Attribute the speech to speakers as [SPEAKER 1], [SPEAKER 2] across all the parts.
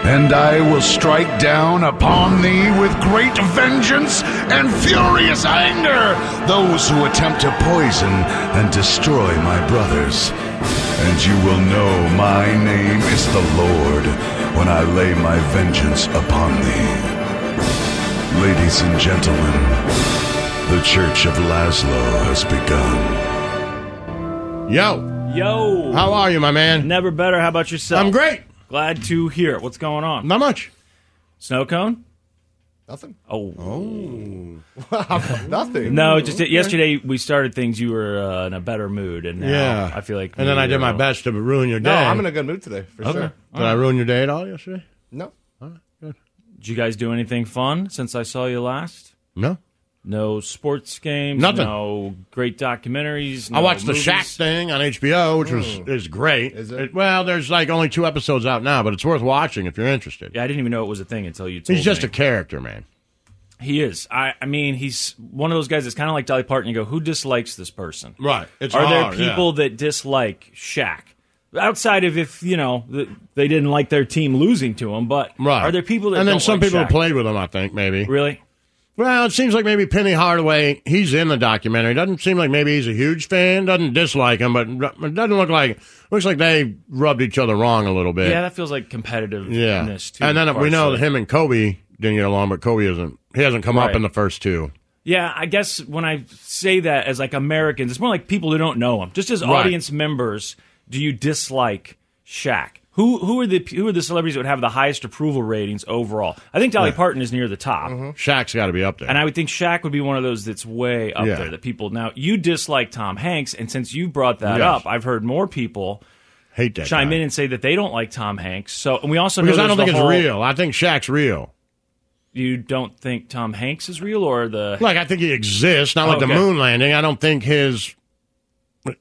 [SPEAKER 1] And I will strike down upon thee with great vengeance and furious anger those who attempt to poison and destroy my brothers. And you will know my name is the Lord when I lay my vengeance upon thee. Ladies and gentlemen, the Church of Laszlo has begun.
[SPEAKER 2] Yo,
[SPEAKER 3] Yo.
[SPEAKER 2] how are you, my man?
[SPEAKER 3] Never better. How about yourself?
[SPEAKER 2] I'm great.
[SPEAKER 3] Glad to hear it. What's going on?
[SPEAKER 2] Not much.
[SPEAKER 3] Snow cone?
[SPEAKER 2] Nothing.
[SPEAKER 3] Oh.
[SPEAKER 2] Nothing.
[SPEAKER 3] No, just yesterday we started things. You were uh, in a better mood, and now
[SPEAKER 2] Yeah.
[SPEAKER 3] I feel like. uh,
[SPEAKER 2] And then I did my
[SPEAKER 3] you-
[SPEAKER 2] best to ruin your day.
[SPEAKER 4] No, I'm in a good mood today for sure.
[SPEAKER 2] Did I ruin your day at all yesterday?
[SPEAKER 4] No,
[SPEAKER 3] Did you guys do anything fun since I saw you last?
[SPEAKER 2] No.
[SPEAKER 3] No sports games.
[SPEAKER 2] Nothing.
[SPEAKER 3] No great documentaries.
[SPEAKER 2] I
[SPEAKER 3] no
[SPEAKER 2] watched
[SPEAKER 3] movies.
[SPEAKER 2] the Shaq thing on HBO, which was is great.
[SPEAKER 4] Is it?
[SPEAKER 2] Well, there's like only two episodes out now, but it's worth watching if you're interested.
[SPEAKER 3] Yeah, I didn't even know it was a thing until you told
[SPEAKER 2] He's just
[SPEAKER 3] me.
[SPEAKER 2] a character, man.
[SPEAKER 3] He is. I, I mean, he's one of those guys that's kind of like Dolly Parton. You go, who dislikes this person?
[SPEAKER 2] Right. It's
[SPEAKER 3] Are
[SPEAKER 2] hard,
[SPEAKER 3] there
[SPEAKER 2] yeah.
[SPEAKER 3] people that dislike Shaq? Outside of if you know th- they didn't like their team losing to him, but
[SPEAKER 2] Right.
[SPEAKER 3] are there people that
[SPEAKER 2] and then
[SPEAKER 3] don't
[SPEAKER 2] some
[SPEAKER 3] like
[SPEAKER 2] people
[SPEAKER 3] Shaq?
[SPEAKER 2] have played with him, I think, maybe.
[SPEAKER 3] really?
[SPEAKER 2] Well, it seems like maybe Penny Hardaway, he's in the documentary. Doesn't seem like maybe he's a huge fan, doesn't dislike him, but it doesn't look like looks like they rubbed each other wrong a little bit.
[SPEAKER 3] Yeah, that feels like competitiveness
[SPEAKER 2] Yeah.
[SPEAKER 3] too.
[SPEAKER 2] and then we know
[SPEAKER 3] partially.
[SPEAKER 2] that him and Kobe didn't get along, but Kobe isn't he hasn't come
[SPEAKER 3] Right.
[SPEAKER 2] up in the first two.
[SPEAKER 3] Yeah, I guess when I say that as like Americans, it's more like people who don't know him. Just as
[SPEAKER 2] Right.
[SPEAKER 3] audience members, do you dislike Shaq? Who who are the who are the celebrities that would have the highest approval ratings overall? I think Dolly Parton is near the top,
[SPEAKER 2] Mm-hmm. Shaq's gotta be up there.
[SPEAKER 3] and I would think Shaq would be one of those that's way up
[SPEAKER 2] Yeah.
[SPEAKER 3] there. That people now you dislike Tom Hanks, and since you brought that
[SPEAKER 2] Yes.
[SPEAKER 3] up, I've heard more people
[SPEAKER 2] hate that.
[SPEAKER 3] chime
[SPEAKER 2] guy.
[SPEAKER 3] in and say that they don't like Tom Hanks. So, and we also
[SPEAKER 2] because
[SPEAKER 3] know
[SPEAKER 2] I don't
[SPEAKER 3] there's
[SPEAKER 2] think
[SPEAKER 3] the
[SPEAKER 2] it's
[SPEAKER 3] whole-
[SPEAKER 2] real. I think Shaq's real.
[SPEAKER 3] You don't think Tom Hanks is real, or the
[SPEAKER 2] Like I think he exists, not like the
[SPEAKER 3] Okay.
[SPEAKER 2] moon landing. I don't think his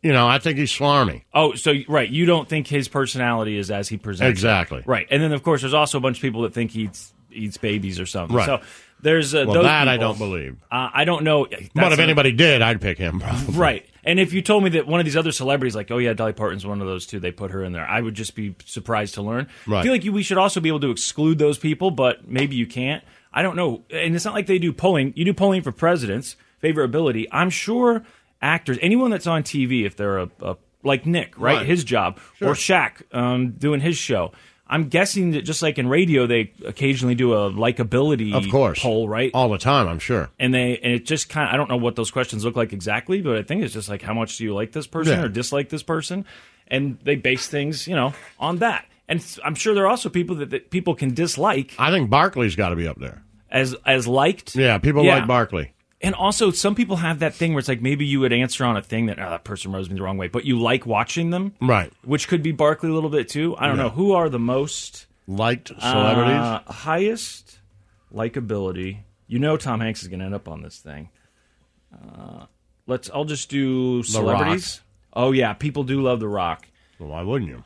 [SPEAKER 2] you know, I think he's slarmy.
[SPEAKER 3] Oh, so right, you don't think his personality is as he presents. it.
[SPEAKER 2] Exactly.
[SPEAKER 3] Right, and then of course there's also a bunch of people that think he eats, eats babies or something.
[SPEAKER 2] Right.
[SPEAKER 3] So there's uh,
[SPEAKER 2] Well,
[SPEAKER 3] those
[SPEAKER 2] that I
[SPEAKER 3] people.
[SPEAKER 2] don't believe.
[SPEAKER 3] Uh, I don't know.
[SPEAKER 2] But
[SPEAKER 3] That's
[SPEAKER 2] if
[SPEAKER 3] a-
[SPEAKER 2] anybody did, I'd pick him. Probably.
[SPEAKER 3] Right, and if you told me that one of these other celebrities, like, oh yeah, Dolly Parton's one of those two, they put her in there, I would just be surprised to learn. I
[SPEAKER 2] Right.
[SPEAKER 3] feel like you, we should also be able to exclude those people, but maybe you can't. I don't know, and it's not like they do polling. You do polling for presidents, favorability. I'm sure actors, anyone that's on TV, if they're a, a like Nick, right,
[SPEAKER 2] Right.
[SPEAKER 3] his job, or Shaq um, doing his show. I'm guessing that just like in radio, they occasionally do a likability
[SPEAKER 2] Of course.
[SPEAKER 3] poll, right?
[SPEAKER 2] All the time, I'm sure.
[SPEAKER 3] and they and it just kind of I don't know what those questions look like exactly, but I think it's just like how much do you like this person
[SPEAKER 2] Yeah.
[SPEAKER 3] or dislike this person, and they base things you know on that. And s- I'm sure there are also people that, that people can dislike
[SPEAKER 2] I think Barkley's got to be up there.
[SPEAKER 3] as as liked.
[SPEAKER 2] Yeah, people
[SPEAKER 3] Yeah.
[SPEAKER 2] like Barkley.
[SPEAKER 3] And also, some people have that thing where it's like maybe you would answer on a thing that oh, that person rubs me the wrong way, but you like watching them,
[SPEAKER 2] Right.
[SPEAKER 3] Which could be Barkley a little bit too. I don't know who are the most
[SPEAKER 2] Liked celebrities.
[SPEAKER 3] uh, highest likability. You know, Tom Hanks is going to end up on this thing. Uh, let's. I'll just do celebrities. Oh yeah, people do love The Rock.
[SPEAKER 2] well, why wouldn't you?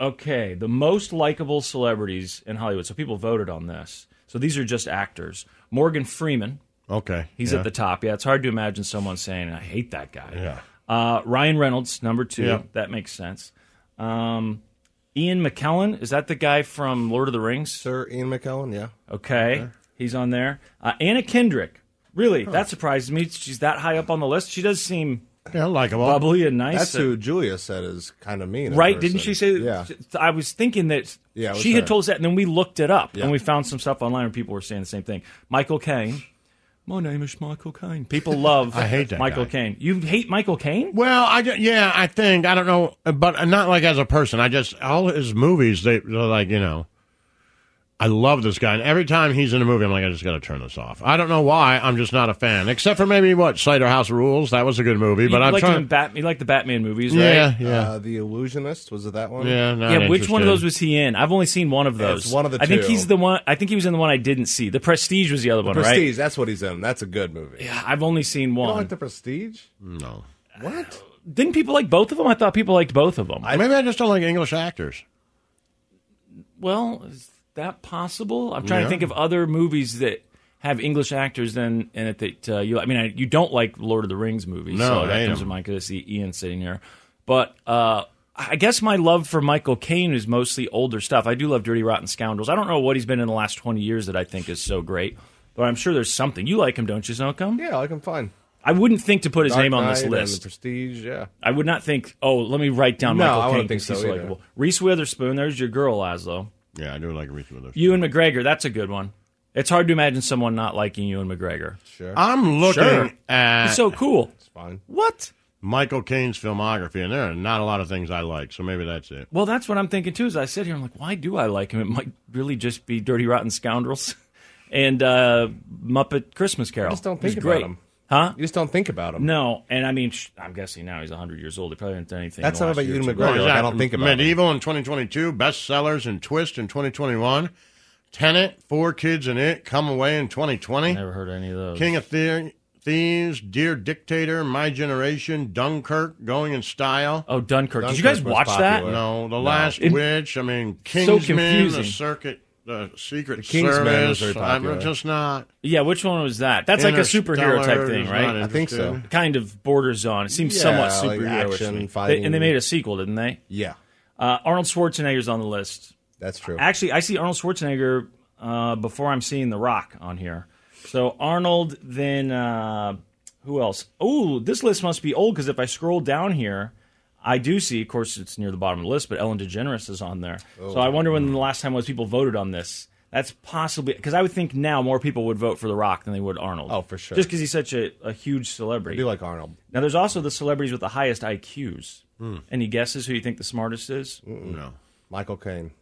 [SPEAKER 3] Okay, the most likable celebrities in Hollywood. So people voted on this. So these are just actors. Morgan Freeman.
[SPEAKER 2] Okay.
[SPEAKER 3] He's
[SPEAKER 2] yeah.
[SPEAKER 3] at the top. Yeah, it's hard to imagine someone saying, "I hate that guy."
[SPEAKER 2] Yeah.
[SPEAKER 3] Uh, Ryan Reynolds, number two.
[SPEAKER 2] Yeah.
[SPEAKER 3] That makes sense. Um, Ian McKellen. Is that the guy from Lord of the Rings?
[SPEAKER 4] Sir Ian McKellen. Yeah,
[SPEAKER 3] Okay. He's on there. Uh, Anna Kendrick. Really, that surprised me. She's that high up on the list. She does seem
[SPEAKER 2] Yeah, likable.
[SPEAKER 3] bubbly and nice.
[SPEAKER 4] that's who Julia said is kind of mean. at
[SPEAKER 3] right?
[SPEAKER 4] first,
[SPEAKER 3] Didn't
[SPEAKER 4] and-
[SPEAKER 3] she say
[SPEAKER 4] Yeah, Uh,
[SPEAKER 3] I was thinking that
[SPEAKER 4] Yeah, it was
[SPEAKER 3] she had
[SPEAKER 4] her.
[SPEAKER 3] told us that, and then we looked it up,
[SPEAKER 4] Yeah.
[SPEAKER 3] and we found some stuff online where people were saying the same thing. Michael Caine. My name is Michael Caine. People love
[SPEAKER 2] I hate that
[SPEAKER 3] Michael
[SPEAKER 2] guy.
[SPEAKER 3] Caine. You hate Michael Caine?
[SPEAKER 2] Well, I ju- yeah, I think I don't know, but not like as a person. I just all his movies they they're like you know, I love this guy, and every time he's in a movie, I'm like, I just got to turn this off. I don't know why. I'm just not a fan, except for maybe what Slater House Rules. That was a good movie, but
[SPEAKER 3] you
[SPEAKER 2] I'm
[SPEAKER 3] like
[SPEAKER 2] trying.
[SPEAKER 3] them Bat- you like the Batman movies, right?
[SPEAKER 2] yeah, yeah,
[SPEAKER 4] Uh, the Illusionist was it that one?
[SPEAKER 2] yeah. not
[SPEAKER 3] Yeah, which one of
[SPEAKER 2] interested.
[SPEAKER 3] those was he in? I've only seen one of
[SPEAKER 4] Yeah,
[SPEAKER 3] those.
[SPEAKER 4] it's one of the
[SPEAKER 3] I think
[SPEAKER 4] two.
[SPEAKER 3] he's the one. I think he was in the one I didn't see. The Prestige was the other one,
[SPEAKER 4] Prestige. That's what he's in. That's a good movie.
[SPEAKER 3] right? I've only seen
[SPEAKER 4] You don't
[SPEAKER 3] one.
[SPEAKER 4] like the Prestige?
[SPEAKER 2] No.
[SPEAKER 4] What?
[SPEAKER 3] Didn't people like both of them? I thought people liked both of them.
[SPEAKER 2] Maybe I just don't like English actors.
[SPEAKER 3] well, is that possible? I'm trying
[SPEAKER 2] Yeah.
[SPEAKER 3] to think of other movies that have English actors in, in it that uh, you. I mean, I, you don't like Lord of the Rings movies,
[SPEAKER 2] No,
[SPEAKER 3] so
[SPEAKER 2] I
[SPEAKER 3] that
[SPEAKER 2] hate
[SPEAKER 3] comes to
[SPEAKER 2] them.
[SPEAKER 3] mind because I see Ian sitting here. But uh, I guess my love for Michael Caine is mostly older stuff. I do love Dirty Rotten Scoundrels. I don't know what he's been in the last 20 years that I think is so great. But I'm sure there's something. You like him, don't you, Snowcomb?
[SPEAKER 4] Yeah, I like him fine.
[SPEAKER 3] I wouldn't think to put his
[SPEAKER 4] Dark
[SPEAKER 3] name on this
[SPEAKER 4] Knight and
[SPEAKER 3] list.
[SPEAKER 4] The Prestige. Yeah.
[SPEAKER 3] I would not think. Oh, let me write down
[SPEAKER 4] No, I
[SPEAKER 3] Michael
[SPEAKER 4] wouldn't
[SPEAKER 3] Caine.
[SPEAKER 4] think
[SPEAKER 3] 'cause he's
[SPEAKER 4] so either.
[SPEAKER 3] likable. Reese Witherspoon. There's your girl, Laszlo.
[SPEAKER 2] Yeah, I do like Reese Witherspoon.
[SPEAKER 3] Ewan McGregor. That's a good one. It's hard to imagine someone not liking Ewan McGregor.
[SPEAKER 2] I'm looking
[SPEAKER 3] Sure.
[SPEAKER 2] at
[SPEAKER 3] He's so cool.
[SPEAKER 4] Fine.
[SPEAKER 3] What?
[SPEAKER 2] Michael Caine's filmography, and there are not a lot of things I like, so maybe that's it.
[SPEAKER 3] Well, that's what I'm thinking too. Is I sit here, I'm like, why do I like him? It might really just be Dirty Rotten Scoundrels and uh, Muppet Christmas Carol.
[SPEAKER 4] just don't
[SPEAKER 3] He's
[SPEAKER 4] think about
[SPEAKER 3] great.
[SPEAKER 4] him.
[SPEAKER 3] huh?
[SPEAKER 4] You just don't think about him.
[SPEAKER 3] No, and I mean, sh- I'm guessing now he's 100 years old. He probably hasn't done anything. in
[SPEAKER 4] That's
[SPEAKER 3] the last
[SPEAKER 4] not about
[SPEAKER 3] year
[SPEAKER 4] Ewan
[SPEAKER 3] or two.
[SPEAKER 4] McGregor. Right, like, I don't think about it.
[SPEAKER 2] Oh, Medieval in 2022, bestsellers in Twist in 2021, Tenet, Four Kids in It, Come Away in 2020,
[SPEAKER 3] Never heard of any of those.
[SPEAKER 2] King of the- Thieves, Dear Dictator, My Generation, Dunkirk, Going in Style.
[SPEAKER 3] oh, Dunkirk. Did you guys
[SPEAKER 4] Dunkirk was
[SPEAKER 3] watch that?
[SPEAKER 4] popular.
[SPEAKER 2] Oh, No, The Last
[SPEAKER 3] It-
[SPEAKER 2] Witch. I mean,
[SPEAKER 3] So
[SPEAKER 2] Kingsman,
[SPEAKER 3] confusing.
[SPEAKER 2] The Circuit, The Secret
[SPEAKER 4] Kingsman was
[SPEAKER 2] Service.
[SPEAKER 4] very popular.
[SPEAKER 2] I'm just not.
[SPEAKER 3] Yeah, which one was that? That's like a superhero type
[SPEAKER 2] Interstellar
[SPEAKER 3] thing,
[SPEAKER 2] is
[SPEAKER 3] right?
[SPEAKER 2] not
[SPEAKER 4] I think so.
[SPEAKER 2] interested.
[SPEAKER 3] Kind of borders on. It seems
[SPEAKER 4] Yeah,
[SPEAKER 3] somewhat
[SPEAKER 4] like
[SPEAKER 3] superhero
[SPEAKER 4] action,
[SPEAKER 3] They, and they
[SPEAKER 4] fighting.
[SPEAKER 3] made a sequel, didn't they?
[SPEAKER 4] Yeah,
[SPEAKER 3] Uh, Arnold Schwarzenegger's on the list.
[SPEAKER 4] that's true.
[SPEAKER 3] Actually, I see Arnold Schwarzenegger uh, before I'm seeing The Rock on here. So Arnold, then uh, who else? Oh, this list must be old because if I scroll down here, I do see. Of course, it's near the bottom of the list, but Ellen DeGeneres is on there.
[SPEAKER 4] Oh,
[SPEAKER 3] so I wonder when the last time was people voted on this. That's possibly because I would think now more people would vote for The Rock than they would Arnold.
[SPEAKER 4] Oh, for sure.
[SPEAKER 3] Just because he's such a, a huge
[SPEAKER 4] I
[SPEAKER 3] celebrity.
[SPEAKER 4] do like Arnold.
[SPEAKER 3] Now, there's also the celebrities with the highest IQs.
[SPEAKER 4] Hmm.
[SPEAKER 3] Any guesses who you think the smartest is?
[SPEAKER 2] No.
[SPEAKER 4] Michael Caine.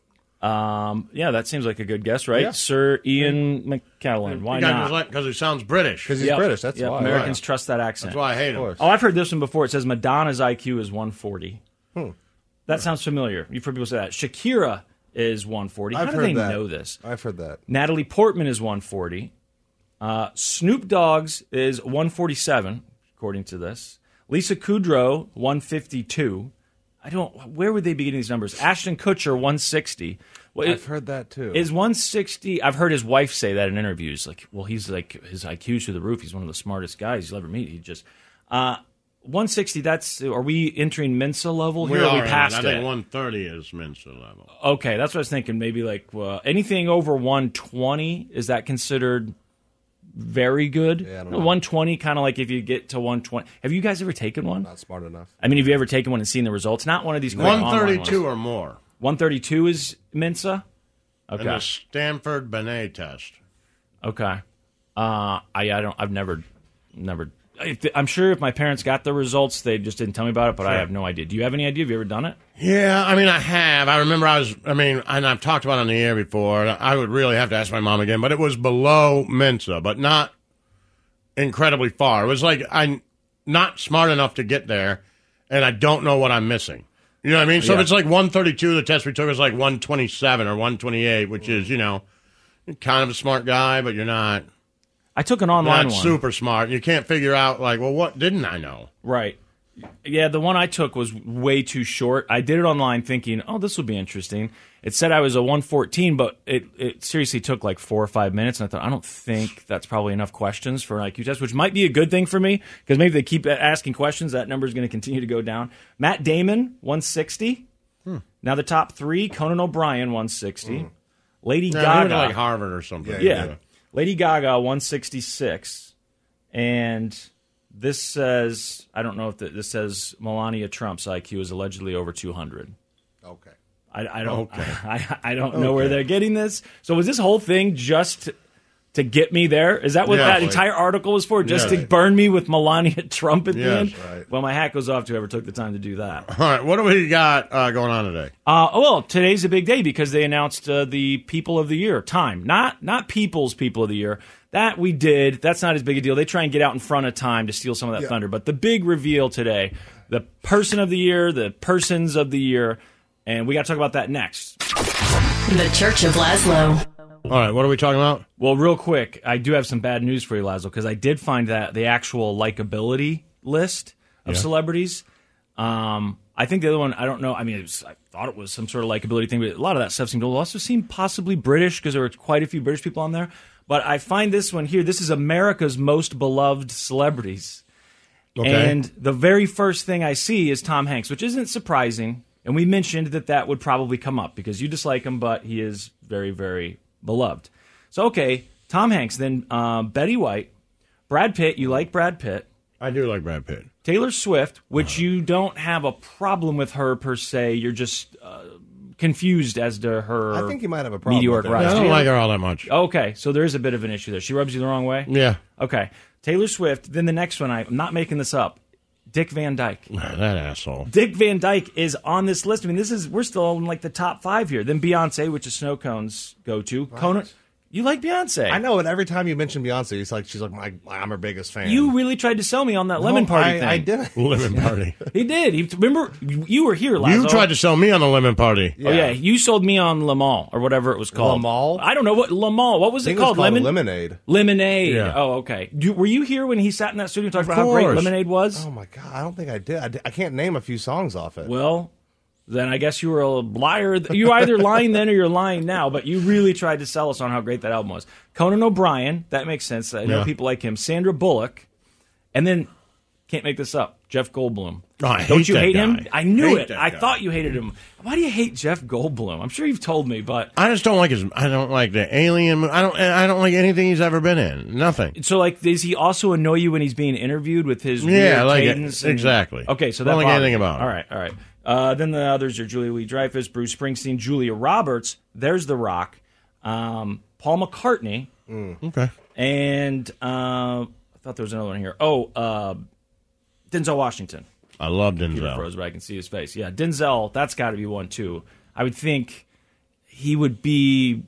[SPEAKER 3] Um, Yeah, that seems like a good guess, right?
[SPEAKER 4] Yeah.
[SPEAKER 3] Sir Ian McKellen. Why not?
[SPEAKER 2] Because he sounds British.
[SPEAKER 4] Because
[SPEAKER 2] That's
[SPEAKER 4] he's
[SPEAKER 3] Yep,
[SPEAKER 4] British. That's
[SPEAKER 3] yep,
[SPEAKER 4] why.
[SPEAKER 3] Americans trust that accent.
[SPEAKER 2] why I hate
[SPEAKER 4] Of
[SPEAKER 2] him.
[SPEAKER 4] course.
[SPEAKER 3] Oh, I've heard this one before. It says Madonna's IQ is 140.
[SPEAKER 4] Hmm.
[SPEAKER 3] That sounds familiar. You've heard people say that. Shakira is 140. How
[SPEAKER 4] I've
[SPEAKER 3] do
[SPEAKER 4] heard
[SPEAKER 3] they
[SPEAKER 4] that.
[SPEAKER 3] know this?
[SPEAKER 4] I've heard that.
[SPEAKER 3] Natalie Portman is 140. Uh, Snoop Dogg's is 147, according to this. Lisa Kudrow, 152. I don't. Where would they be getting these numbers? Ashton Kutcher, 160. Well,
[SPEAKER 4] I've
[SPEAKER 3] it-
[SPEAKER 4] heard that too.
[SPEAKER 3] is 160. I've heard his wife say that in interviews. Like, well, he's like his IQ's through the roof. He's one of the smartest guys you'll ever meet. He just uh, 160. That's are we entering Mensa level
[SPEAKER 2] We
[SPEAKER 3] here? or
[SPEAKER 2] are
[SPEAKER 3] we
[SPEAKER 2] in it.
[SPEAKER 3] passed
[SPEAKER 2] I
[SPEAKER 3] it.
[SPEAKER 2] think 130 is Mensa level.
[SPEAKER 3] okay, that's what I was thinking. Maybe like well, anything over 120 is that considered very good?
[SPEAKER 4] I don't know.
[SPEAKER 3] 120, kind of like if you get to 120. Have you guys ever taken one?
[SPEAKER 4] not smart enough.
[SPEAKER 3] I mean, have you ever taken one and seen the results? Not one of these. quick online ones.
[SPEAKER 2] 132 or more.
[SPEAKER 3] 132 is Mensa. Okay.
[SPEAKER 2] And the Stanford Binet test.
[SPEAKER 3] Okay. Uh, I I don't. I've never, never. If I'm sure if my parents got the results, they just didn't tell me about it. But I have no idea. Do you have any idea? Have you ever done it?
[SPEAKER 2] Yeah, I mean, I have. I remember I was, I mean, and I've talked about it on the air before. and I would really have to ask my mom again, but it was below Mensa, but not incredibly far. It was like I'm not smart enough to get there, and I don't know what I'm missing. You know what I mean? So if
[SPEAKER 3] Yeah.
[SPEAKER 2] it's like 132, the test we took was like 127 or 128, which is, you know, you're kind of a smart guy, but you're not,
[SPEAKER 3] I took an online
[SPEAKER 2] not
[SPEAKER 3] one.
[SPEAKER 2] super smart. You can't figure out, like, well, what didn't I know?
[SPEAKER 3] Right. Yeah, the one I took was way too short. I did it online thinking, oh, this will be interesting. It said I was a 114, but it, it seriously took like four or five minutes. And I thought, I don't think that's probably enough questions for an IQ test, which might be a good thing for me because maybe they keep a- asking questions. That number is going to continue to go down. Matt Damon, 160.
[SPEAKER 2] Hmm.
[SPEAKER 3] Now the top three Conan O'Brien, 160. Lady
[SPEAKER 2] Yeah,
[SPEAKER 3] Gaga.
[SPEAKER 2] maybe like Harvard or something.
[SPEAKER 3] Yeah. Lady Gaga 166 and this says I don't know if th this says Melania Trump's IQ is allegedly over 200.
[SPEAKER 4] Okay.
[SPEAKER 3] I, I don't I, I don't know where they're getting this. So was this whole thing just to to get me there? Is that what
[SPEAKER 2] Yeah,
[SPEAKER 3] that
[SPEAKER 2] like-
[SPEAKER 3] entire article was for? Just
[SPEAKER 2] Yeah.
[SPEAKER 3] to burn me with Melania Trump at the
[SPEAKER 2] Yes,
[SPEAKER 3] end?
[SPEAKER 2] right.
[SPEAKER 3] Well, my hat goes off to whoever took the time to do that.
[SPEAKER 2] All right, what do we got uh, going on today?
[SPEAKER 3] Uh, oh, well, today's a big day because they announced uh, the People of the Year time, not not People's People of the Year. That we did. That's not as big a deal. They try and get out in front of time to steal some of that thunder. But the big reveal today, the Person of the Year, the Persons of the Year, and we got to talk about that next.
[SPEAKER 5] The Church of Laszlo.
[SPEAKER 2] All right, what are we talking about?
[SPEAKER 3] Well, real quick, I do have some bad news for you, Lazo, because I did find that the actual likability list of celebrities. Um, I think the other one, I don't know. I mean, it was, I thought it was some sort of likability thing, but a lot of that stuff seemed to also seem possibly British because there were quite a few British people on there. But I find this one here. This is America's most beloved celebrities.
[SPEAKER 2] Okay.
[SPEAKER 3] And the very first thing I see is Tom Hanks, which isn't surprising. And we mentioned that that would probably come up because you dislike him, but he is very, very beloved. So, okay, Tom Hanks, then uh, Betty White, Brad Pitt, you like Brad Pitt,
[SPEAKER 2] I do like Brad Pitt.
[SPEAKER 3] Taylor Swift, which you don't have a problem with her per se. You're just uh, confused as to her.
[SPEAKER 4] I think you might have a problem
[SPEAKER 3] Meteoric
[SPEAKER 4] with that.
[SPEAKER 3] rise.
[SPEAKER 2] I
[SPEAKER 3] Do
[SPEAKER 2] don't
[SPEAKER 3] you?
[SPEAKER 2] like her all that much.
[SPEAKER 3] Okay, so there is a bit of an issue there. She rubs you the wrong way?
[SPEAKER 2] Yeah,
[SPEAKER 3] Okay. Taylor Swift, then the next one, I- I'm not making this up. Dick Van Dyke.
[SPEAKER 2] that asshole.
[SPEAKER 3] Dick Van Dyke is on this list. I mean, this is we're still in like the top five here. Then Beyonce, which is Snow Cone's go to. Conan, you like Beyonce?
[SPEAKER 4] I know, and every time you mention Beyonce, it's like she's like, my, I'm her biggest fan.
[SPEAKER 3] You really tried to sell me on that lemon
[SPEAKER 4] No,
[SPEAKER 3] party
[SPEAKER 4] I,
[SPEAKER 3] thing.
[SPEAKER 4] I didn't.
[SPEAKER 2] Lemon party.
[SPEAKER 3] He did. He, remember, you you were here. Lazo.
[SPEAKER 2] You tried to sell me on the lemon party.
[SPEAKER 3] Oh yeah, you sold me on Lamal or whatever it was called.
[SPEAKER 4] Lamal?
[SPEAKER 3] I don't know what Lamal. What was
[SPEAKER 4] I
[SPEAKER 3] it
[SPEAKER 4] think
[SPEAKER 3] called?
[SPEAKER 4] it was called
[SPEAKER 3] Lemon
[SPEAKER 4] lemonade.
[SPEAKER 3] Lemonade.
[SPEAKER 2] Yeah.
[SPEAKER 3] Oh okay. Do, were you here when he sat in that studio and talked
[SPEAKER 2] Of
[SPEAKER 3] about how great
[SPEAKER 2] course.
[SPEAKER 3] lemonade was?
[SPEAKER 4] Oh my god, I don't think I did. I, di- I can't name a few songs off it.
[SPEAKER 3] Well, then I guess you were a liar. You're either lying then or you're lying now, but you really tried to sell us on how great that album was. Conan O'Brien, that makes sense. I know
[SPEAKER 2] Yeah.
[SPEAKER 3] people like him. Sandra Bullock, and then can't make this up. Jeff Goldblum.
[SPEAKER 2] Oh, I
[SPEAKER 3] Don't
[SPEAKER 2] hate
[SPEAKER 3] you
[SPEAKER 2] that
[SPEAKER 3] hate him?
[SPEAKER 2] guy.
[SPEAKER 3] I knew
[SPEAKER 2] Hate
[SPEAKER 3] it.
[SPEAKER 2] that
[SPEAKER 3] I
[SPEAKER 2] guy.
[SPEAKER 3] thought you hated him. Why do you hate Jeff Goldblum? I'm sure you've told me, but
[SPEAKER 2] I just don't like his. I don't like the alien. mo- I don't. I don't like anything he's ever been in. Nothing.
[SPEAKER 3] so like does he also annoy you when he's being interviewed with his
[SPEAKER 2] Yeah,
[SPEAKER 3] weird
[SPEAKER 2] like it.
[SPEAKER 3] cadence and-
[SPEAKER 2] Exactly.
[SPEAKER 3] okay so that
[SPEAKER 2] Don't like
[SPEAKER 3] bothers
[SPEAKER 2] anything
[SPEAKER 3] you.
[SPEAKER 2] about it.
[SPEAKER 3] all right all right uh, then the others are Julia Lee Dreyfus Bruce Springsteen Julia Roberts there's The Rock um, Paul McCartney
[SPEAKER 2] Okay.
[SPEAKER 3] and uh, I thought there was another one here oh uh, Denzel Washington
[SPEAKER 2] I love
[SPEAKER 3] Peter
[SPEAKER 2] Denzel.
[SPEAKER 3] froze but I can see his face yeah Denzel that's got to be one too I would think he would be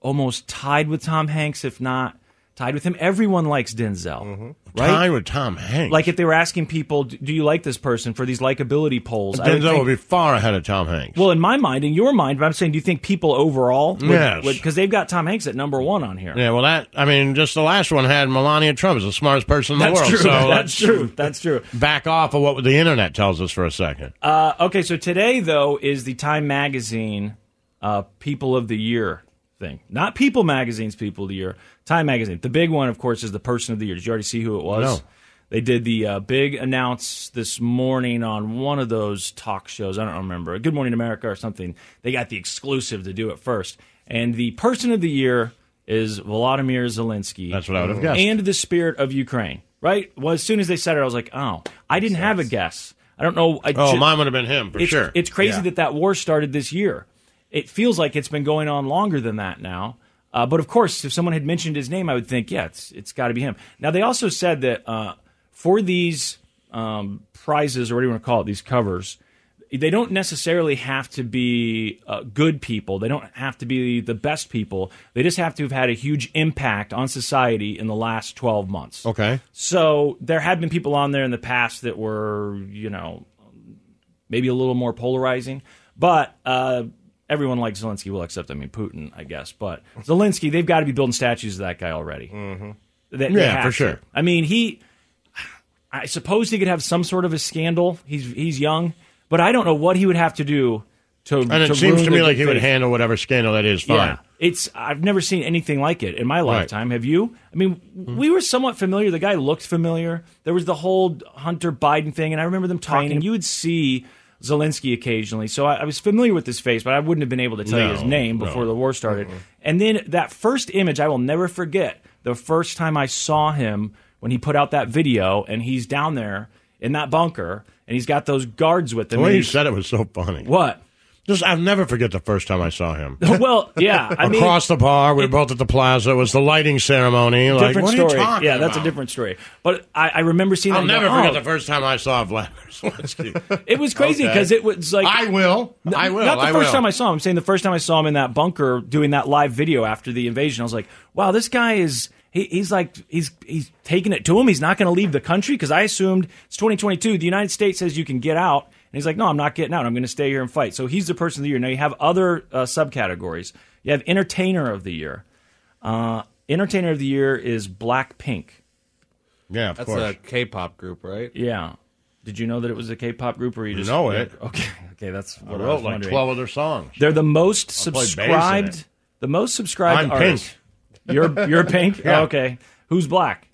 [SPEAKER 3] almost tied with Tom Hanks if not tied with him everyone likes Denzel
[SPEAKER 2] Mm-hmm.
[SPEAKER 3] right
[SPEAKER 2] Tied with Tom Hanks.
[SPEAKER 3] like if they were asking people, "D- do you like this person for these likability polls? I would
[SPEAKER 2] Denzel
[SPEAKER 3] think-
[SPEAKER 2] would be far ahead of Tom Hanks.
[SPEAKER 3] well, in my mind, in your mind, but I'm saying, do you think people overall? Would,
[SPEAKER 2] Yes.
[SPEAKER 3] Because they've got Tom Hanks at number one on here.
[SPEAKER 2] yeah. Well, that. I mean, just the last one had Melania Trump as the smartest person in the
[SPEAKER 3] That's
[SPEAKER 2] world.
[SPEAKER 3] true.
[SPEAKER 2] So
[SPEAKER 3] That's
[SPEAKER 2] let's
[SPEAKER 3] true. That's true.
[SPEAKER 2] Back off of what the internet tells us for a second.
[SPEAKER 3] Uh, okay, so today though is the Time Magazine uh, People of the Year thing, not People Magazine's People of the Year. Time Magazine. The big one, of course, is the Person of the Year. Did you already see who it was?
[SPEAKER 2] No.
[SPEAKER 3] They did the uh, big announce this morning on one of those talk shows. I don't remember. Good Morning America or something. They got the exclusive to do it first. And the Person of the Year is Volodymyr Zelensky.
[SPEAKER 2] That's what I would have guessed.
[SPEAKER 3] And the spirit of Ukraine, right? Well, as soon as they said it, I was like, oh, I didn't have a guess. I don't know. I
[SPEAKER 2] oh,
[SPEAKER 3] ju-
[SPEAKER 2] mine would have been him for
[SPEAKER 3] it's,
[SPEAKER 2] sure.
[SPEAKER 3] It's crazy that that war started this year. It feels like it's been going on longer than that now. Uh, but of course, if someone had mentioned his name, I would think, yeah, it's it's got to be him. Now they also said that uh, for these um, prizes or what do you want to call it, these covers, they don't necessarily have to be uh, good people. They don't have to be the best people. They just have to have had a huge impact on society in the last twelve months.
[SPEAKER 2] okay.
[SPEAKER 3] So there had been people on there in the past that were, you know, maybe a little more polarizing, but uh, everyone like Zelensky will accept. I mean, Putin, I guess, but Zelensky, they've got to be building statues of that guy already. Mm-hmm.
[SPEAKER 2] Yeah, for sure.
[SPEAKER 3] I mean, he. I suppose he could have some sort of a scandal. He's he's young, but I don't know what he would have to do to.
[SPEAKER 2] And it seems to me like he would handle whatever scandal that is fine.
[SPEAKER 3] Yeah, it's I've never seen anything like it in my lifetime. Have you? I mean,
[SPEAKER 2] Mm-hmm.
[SPEAKER 3] we were somewhat familiar. The guy looked familiar. There was the whole Hunter Biden thing, and I remember them talking. you would see Zelensky occasionally, so I, I was familiar with his face, but I wouldn't have been able to tell you his
[SPEAKER 2] No,
[SPEAKER 3] name
[SPEAKER 2] no. Mm-hmm.
[SPEAKER 3] before the war started. And then that first image, I will never forget. The first time I saw him when he put out that video, and he's down there in that bunker, and he's got those guards with him.
[SPEAKER 2] The
[SPEAKER 3] and
[SPEAKER 2] way you
[SPEAKER 3] he's-
[SPEAKER 2] said it was so funny.
[SPEAKER 3] what?
[SPEAKER 2] Just I'll never forget the first time I saw him.
[SPEAKER 3] well, yeah. I mean,
[SPEAKER 2] Across the bar, we were both at the plaza. It was the lighting ceremony. Like,
[SPEAKER 3] different
[SPEAKER 2] what
[SPEAKER 3] story.
[SPEAKER 2] are you talking
[SPEAKER 3] yeah, that's
[SPEAKER 2] about?
[SPEAKER 3] a different story. But I, I remember seeing.
[SPEAKER 2] I'll
[SPEAKER 3] that and
[SPEAKER 2] never
[SPEAKER 3] going,
[SPEAKER 2] forget
[SPEAKER 3] "Oh."
[SPEAKER 2] the first time I saw Vladimir Zelensky.
[SPEAKER 3] It was crazy
[SPEAKER 2] Okay.
[SPEAKER 3] because it was like
[SPEAKER 2] I will. I will.
[SPEAKER 3] Not the
[SPEAKER 2] I
[SPEAKER 3] first
[SPEAKER 2] will.
[SPEAKER 3] time I saw him. I'm saying the first time I saw him in that bunker doing that live video after the invasion, I was like, "Wow, this guy is." He, he's like he's he's taking it to him. He's not going to leave the country because I assumed it's 2022. The United States says you can get out, and he's like, "No, I'm not getting out. I'm going to stay here and fight." So he's the person of the year. Now you have other uh, subcategories. You have entertainer of the year. Uh, entertainer of the year is Blackpink.
[SPEAKER 2] Yeah, of
[SPEAKER 4] That's
[SPEAKER 2] course.
[SPEAKER 4] a K-pop group, right?
[SPEAKER 3] Yeah. Did you know that it was a K-pop group, or you just
[SPEAKER 2] Know it.
[SPEAKER 3] Okay, okay, that's what I, was
[SPEAKER 2] I wrote like
[SPEAKER 3] wondering.
[SPEAKER 2] twelve other songs.
[SPEAKER 3] They're the most
[SPEAKER 2] play bass in
[SPEAKER 3] subscribed.
[SPEAKER 2] it.
[SPEAKER 3] The most subscribed.
[SPEAKER 2] I'm
[SPEAKER 3] artists.
[SPEAKER 2] pink.
[SPEAKER 3] You're you're pink.
[SPEAKER 2] Yeah.
[SPEAKER 3] Okay. Who's black?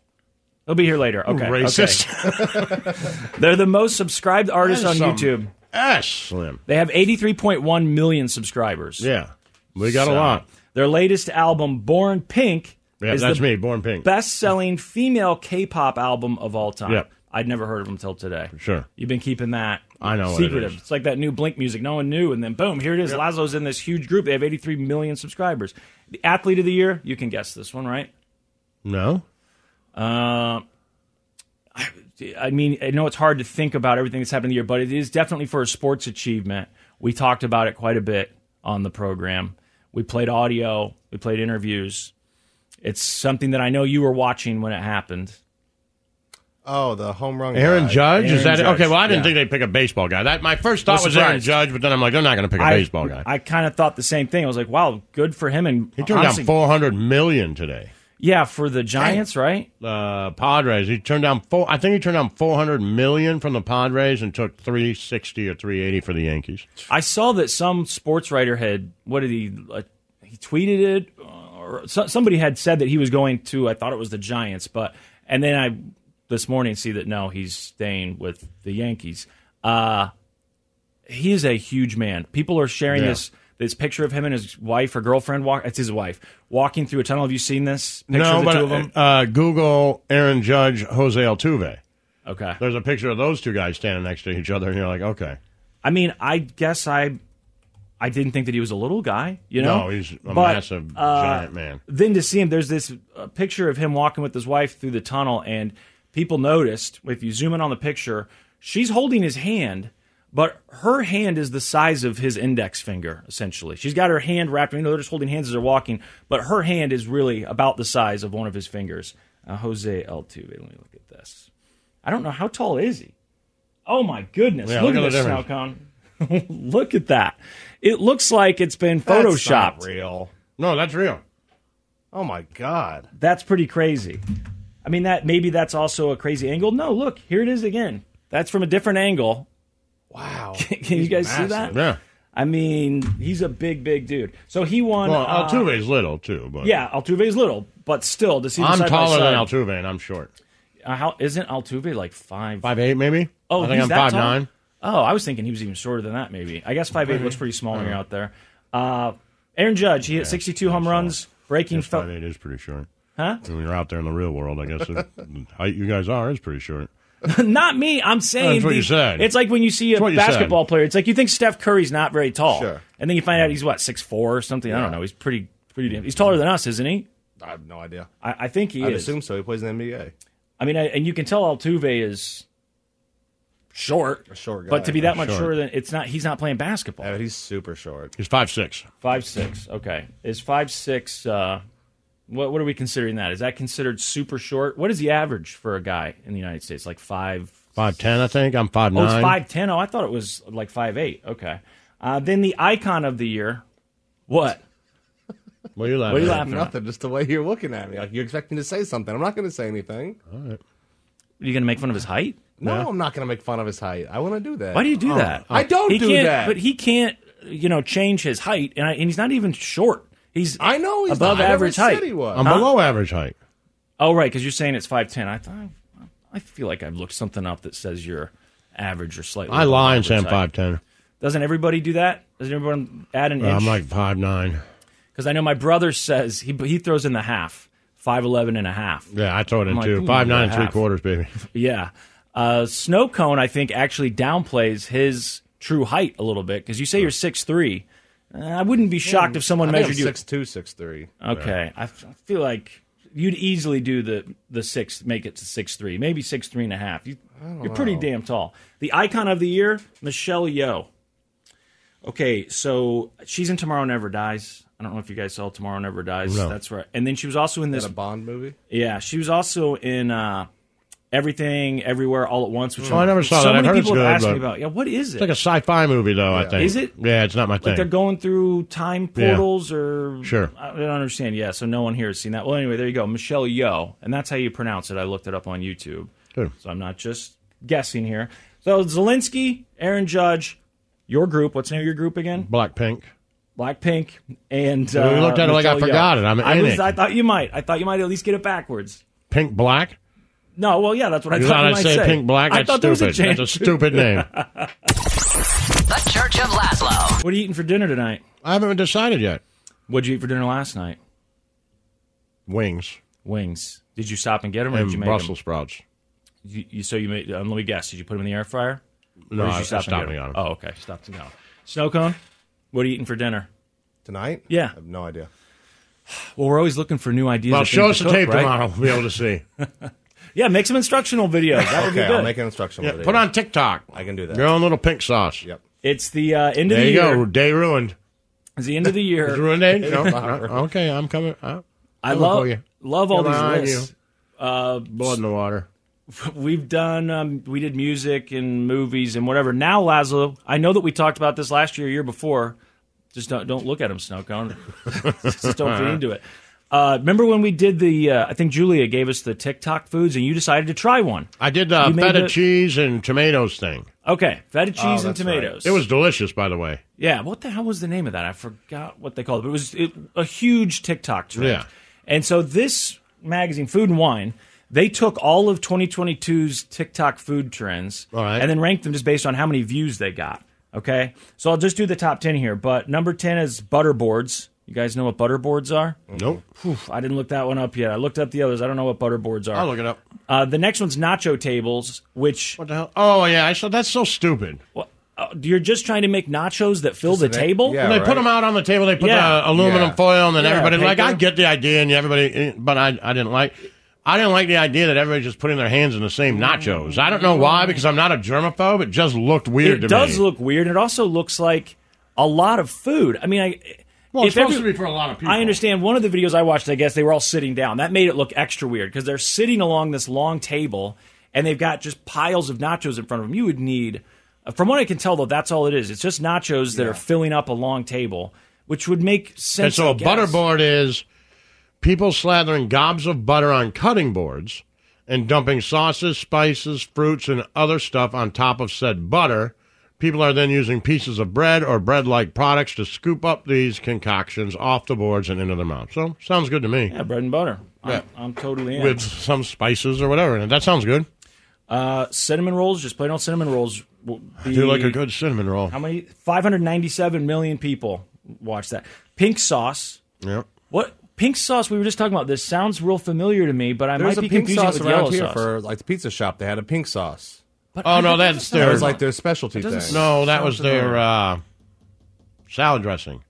[SPEAKER 3] He'll be here later. Okay. okay.
[SPEAKER 2] Racist.
[SPEAKER 3] They're the most subscribed artists on
[SPEAKER 2] Some
[SPEAKER 3] YouTube.
[SPEAKER 2] ass slim.
[SPEAKER 3] They have 83.1 million subscribers.
[SPEAKER 2] Yeah, we got
[SPEAKER 3] So,
[SPEAKER 2] a lot.
[SPEAKER 3] Their latest album, Born Pink,
[SPEAKER 2] Yeah,
[SPEAKER 3] is
[SPEAKER 2] that's
[SPEAKER 3] the
[SPEAKER 2] me, born pink.
[SPEAKER 3] best-selling female K-pop album of all time.
[SPEAKER 2] Yep.
[SPEAKER 3] I'd never heard of them till today.
[SPEAKER 2] Sure.
[SPEAKER 3] You've been keeping that.
[SPEAKER 2] I know what it
[SPEAKER 3] secretive.
[SPEAKER 2] is.
[SPEAKER 3] It's like that new Blink music. No one knew, and then boom, here it is. Lazo's in this huge group. They have 83 million subscribers. The athlete of the year, you can guess this one, right?
[SPEAKER 2] No.
[SPEAKER 3] I mean, I know it's hard to think about everything that's happened in the year, but it is definitely for a sports achievement. We talked about it quite a bit on the program. We played audio, we played interviews. It's something that I know you were watching when it happened.
[SPEAKER 4] Oh, the home run.
[SPEAKER 2] Aaron
[SPEAKER 4] guy.
[SPEAKER 2] Judge is
[SPEAKER 3] Uh, Aaron
[SPEAKER 2] that? it?
[SPEAKER 3] Judge,
[SPEAKER 2] Okay, well, I didn't
[SPEAKER 3] yeah.
[SPEAKER 2] think they'd pick a baseball guy. That my first thought
[SPEAKER 3] Was
[SPEAKER 2] was Aaron
[SPEAKER 3] surprised.
[SPEAKER 2] Judge, but then I'm like, they're not going to pick a baseball guy.
[SPEAKER 3] I kind of thought the same thing. I was like, wow, good for him. And
[SPEAKER 2] he turned
[SPEAKER 3] honestly-
[SPEAKER 2] down four hundred million today.
[SPEAKER 3] Yeah, for the Giants, right?
[SPEAKER 2] Uh, Padres. He turned down four. I think he turned down four hundred million from the Padres and took three sixty or three eighty for the Yankees.
[SPEAKER 3] I saw that some sports writer had what did he uh, he tweeted it uh, or so, somebody had said that he was going to I thought it was the Giants, but and then I this morning see that no, he's staying with the Yankees. Uh he is a huge man. People are sharing
[SPEAKER 2] Yeah.
[SPEAKER 3] this this picture of him and his wife or girlfriend walk it's his wife walking through a tunnel. Have you seen this picture
[SPEAKER 2] no,
[SPEAKER 3] of the
[SPEAKER 2] but
[SPEAKER 3] two of them?
[SPEAKER 2] Uh, Google Aaron Judge, Jose Altuve.
[SPEAKER 3] okay.
[SPEAKER 2] There's a picture of those two guys standing next to each other, and you're like, okay.
[SPEAKER 3] I mean, I guess I I didn't think that he was a little guy, you know.
[SPEAKER 2] No, he's a
[SPEAKER 3] But,
[SPEAKER 2] massive,
[SPEAKER 3] uh,
[SPEAKER 2] giant man.
[SPEAKER 3] Then to see him, there's this uh, picture of him walking with his wife through the tunnel, and people noticed if you zoom in on the picture, she's holding his hand, but her hand is the size of his index finger, essentially. She's got her hand wrapped. You know, they're just holding hands as they're walking, but her hand is really about the size of one of his fingers. Uh, Jose Altuve. Let me look at this. I don't know how tall is he. Oh my goodness!
[SPEAKER 2] Yeah,
[SPEAKER 3] look,
[SPEAKER 2] look
[SPEAKER 3] at
[SPEAKER 2] at the
[SPEAKER 3] this snow cone.
[SPEAKER 2] difference.
[SPEAKER 3] look at that. It looks like it's been
[SPEAKER 4] That's not
[SPEAKER 3] photoshopped.
[SPEAKER 4] real.
[SPEAKER 2] No, that's real.
[SPEAKER 4] Oh my god.
[SPEAKER 3] That's pretty crazy. I mean, that maybe that's also a crazy angle. No, look, here it is again. That's from a different angle.
[SPEAKER 4] Wow.
[SPEAKER 3] Can you guys see that?
[SPEAKER 4] massive.
[SPEAKER 2] Yeah.
[SPEAKER 3] I mean, he's a big, big dude. So he won.
[SPEAKER 2] Well,
[SPEAKER 3] uh,
[SPEAKER 2] Altuve's little too, but
[SPEAKER 3] yeah, Altuve's little, but still, to see the
[SPEAKER 2] I'm
[SPEAKER 3] side
[SPEAKER 2] taller
[SPEAKER 3] by
[SPEAKER 2] than
[SPEAKER 3] side,
[SPEAKER 2] Altuve, and I'm short.
[SPEAKER 3] Uh, how isn't Altuve like five?
[SPEAKER 2] Five eight, maybe.
[SPEAKER 3] Oh,
[SPEAKER 2] I think
[SPEAKER 3] he's
[SPEAKER 2] I'm
[SPEAKER 3] that
[SPEAKER 2] five
[SPEAKER 3] tall?
[SPEAKER 2] nine.
[SPEAKER 3] Oh, I was thinking he was even shorter than that. Maybe. I guess five eight looks pretty small when you're out there. Uh, Aaron Judge, he hit 62 home runs, breaking.
[SPEAKER 2] Five
[SPEAKER 3] Fe-
[SPEAKER 2] eight is pretty short.
[SPEAKER 3] huh?
[SPEAKER 2] When you're out there in the real world, I guess it, the height you guys are is pretty short.
[SPEAKER 3] Not me. I'm saying
[SPEAKER 2] That's what
[SPEAKER 3] the-
[SPEAKER 2] you said.
[SPEAKER 3] It's like when you see a
[SPEAKER 2] what you
[SPEAKER 3] basketball player. It's like you think Steph Curry's not very tall,
[SPEAKER 4] Sure.
[SPEAKER 3] and then you find out he's what six four or something. I don't know. He's pretty pretty. Damn, he's taller than us, isn't he?
[SPEAKER 4] I have no idea.
[SPEAKER 3] I, I think he
[SPEAKER 4] I'd
[SPEAKER 3] is.
[SPEAKER 4] assume so. He plays in the NBA.
[SPEAKER 3] I mean, I, and you can tell Altuve is short,
[SPEAKER 4] short guy.
[SPEAKER 3] but to be that much
[SPEAKER 2] Short.
[SPEAKER 3] shorter than it's not. He's not playing basketball.
[SPEAKER 4] Yeah, but he's super short.
[SPEAKER 2] He's five six.
[SPEAKER 3] Five six. Okay, is five six? Uh, what what are we considering that? Is that considered super short? What is the average for a guy in the United States? Like five
[SPEAKER 2] Five ten, I think. I'm five
[SPEAKER 3] Oh,
[SPEAKER 2] nine.
[SPEAKER 3] it's five ten. Oh, I thought it was like five eight. Okay. Uh, then the icon of the year. What?
[SPEAKER 2] What are you laughing?
[SPEAKER 3] What are you
[SPEAKER 2] at?
[SPEAKER 3] laughing at?
[SPEAKER 4] Nothing. Just the way you're looking at me. Like you expect me to say something. I'm not going to say anything.
[SPEAKER 3] Are you going to make fun of his height?
[SPEAKER 4] No, I'm not going to make fun of his height. I want to do that.
[SPEAKER 3] Why do you do that?
[SPEAKER 4] Oh, I don't
[SPEAKER 3] he
[SPEAKER 4] do
[SPEAKER 3] can't,
[SPEAKER 4] that.
[SPEAKER 3] But he can't, you know, change his height, and, I, and he's not even short. He's
[SPEAKER 4] I know he's
[SPEAKER 3] above
[SPEAKER 4] not. I never
[SPEAKER 3] average
[SPEAKER 4] said
[SPEAKER 3] height.
[SPEAKER 4] he was.
[SPEAKER 2] I'm below average height.
[SPEAKER 3] Oh, right, because you're saying it's five ten. I thought I feel like I've looked something up that says you're average or slightly.
[SPEAKER 2] I
[SPEAKER 3] above
[SPEAKER 2] lie and
[SPEAKER 3] average
[SPEAKER 2] say I'm
[SPEAKER 3] height.
[SPEAKER 2] five ten.
[SPEAKER 3] Doesn't everybody do that? Doesn't everyone add an inch?
[SPEAKER 2] I'm like five nine.
[SPEAKER 3] because I know my brother says he he throws in the half, five eleven and a half.
[SPEAKER 2] Yeah, I throw it in
[SPEAKER 3] like,
[SPEAKER 2] two.
[SPEAKER 3] ooh,
[SPEAKER 2] Five nine
[SPEAKER 3] half.
[SPEAKER 2] three quarters, baby.
[SPEAKER 3] Yeah. Uh, Snow Cone, I think, actually downplays his true height a little bit because you say you're six three. Uh, I wouldn't be shocked if someone measured you. Oh.
[SPEAKER 4] six two, six three.
[SPEAKER 3] Okay, I f- I feel like you'd easily do the the six, make it to six three, maybe six three and a half. You, you're pretty damn tall. The icon of the year, Michelle Yeoh. Okay, so she's in Tomorrow Never Dies. I don't know if you guys saw Tomorrow Never Dies. That's right. And then she was also in this.
[SPEAKER 4] Is that a Bond movie?
[SPEAKER 3] yeah, she was also in uh, Everything, Everywhere, All at Once. Which
[SPEAKER 2] Oh, I never saw
[SPEAKER 3] so
[SPEAKER 2] that. I've
[SPEAKER 3] many
[SPEAKER 2] heard it's
[SPEAKER 3] people
[SPEAKER 2] good,
[SPEAKER 3] have asked
[SPEAKER 2] but-
[SPEAKER 3] me about. Yeah, what is it?
[SPEAKER 2] It's like a sci-fi movie, though. I think
[SPEAKER 3] Is it?
[SPEAKER 2] Yeah, it's not my
[SPEAKER 3] Like they're
[SPEAKER 2] thing.
[SPEAKER 3] going through time portals or
[SPEAKER 2] Sure.
[SPEAKER 3] I don't understand. Yeah, so no one here has seen that. Well, anyway, there you go, Michelle Yeoh, and that's how you pronounce it. I looked it up on YouTube,
[SPEAKER 2] Good.
[SPEAKER 3] so I'm not just guessing here. So Zelensky, Aaron Judge, your group. What's the name of your group again?
[SPEAKER 2] Blackpink.
[SPEAKER 3] Blackpink, and
[SPEAKER 2] Mm-hmm. Well,
[SPEAKER 3] uh,
[SPEAKER 2] we looked at it like I
[SPEAKER 3] Michelle Yeoh.
[SPEAKER 2] forgot it. I'm an
[SPEAKER 3] I, was-
[SPEAKER 2] idiot.
[SPEAKER 3] I thought you might. I thought you might at least get it backwards.
[SPEAKER 2] Pink Black?
[SPEAKER 3] No, well, yeah, that's what I
[SPEAKER 2] You
[SPEAKER 3] thought
[SPEAKER 2] thought
[SPEAKER 3] you
[SPEAKER 2] I'd
[SPEAKER 3] might
[SPEAKER 2] say,
[SPEAKER 3] say.
[SPEAKER 2] Pink Black?
[SPEAKER 3] I
[SPEAKER 2] That's
[SPEAKER 3] thought there was a
[SPEAKER 2] stupid.
[SPEAKER 3] chance.
[SPEAKER 2] That's a stupid name.
[SPEAKER 5] The Church of Laszlo.
[SPEAKER 3] What are you eating for dinner tonight?
[SPEAKER 2] I haven't decided yet.
[SPEAKER 3] What'd you eat for dinner last night?
[SPEAKER 2] Wings
[SPEAKER 3] Wings. Did you stop and get them, or did you
[SPEAKER 2] and
[SPEAKER 3] make 'em?
[SPEAKER 2] Brussels sprouts.
[SPEAKER 3] You, you so you made. Um, let me guess. Did you put them in the air fryer?
[SPEAKER 2] No,
[SPEAKER 3] Or did
[SPEAKER 2] I-
[SPEAKER 3] you
[SPEAKER 2] I
[SPEAKER 3] stop
[SPEAKER 2] stopped
[SPEAKER 3] and
[SPEAKER 2] and
[SPEAKER 3] get
[SPEAKER 2] got 'em.
[SPEAKER 3] Oh, okay, stopped and got 'em. Snow cone. What are you eating for dinner?
[SPEAKER 4] Tonight?
[SPEAKER 3] Yeah.
[SPEAKER 4] I have no idea.
[SPEAKER 3] Well, we're always looking for new ideas.
[SPEAKER 2] Well,
[SPEAKER 3] of
[SPEAKER 2] show
[SPEAKER 3] things
[SPEAKER 2] us
[SPEAKER 3] to
[SPEAKER 2] the
[SPEAKER 3] cook,
[SPEAKER 2] tape
[SPEAKER 3] right?
[SPEAKER 2] tomorrow. We'll be able to see.
[SPEAKER 3] Yeah, make some instructional videos. That would
[SPEAKER 4] Okay,
[SPEAKER 3] be good.
[SPEAKER 4] I'll make an instructional video.
[SPEAKER 2] Put on TikTok.
[SPEAKER 4] I can do that.
[SPEAKER 2] Your own little pink sauce.
[SPEAKER 4] Yep.
[SPEAKER 3] it's the uh, end of
[SPEAKER 2] There
[SPEAKER 3] the
[SPEAKER 2] you
[SPEAKER 3] year.
[SPEAKER 2] go. Day ruined.
[SPEAKER 3] It's the end of the year.
[SPEAKER 2] Ruined day? No. okay, I'm coming. Uh,
[SPEAKER 3] I
[SPEAKER 2] Come
[SPEAKER 3] love
[SPEAKER 2] on, you.
[SPEAKER 3] love all
[SPEAKER 2] Come on,
[SPEAKER 3] these lists.
[SPEAKER 2] blood in the water.
[SPEAKER 3] We've done um, we did music and movies and whatever. Now, Laszlo, I know that we talked about this last year, year before. Just don't don't look at him, Snow Cone. Just don't feed into it. Uh, remember when we did the? Uh, I think Julia gave us the TikTok foods, and you decided to try one.
[SPEAKER 2] I did uh,
[SPEAKER 3] You made
[SPEAKER 2] feta
[SPEAKER 3] the-
[SPEAKER 2] cheese and tomatoes thing.
[SPEAKER 3] Okay, feta cheese and
[SPEAKER 4] Oh, that's right.
[SPEAKER 3] tomatoes.
[SPEAKER 2] It was delicious, by the way.
[SPEAKER 3] yeah. What the hell was the name of that? I forgot what they called it. But it was it, a huge TikTok trend.
[SPEAKER 2] Yeah.
[SPEAKER 3] And so this magazine, Food and Wine, they took all of 2022's TikTok food trends
[SPEAKER 2] All right.
[SPEAKER 3] and then ranked them just based on how many views they got. Okay. So I'll just do the top 10 here. But number 10 is butterboards. You guys know what butterboards are?
[SPEAKER 2] Nope.
[SPEAKER 3] Whew, I didn't look that one up yet. I looked up the others. I don't know what butterboards are.
[SPEAKER 2] I'll look it up.
[SPEAKER 3] Uh, the next one's nacho tables, which
[SPEAKER 2] What the hell? Oh, yeah. I saw, that's so stupid.
[SPEAKER 3] well, uh, you're just trying to make nachos that fill the
[SPEAKER 4] an-
[SPEAKER 3] table.
[SPEAKER 4] yeah.
[SPEAKER 2] They put
[SPEAKER 4] right.
[SPEAKER 2] them out on the table. They put
[SPEAKER 3] Yeah.
[SPEAKER 2] the aluminum
[SPEAKER 4] Yeah.
[SPEAKER 2] foil, and then
[SPEAKER 3] Yeah,
[SPEAKER 2] everybody like. I
[SPEAKER 3] paper.
[SPEAKER 2] get the idea, and everybody, but I, I didn't like. I didn't like the idea that everybody's just putting their hands in the same
[SPEAKER 3] Mm.
[SPEAKER 2] nachos. I don't know why, because I'm not a germaphobe. It just looked weird
[SPEAKER 3] It
[SPEAKER 2] to
[SPEAKER 3] does
[SPEAKER 2] me.
[SPEAKER 3] look weird. and It also looks like a lot of food. I mean, I.
[SPEAKER 2] Well, it's supposed to be for a lot of people.
[SPEAKER 3] I understand. One of the videos I watched, I guess they were all sitting down. That made it look extra weird because they're sitting along this long table and they've got just piles of nachos in front of them. You would need, from what I can tell, though, that's all it is. It's just nachos that are filling up a long table, which would make sense.
[SPEAKER 2] And so
[SPEAKER 3] I
[SPEAKER 2] a
[SPEAKER 3] guess.
[SPEAKER 2] butterboard is people slathering gobs of butter on cutting boards and dumping sauces, spices, fruits, and other stuff on top of said butter. People are then using pieces of bread or bread like products to scoop up these concoctions off the boards and into their mouth. So, sounds good to me.
[SPEAKER 3] Yeah, bread and butter. I'm,
[SPEAKER 2] Yeah.
[SPEAKER 3] I'm totally in.
[SPEAKER 2] With some spices or whatever in it. That sounds good.
[SPEAKER 3] uh, cinnamon rolls, just plain old cinnamon rolls. will Be,
[SPEAKER 2] Do like a good cinnamon roll.
[SPEAKER 3] How many? 597 million people watch that. Pink sauce.
[SPEAKER 2] Yep.
[SPEAKER 3] What? Pink sauce, we were just talking about this, sounds real familiar to me, but I might
[SPEAKER 4] There's a
[SPEAKER 3] be
[SPEAKER 4] pink
[SPEAKER 3] confusing
[SPEAKER 4] sauce
[SPEAKER 3] it with yellow
[SPEAKER 4] around here
[SPEAKER 3] sauce.
[SPEAKER 4] for like the pizza shop. They had a pink sauce.
[SPEAKER 3] But
[SPEAKER 2] Oh,
[SPEAKER 3] I
[SPEAKER 2] no,
[SPEAKER 3] thought
[SPEAKER 2] that's
[SPEAKER 3] that
[SPEAKER 4] It
[SPEAKER 2] their-
[SPEAKER 4] was
[SPEAKER 3] sounds-
[SPEAKER 4] like their specialty
[SPEAKER 3] doesn't
[SPEAKER 4] thing.
[SPEAKER 2] No, that was
[SPEAKER 3] Sounds familiar.
[SPEAKER 2] their uh, salad dressing.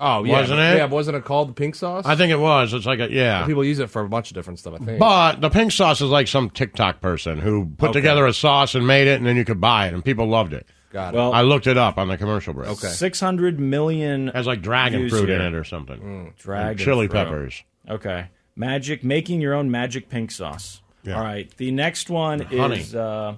[SPEAKER 4] oh, yeah,
[SPEAKER 2] Wasn't
[SPEAKER 4] but-
[SPEAKER 2] it?
[SPEAKER 4] Yeah, wasn't it called the pink sauce?
[SPEAKER 2] I think it was. It's like a, yeah.
[SPEAKER 4] people use it for a bunch of different stuff. I think.
[SPEAKER 2] But the pink sauce is like some TikTok person who put together a sauce and made it, and then you could buy it, and people loved it.
[SPEAKER 4] Got it.
[SPEAKER 3] Well,
[SPEAKER 2] I looked it up on the commercial break.
[SPEAKER 4] Okay.
[SPEAKER 3] 600 million.
[SPEAKER 2] It has like dragon
[SPEAKER 3] Views
[SPEAKER 2] fruit in
[SPEAKER 3] here. Mm,
[SPEAKER 2] it or something.
[SPEAKER 3] Dragon
[SPEAKER 2] Chili
[SPEAKER 3] fruit.
[SPEAKER 2] peppers.
[SPEAKER 3] Okay. Magic, making your own magic pink sauce.
[SPEAKER 2] Yeah.
[SPEAKER 3] All right. The next one
[SPEAKER 2] Honey.
[SPEAKER 3] is uh,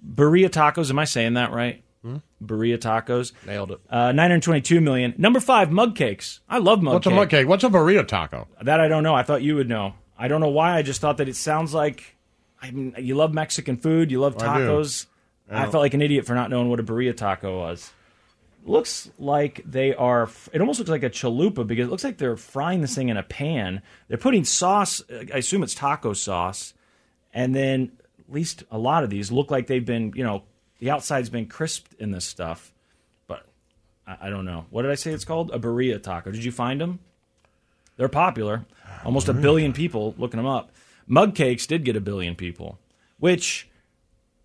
[SPEAKER 3] Berea Tacos. Am I saying that right? Hmm? Berea Tacos.
[SPEAKER 4] Nailed it.
[SPEAKER 3] Uh, 922 million. Number five, mug cakes. I love mug
[SPEAKER 2] What's
[SPEAKER 3] cakes.
[SPEAKER 2] a mud cake? What's a burrito taco?
[SPEAKER 3] That I don't know. I thought you would know. I don't know why. I just thought that it sounds like I mean, you love Mexican food, you love
[SPEAKER 2] Oh, I do.
[SPEAKER 3] tacos. I, felt like an idiot for not knowing what a burrito taco was. Looks like they are. It almost looks like a chalupa because it looks like they're frying this thing in a pan. They're putting sauce. I assume it's taco sauce, and then at least a lot of these look like they've been. You know, the outside's been crisped in this stuff, but I, I don't know. What did I say it's called? A burrito taco. Did you find them? They're popular. Almost a billion people looking them up. Mug cakes did get a billion people, which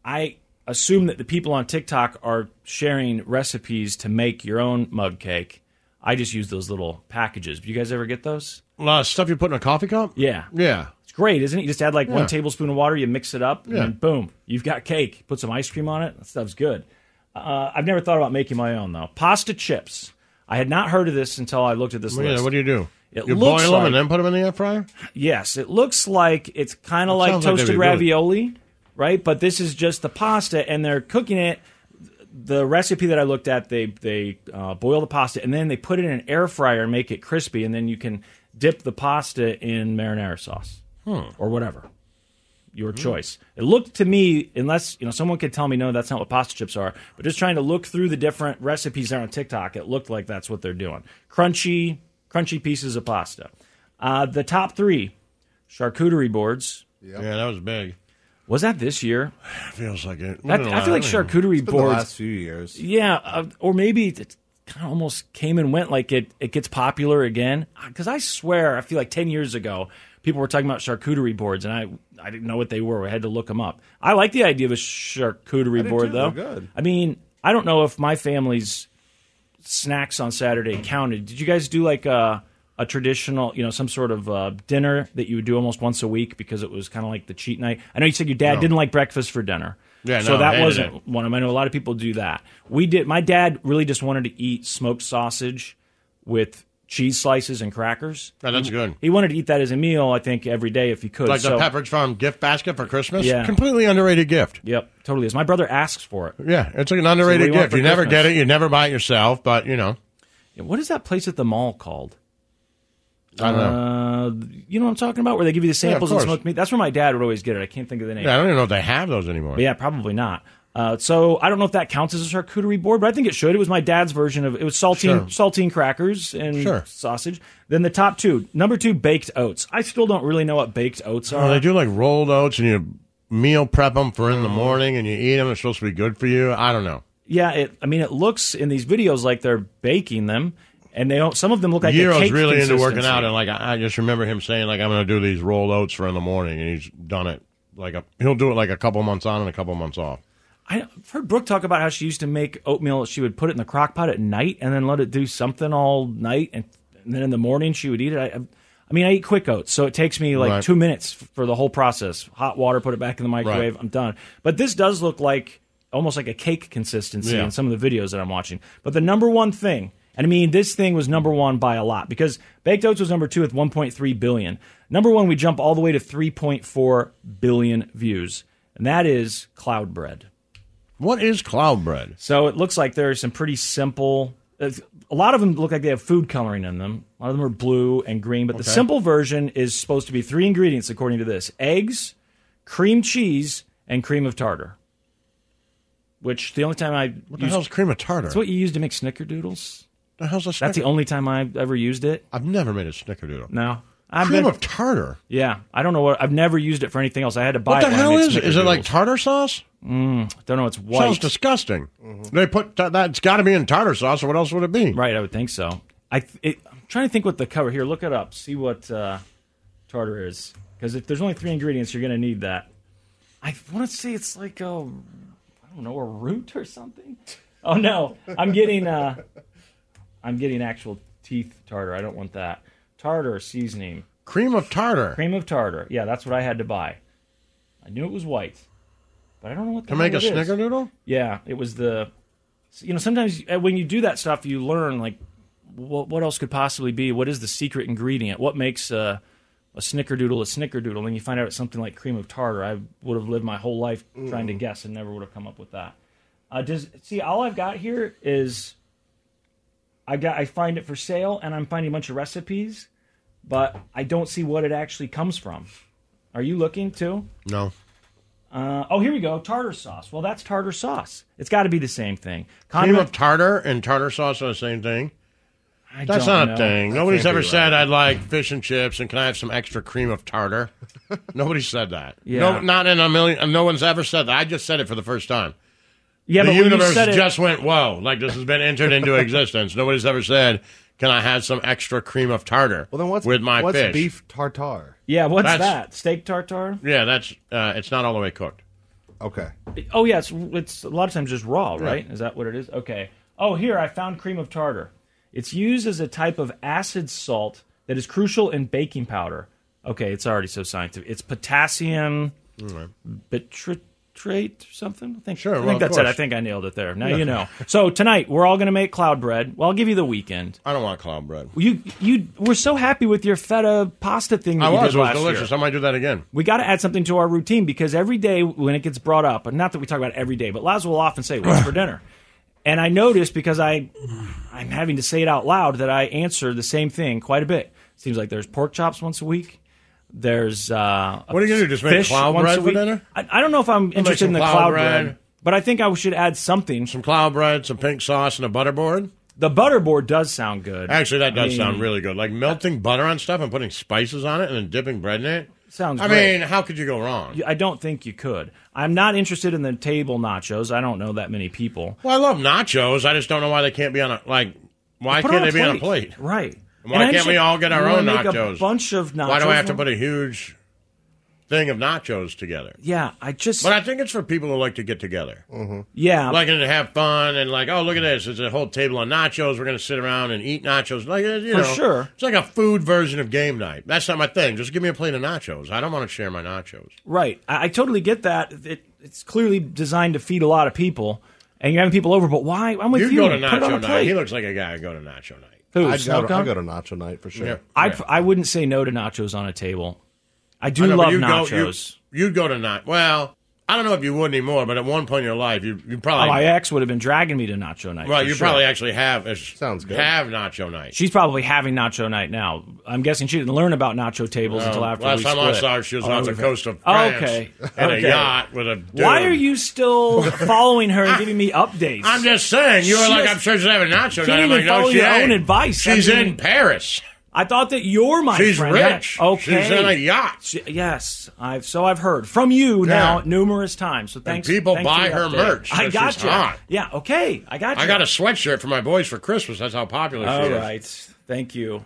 [SPEAKER 3] I assume that the people on TikTok are sharing recipes to make your own mug cake. I just use those little packages. Do you guys ever get those?
[SPEAKER 2] Uh, stuff you put in a coffee cup?
[SPEAKER 3] Yeah.
[SPEAKER 2] Yeah.
[SPEAKER 3] It's great, isn't it? You just add like
[SPEAKER 2] Yeah.
[SPEAKER 3] one tablespoon of water, you mix it up,
[SPEAKER 2] Yeah.
[SPEAKER 3] and then boom, you've got cake. Put some ice cream on it. That stuff's good. Uh, I've never thought about making my own though. Pasta chips. I had not heard of this until I looked at this
[SPEAKER 2] What do you,
[SPEAKER 3] list.
[SPEAKER 2] what do you do?
[SPEAKER 3] It
[SPEAKER 2] you boil
[SPEAKER 3] looks
[SPEAKER 2] them and
[SPEAKER 3] like-
[SPEAKER 2] then put them in the air fryer?
[SPEAKER 3] Yes, it looks like it's kind of
[SPEAKER 2] That
[SPEAKER 3] like
[SPEAKER 2] sounds like
[SPEAKER 3] toasted
[SPEAKER 2] they'd be really-
[SPEAKER 3] ravioli, right? But this is just the pasta, and they're cooking it. The recipe that I looked at, they they uh, boil the pasta, and then they put it in an air fryer and make it crispy, and then you can dip the pasta in marinara sauce
[SPEAKER 2] Hmm.
[SPEAKER 3] or whatever, your choice. It looked to me, unless you know someone could tell me, no, that's not what pasta chips are. But just trying to look through the different recipes there on TikTok, it looked like that's what they're doing: crunchy, crunchy pieces of pasta. Uh, the top three charcuterie boards.
[SPEAKER 2] Yeah, that was big.
[SPEAKER 3] Was that this year?
[SPEAKER 2] Feels like it.
[SPEAKER 3] That, I feel like charcuterie
[SPEAKER 4] For the
[SPEAKER 3] boards.
[SPEAKER 4] last few years.
[SPEAKER 3] yeah, uh, or maybe it kind of almost came and went like it, it gets popular again. Because I swear, I feel like 10 years ago, people were talking about charcuterie boards, and I, I didn't know what they were. I had to look them up. I like the idea of a charcuterie board,
[SPEAKER 4] too.
[SPEAKER 3] though.
[SPEAKER 4] They're good.
[SPEAKER 3] I mean, I don't know if my family's snacks on Saturday counted. Did you guys do like a a traditional, you know, some sort of uh, dinner that you would do almost once a week because it was kind of like the cheat night? I know you said your dad didn't like breakfast for dinner.
[SPEAKER 2] Yeah,
[SPEAKER 3] so
[SPEAKER 2] no,
[SPEAKER 3] that
[SPEAKER 2] hated
[SPEAKER 3] wasn't
[SPEAKER 2] it.
[SPEAKER 3] one of them. I know a lot of people do that. We did. My dad really just wanted to eat smoked sausage with cheese slices and crackers.
[SPEAKER 2] Yeah, that's good.
[SPEAKER 3] He wanted to eat that as a meal, I think, every day if he could.
[SPEAKER 2] Like
[SPEAKER 3] So-
[SPEAKER 2] the Pepperidge Farm gift basket for Christmas?
[SPEAKER 3] Yeah.
[SPEAKER 2] Completely underrated gift.
[SPEAKER 3] Yep, totally is. My brother asks for it.
[SPEAKER 2] Yeah, it's like an
[SPEAKER 3] So
[SPEAKER 2] underrated
[SPEAKER 3] what do you want
[SPEAKER 2] gift.
[SPEAKER 3] for
[SPEAKER 2] You never
[SPEAKER 3] Christmas?
[SPEAKER 2] get it. You never buy it yourself, but you know,
[SPEAKER 3] What is that place at the mall called?
[SPEAKER 2] I don't know.
[SPEAKER 3] Uh, you know what I'm talking about? Where they give you the
[SPEAKER 2] of
[SPEAKER 3] samples and
[SPEAKER 2] course.
[SPEAKER 3] smoked meat. That's where my dad would always get it. I can't think of the name.
[SPEAKER 2] Yeah, I don't even know if they have those anymore.
[SPEAKER 3] But yeah, probably not. Uh, so I don't know if that counts as a charcuterie board, but I think it should. It was my dad's version of it was saltine saltine crackers and
[SPEAKER 2] Sure.
[SPEAKER 3] sausage. Then the top two, number two, baked oats. I still don't really know what baked oats are.
[SPEAKER 2] Oh, they do like rolled oats, and you meal prep them for
[SPEAKER 3] Oh.
[SPEAKER 2] in the morning, and you eat them. It's supposed to be good for you. I don't know.
[SPEAKER 3] Yeah, it, I mean, it looks in these videos like they're baking them, and they don't. Some of them look like a
[SPEAKER 2] Yero's
[SPEAKER 3] cake
[SPEAKER 2] really into working
[SPEAKER 3] consistency.
[SPEAKER 2] out, and like I I just remember him saying, like I'm going to do these rolled oats for in the morning, and he's done it. Like a, he'll do it like a couple months on and a couple months off.
[SPEAKER 3] I've heard Brooke talk about how she used to make oatmeal. She would put it in the crock pot at night and then let it do something all night, and, and then in the morning she would eat it. I, I- I mean, I eat quick oats, so it takes me like
[SPEAKER 2] Right.
[SPEAKER 3] two minutes f- for the whole process. Hot water, put it back in the microwave. I'm done. But this does look like almost like a cake consistency
[SPEAKER 2] Yeah.
[SPEAKER 3] in some of the videos that I'm watching. But the number one thing, and I mean, this thing was number one by a lot because baked oats was number two with 1.3 billion. Number one, we jump all the way to 3.4 billion views, and that is cloud bread.
[SPEAKER 2] What is cloud bread?
[SPEAKER 3] So it looks like there are some pretty simple. uh, A lot of them look like they have food coloring in them. A lot of them are blue and green, but the simple version is supposed to be three ingredients, according to this eggs, cream cheese, and cream of tartar. Which the only time I
[SPEAKER 2] What the
[SPEAKER 3] used,
[SPEAKER 2] hell's cream of tartar?
[SPEAKER 3] it's what you use to make snickerdoodles.
[SPEAKER 2] the hell's a
[SPEAKER 3] That's
[SPEAKER 2] snicker?
[SPEAKER 3] the only time I've ever used it.
[SPEAKER 2] I've never made a snickerdoodle.
[SPEAKER 3] No, I've
[SPEAKER 2] cream
[SPEAKER 3] been,
[SPEAKER 2] of tartar.
[SPEAKER 3] yeah, I don't know what I've never used it for anything else. I had to buy
[SPEAKER 2] What the
[SPEAKER 3] it. when I
[SPEAKER 2] hell
[SPEAKER 3] made
[SPEAKER 2] is it? Is it like
[SPEAKER 3] snickerdoodles.
[SPEAKER 2] tartar sauce?
[SPEAKER 3] don't know. It's white.
[SPEAKER 2] Sounds disgusting.
[SPEAKER 3] Mm-hmm.
[SPEAKER 2] They put ta- that's got to be in tartar sauce, or what else would it be?
[SPEAKER 3] Right, I would think so. I th- it, I'm trying to think what the cover here. Look it up. See what uh, tartar is, because if there's only three ingredients, you're going to need that. I want to say it's like a, I don't know, a root or something. Oh no, I'm getting uh, I'm getting actual teeth tartar. I don't want that. Tartar seasoning,
[SPEAKER 2] Cream of tartar
[SPEAKER 3] cream of tartar. Yeah, that's what I had to buy. I knew it was white, but I don't know what the
[SPEAKER 2] to make a
[SPEAKER 3] hell it is.
[SPEAKER 2] snickerdoodle.
[SPEAKER 3] Yeah, it was the. You know, sometimes uh, when you do that stuff, you learn like what what else could possibly be. What is the secret ingredient? What makes a a snickerdoodle a snickerdoodle? And you find out it's something like cream of tartar. I would have lived my whole life trying to guess and never would have come up with that. Uh, does see all I've got here is I got I find it for sale and I'm finding a bunch of recipes, but I don't see what it actually comes from. Are you looking too?
[SPEAKER 2] No,
[SPEAKER 3] Uh, oh, here we go. Tartar sauce. Well, that's tartar sauce. It's got to be the same thing.
[SPEAKER 2] cream
[SPEAKER 3] Condiment-
[SPEAKER 2] of tartar and tartar sauce are the same thing.
[SPEAKER 3] I
[SPEAKER 2] That's
[SPEAKER 3] don't
[SPEAKER 2] not a
[SPEAKER 3] know.
[SPEAKER 2] thing. Nobody's
[SPEAKER 4] can't
[SPEAKER 2] ever
[SPEAKER 4] be right.
[SPEAKER 2] said I'd like fish and chips and can I have some extra cream of tartar? Nobody said that. No,
[SPEAKER 3] Yeah.
[SPEAKER 2] not in a million. No one's ever said that. I just said it for the first time.
[SPEAKER 3] Yeah,
[SPEAKER 2] the
[SPEAKER 3] but when you
[SPEAKER 2] universe
[SPEAKER 3] said it,
[SPEAKER 2] just went whoa. Like this has been entered into existence. Nobody's ever said, "Can I have some extra cream of tartar?"
[SPEAKER 4] Well, then what's
[SPEAKER 2] with my
[SPEAKER 4] what's
[SPEAKER 2] fish?
[SPEAKER 4] beef tartare?
[SPEAKER 3] yeah, what's
[SPEAKER 2] that's-
[SPEAKER 3] that? Steak tartare?
[SPEAKER 2] Yeah, that's uh, it's not all the way cooked.
[SPEAKER 4] Okay.
[SPEAKER 3] Oh yeah, it's it's a lot of times just raw, right? Is that what it is? Okay. Oh, here I found cream of tartar. It's used as a type of acid salt that is crucial in baking powder. Okay, it's already so scientific. It's potassium bitrate or something. I think
[SPEAKER 2] Sure,
[SPEAKER 3] I think
[SPEAKER 2] well, of
[SPEAKER 3] that's it.
[SPEAKER 2] course.
[SPEAKER 3] I think I nailed it there. Now you know. So tonight we're all gonna make cloud bread. Well, I'll give you the weekend.
[SPEAKER 2] I don't want cloud bread.
[SPEAKER 3] You you were so happy with your feta pasta thing. That
[SPEAKER 2] I
[SPEAKER 3] you
[SPEAKER 2] was.
[SPEAKER 3] did
[SPEAKER 2] It was
[SPEAKER 3] last
[SPEAKER 2] delicious.
[SPEAKER 3] Year.
[SPEAKER 2] I might do that again.
[SPEAKER 3] We got to add something to our routine because every day when it gets brought up, and not that we talk about it every day, but Laz will often say, "What's for dinner?" And I noticed because I I'm having to say it out loud that I answer the same thing quite a bit. Seems like there's pork chops once a week. There's uh,
[SPEAKER 2] What are you gonna do, just make
[SPEAKER 3] fish
[SPEAKER 2] cloud
[SPEAKER 3] once
[SPEAKER 2] bread
[SPEAKER 3] a
[SPEAKER 2] for
[SPEAKER 3] week?
[SPEAKER 2] dinner?
[SPEAKER 3] I, I don't know if I'm interested
[SPEAKER 2] some
[SPEAKER 3] in the
[SPEAKER 2] cloud
[SPEAKER 3] cloud,
[SPEAKER 2] bread.
[SPEAKER 3] bread. but I think I should add something.
[SPEAKER 2] Some cloud bread, some pink sauce, and a butter board.
[SPEAKER 3] The butterboard does sound good.
[SPEAKER 2] Actually, that does
[SPEAKER 3] I mean,
[SPEAKER 2] sound really good. Like melting butter on stuff and putting spices on it and then dipping bread in it.
[SPEAKER 3] Sounds
[SPEAKER 2] I
[SPEAKER 3] great.
[SPEAKER 2] mean, how could you go wrong?
[SPEAKER 3] I don't think you could. I'm not interested in the table nachos. I don't know that many people.
[SPEAKER 2] Well, I love nachos. I just don't know why they can't be on a like. Why
[SPEAKER 3] Put
[SPEAKER 2] can't
[SPEAKER 3] it
[SPEAKER 2] they
[SPEAKER 3] on
[SPEAKER 2] be on a
[SPEAKER 3] plate.
[SPEAKER 2] plate?
[SPEAKER 3] Right.
[SPEAKER 2] Why
[SPEAKER 3] And I
[SPEAKER 2] can't we
[SPEAKER 3] understand-
[SPEAKER 2] all get our
[SPEAKER 3] you wanna
[SPEAKER 2] own
[SPEAKER 3] make
[SPEAKER 2] nachos?
[SPEAKER 3] A bunch of nachos.
[SPEAKER 2] Why do I have to put a huge thing of nachos together?
[SPEAKER 3] Yeah, I just.
[SPEAKER 2] But I think it's for people who like to get together,
[SPEAKER 3] yeah,
[SPEAKER 2] like and have fun, and like, oh, look at this! It's a whole table of nachos. We're gonna sit around and eat nachos. Like, uh, you
[SPEAKER 3] For
[SPEAKER 2] know,
[SPEAKER 3] sure.
[SPEAKER 2] it's like a food version of game night. That's not my thing. Just give me a plate of nachos. I don't want to share my nachos.
[SPEAKER 3] right. I, I totally get that. It, it's clearly designed to feed a lot of people, and you're having people over. But why? I'm with you.
[SPEAKER 2] You go to
[SPEAKER 3] Put it on a
[SPEAKER 2] nacho night.
[SPEAKER 3] plate.
[SPEAKER 2] He looks like a guy who go to nacho night.
[SPEAKER 3] Who,
[SPEAKER 4] I'd go,
[SPEAKER 3] Snooker?
[SPEAKER 4] to, I'd go to Nacho Night for sure.
[SPEAKER 2] Yeah.
[SPEAKER 3] I'd-
[SPEAKER 2] Yeah.
[SPEAKER 3] I wouldn't say no to nachos on a table. I do
[SPEAKER 2] I know, but
[SPEAKER 3] love
[SPEAKER 2] you'd
[SPEAKER 3] nachos.
[SPEAKER 2] Go, you, you'd go to not. Well, I don't know if you would anymore, but at one point in your life, you you
[SPEAKER 3] Oh, my
[SPEAKER 2] probably
[SPEAKER 3] ex would have been dragging me to nacho night.
[SPEAKER 2] well,
[SPEAKER 3] for
[SPEAKER 2] you
[SPEAKER 3] sure.
[SPEAKER 2] probably actually have is-
[SPEAKER 4] Sounds good.
[SPEAKER 2] have nacho night.
[SPEAKER 3] She's probably having nacho night now. I'm guessing she didn't learn about nacho tables until after
[SPEAKER 2] Last
[SPEAKER 3] we
[SPEAKER 2] time
[SPEAKER 3] split.
[SPEAKER 2] I saw her, she was
[SPEAKER 3] Oh,
[SPEAKER 2] on the
[SPEAKER 3] we've-
[SPEAKER 2] coast of
[SPEAKER 3] Oh,
[SPEAKER 2] France
[SPEAKER 3] okay.
[SPEAKER 2] in
[SPEAKER 3] Okay.
[SPEAKER 2] a yacht with a. Dude.
[SPEAKER 3] Why are you still following her and giving me updates?
[SPEAKER 2] I'm just saying. You were
[SPEAKER 3] She
[SPEAKER 2] like,
[SPEAKER 3] was-
[SPEAKER 2] I'm sure she's having nacho
[SPEAKER 3] Can't
[SPEAKER 2] night. I'm
[SPEAKER 3] even
[SPEAKER 2] like, no,
[SPEAKER 3] follow
[SPEAKER 2] she
[SPEAKER 3] your
[SPEAKER 2] ain't.
[SPEAKER 3] own advice.
[SPEAKER 2] She's
[SPEAKER 3] I mean-
[SPEAKER 2] in Paris.
[SPEAKER 3] I thought that you're my
[SPEAKER 2] She's
[SPEAKER 3] friend.
[SPEAKER 2] rich.
[SPEAKER 3] Okay.
[SPEAKER 2] She's in a yacht.
[SPEAKER 3] She- yes, I've so I've heard from you now
[SPEAKER 2] Yeah.
[SPEAKER 3] numerous times. So thanks.
[SPEAKER 2] people
[SPEAKER 3] thanks
[SPEAKER 2] buy
[SPEAKER 3] for the
[SPEAKER 2] her
[SPEAKER 3] update.
[SPEAKER 2] merch,
[SPEAKER 3] I
[SPEAKER 2] so
[SPEAKER 3] got
[SPEAKER 2] she's
[SPEAKER 3] you.
[SPEAKER 2] hot.
[SPEAKER 3] Yeah. Okay. I got you.
[SPEAKER 2] I got a sweatshirt for my boys for Christmas. That's how popular
[SPEAKER 3] All
[SPEAKER 2] she is.
[SPEAKER 3] right. Thank you.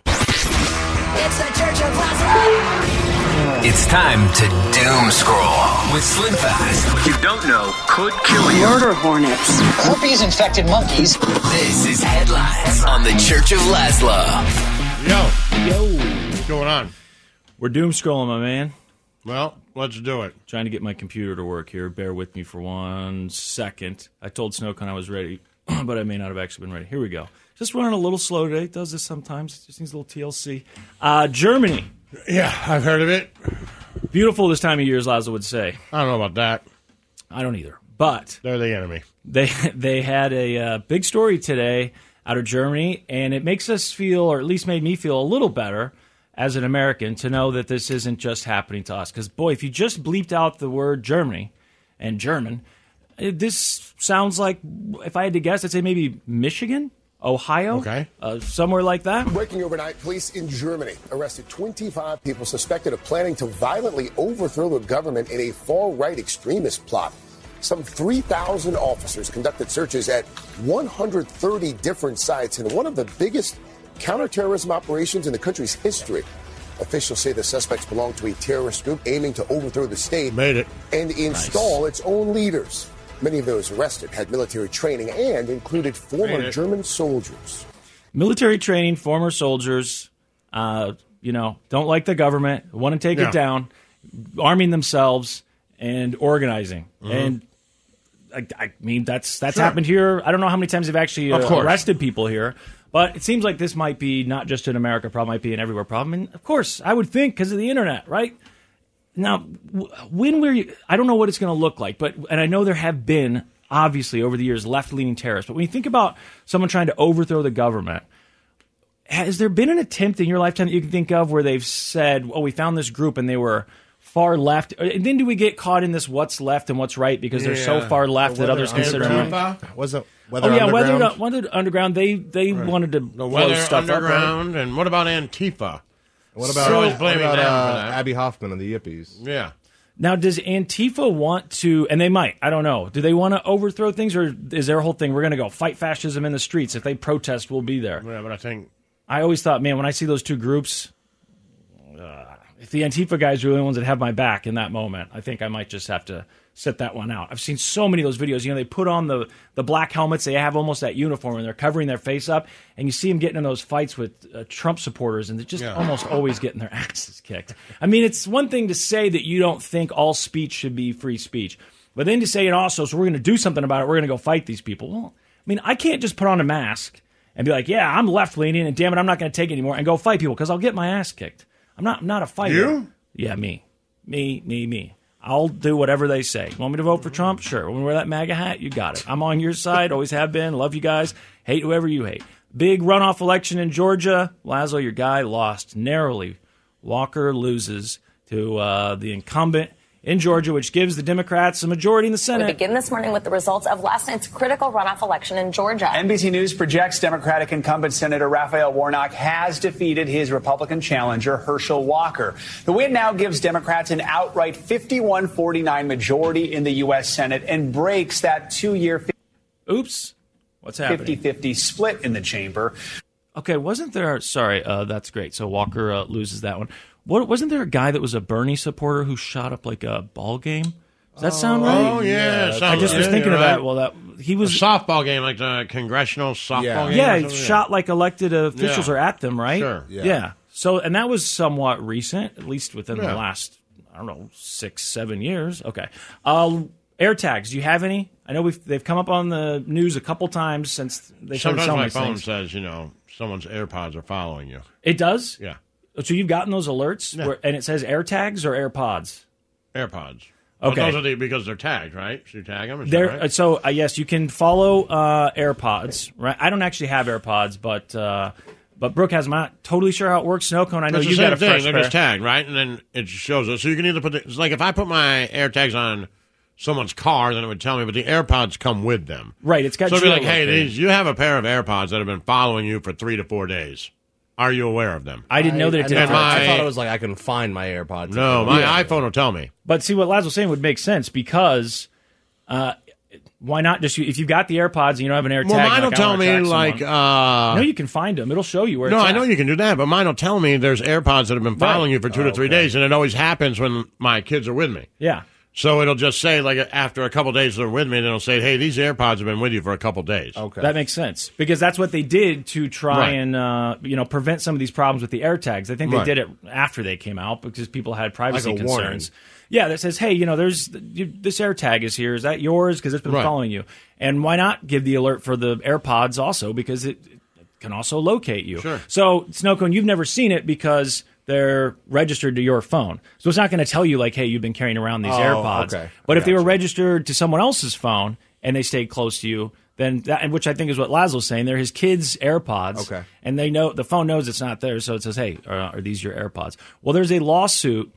[SPEAKER 6] It's the Church of Laszlo.
[SPEAKER 7] It's time to doom scroll with Slim Fast. What you don't know could kill you.
[SPEAKER 8] Murder hornets.
[SPEAKER 5] Herpes infected monkeys.
[SPEAKER 7] This is Headlines on the Church of Laszlo.
[SPEAKER 2] Yo, what's going on?
[SPEAKER 3] We're doom scrolling, my man.
[SPEAKER 2] Well, let's do it.
[SPEAKER 3] Trying to get my computer to work here. Bear with me for one second. I told Snowcon I was ready, but I may not have actually been ready. Here we go. Just running a little slow today. It does this sometimes. It just needs a little TLC. Uh, Germany.
[SPEAKER 2] Yeah, I've heard of it.
[SPEAKER 3] Beautiful this time of year, as Laza would say.
[SPEAKER 2] I don't know about that.
[SPEAKER 3] I don't either. But
[SPEAKER 2] They're the enemy.
[SPEAKER 3] they they had a uh, big story today out of Germany, and it makes us feel, or at least made me feel, a little better as an American to know that this isn't just happening to us. Because boy, if you just bleeped out the word Germany and German, it, this sounds like, if I had to guess, I'd say maybe Michigan, Ohio,
[SPEAKER 2] Okay.
[SPEAKER 3] uh, somewhere like that.
[SPEAKER 9] Breaking overnight, police in Germany arrested 25 people suspected of planning to violently overthrow the government in a far right extremist plot. Some 3,000 officers conducted searches at 130 different sites in one of the biggest counterterrorism operations in the country's history. Officials say the suspects belong to a terrorist group aiming to overthrow the state
[SPEAKER 2] Made it.
[SPEAKER 9] and install its own leaders. Many of those arrested had military training and included
[SPEAKER 2] Made
[SPEAKER 9] former
[SPEAKER 2] it.
[SPEAKER 9] German soldiers.
[SPEAKER 3] military training, former soldiers, uh, you know, don't like the government, want to take
[SPEAKER 2] Yeah.
[SPEAKER 3] it down, arming themselves and organizing. And I, I mean, that's that's
[SPEAKER 2] Mm-hmm. Sure.
[SPEAKER 3] happened here. I don't know how many times they've actually
[SPEAKER 2] Of
[SPEAKER 3] uh,
[SPEAKER 2] course.
[SPEAKER 3] arrested people here. But it seems like this might be not just an America problem, might be an everywhere problem. And of course, I would think because of the internet, right? Now, w- when were you? I don't know what it's going to look like, but and I know there have been obviously over the years left leaning terrorists. But when you think about someone trying to overthrow the government, has there been an attempt in your lifetime that you can think of where they've said, "Oh, we found this group and they were far left"? uh, And then do we get caught in this "what's left and what's right" because they're so
[SPEAKER 2] Yeah.
[SPEAKER 3] far left that
[SPEAKER 4] Whether
[SPEAKER 3] others consider
[SPEAKER 4] Underground-
[SPEAKER 3] them right?
[SPEAKER 4] Was it Weather
[SPEAKER 3] Oh yeah, whether
[SPEAKER 4] Underground?
[SPEAKER 3] whether underground they they wanted to
[SPEAKER 2] The
[SPEAKER 3] blow
[SPEAKER 2] weather
[SPEAKER 3] stuff up. right?
[SPEAKER 2] underground, and what about Antifa?
[SPEAKER 4] What about,
[SPEAKER 2] So-
[SPEAKER 4] what
[SPEAKER 2] blaming
[SPEAKER 4] about,
[SPEAKER 2] them
[SPEAKER 4] uh,
[SPEAKER 2] for that.
[SPEAKER 4] Abby Hoffman and the Yippies?
[SPEAKER 2] Yeah,
[SPEAKER 3] Now, does Antifa want to, and they might, I don't know, do they want to overthrow things or is their whole thing, we're going to go fight fascism in the streets? If they protest, we'll be there.
[SPEAKER 2] yeah, but I think
[SPEAKER 3] I always thought, man, when I see those two groups, uh, if the Antifa guys are the only ones that have my back in that moment, I think I might just have to sit that one out. I've seen so many of those videos. You know, they put on the the black helmets, they have almost that uniform, and they're covering their face up, and you see them getting in those fights with uh, Trump supporters, and they're just almost always getting their asses kicked. I mean, it's one thing to say that you don't think all speech should be free speech, but then to say it also, so we're going to do something about it. We're going to go fight these people. Well, I mean, I can't just put on a mask and be like, yeah, I'm left leaning, and damn it, I'm not going to take it anymore, and go fight people because I'll get my ass kicked. I'm not, I'm not a fighter.
[SPEAKER 2] You?
[SPEAKER 3] Yeah, me. Me, me, me. I'll do whatever they say. Want me to vote for Trump? Sure. Want me to wear that MAGA hat? You got it. I'm on your side. Always have been. Love you guys. Hate whoever you hate. Big runoff election in Georgia. Lazo, your guy, lost narrowly. Walker loses to uh, the incumbent in Georgia, which gives the Democrats a majority in the
[SPEAKER 8] We
[SPEAKER 3] Senate.
[SPEAKER 8] begin this morning with the results of last night's critical runoff election in Georgia.
[SPEAKER 10] NBC News projects Democratic incumbent Senator Raphael Warnock has defeated his Republican challenger, Herschel Walker. The win now gives Democrats an outright 51 49 majority in the U.S. Senate and breaks that two year
[SPEAKER 3] Oops. What's happening?
[SPEAKER 10] 50 50 split in the chamber.
[SPEAKER 3] Okay, wasn't there? Sorry, uh, that's great. So Walker uh, loses that one. What wasn't there a guy that was a Bernie supporter who shot up like a ball game? Does that sound right?
[SPEAKER 2] Oh, yeah, it
[SPEAKER 3] I
[SPEAKER 2] sounds-
[SPEAKER 3] just was
[SPEAKER 2] yeah,
[SPEAKER 3] thinking of
[SPEAKER 2] you're
[SPEAKER 3] that.
[SPEAKER 2] right.
[SPEAKER 3] Well, that he
[SPEAKER 2] A
[SPEAKER 3] was.
[SPEAKER 2] softball game, like the congressional softball game.
[SPEAKER 3] yeah,
[SPEAKER 2] or
[SPEAKER 3] he
[SPEAKER 2] something?
[SPEAKER 3] shot like elected officials
[SPEAKER 2] Yeah.
[SPEAKER 3] are at them, right?
[SPEAKER 2] Sure.
[SPEAKER 3] Yeah. So, and that was somewhat recent, at least within the last I don't know six, seven years. Okay. Uh, air tags. Do you have any? I know we've they've come up on the news a couple times since they started
[SPEAKER 2] Sometimes
[SPEAKER 3] selling
[SPEAKER 2] my
[SPEAKER 3] these
[SPEAKER 2] phone
[SPEAKER 3] things.
[SPEAKER 2] says, you know, someone's AirPods are following you.
[SPEAKER 3] It does.
[SPEAKER 2] Yeah.
[SPEAKER 3] So you've gotten those alerts, where, and it says air tags or AirPods.
[SPEAKER 2] AirPods. But
[SPEAKER 3] Okay.
[SPEAKER 2] those are the, because they're tagged, right? So you tag them. Is that
[SPEAKER 3] There,
[SPEAKER 2] right?
[SPEAKER 3] uh, so uh, yes, you can follow uh, AirPods. Right, I don't actually have AirPods, but uh, but Brooke has. them. I'm not totally sure how it works. Snow cone, I know
[SPEAKER 2] It's
[SPEAKER 3] you
[SPEAKER 2] the same
[SPEAKER 3] got a
[SPEAKER 2] thing.
[SPEAKER 3] fresh
[SPEAKER 2] They're
[SPEAKER 3] pair.
[SPEAKER 2] just tagged, right? And then it shows us. So you can either put the, it's like if I put my AirTags on someone's car, then it would tell me. But the AirPods come with them,
[SPEAKER 3] Right, it's got
[SPEAKER 2] So it'd be like,
[SPEAKER 3] geolocation.
[SPEAKER 2] hey, these you have a pair of AirPods that have been following you for three to four days. Are you aware of them?
[SPEAKER 3] I didn't know that it did.
[SPEAKER 2] and
[SPEAKER 3] that.
[SPEAKER 2] my-
[SPEAKER 4] I thought it was like I can find my AirPods.
[SPEAKER 2] no, my iPhone will tell me.
[SPEAKER 3] But see, what Laz was saying would make sense because uh, why not just if you've got the AirPods and you don't have an AirTag?
[SPEAKER 2] Well,
[SPEAKER 3] like,
[SPEAKER 2] mine will
[SPEAKER 3] I
[SPEAKER 2] tell
[SPEAKER 3] wanna
[SPEAKER 2] me
[SPEAKER 3] track someone.
[SPEAKER 2] like. uh
[SPEAKER 3] no, you can find them. It'll show you where.
[SPEAKER 2] no,
[SPEAKER 3] it's
[SPEAKER 2] I
[SPEAKER 3] at.
[SPEAKER 2] know you can do that, but mine will tell me there's AirPods that have been following
[SPEAKER 3] Right.
[SPEAKER 2] you for two to three days, and it always happens when my kids are with me.
[SPEAKER 3] Yeah.
[SPEAKER 2] So it'll just say like after a couple days they're with me, then it'll say, "Hey, these AirPods have been with you for a couple days." Okay.
[SPEAKER 3] That makes sense because that's what they did to try
[SPEAKER 2] Right.
[SPEAKER 3] and uh, you know prevent some of these problems with the air tags. I think they
[SPEAKER 2] Right.
[SPEAKER 3] did it after they came out because people had privacy
[SPEAKER 4] Like a warning.
[SPEAKER 3] concerns. Yeah, that says, hey, you know, there's you, this air tag is here. Is that yours? Because it's been
[SPEAKER 2] Right.
[SPEAKER 3] following you. And why not give the alert for the AirPods also because it, it can also locate you.
[SPEAKER 2] Sure.
[SPEAKER 3] So Snowcone, you've never seen it because. They're registered to your phone, so it's not going to tell you like, "Hey, you've been carrying around
[SPEAKER 2] Oh,
[SPEAKER 3] these AirPods."
[SPEAKER 4] okay.
[SPEAKER 3] But if they were registered to someone else's phone and they stayed close to you, then that, and which I think is what Lazo's saying, they're his kids' AirPods.
[SPEAKER 4] Okay.
[SPEAKER 3] And they know the phone knows it's not theirs, so it says, "Hey, are, are these your AirPods?" Well, there's a lawsuit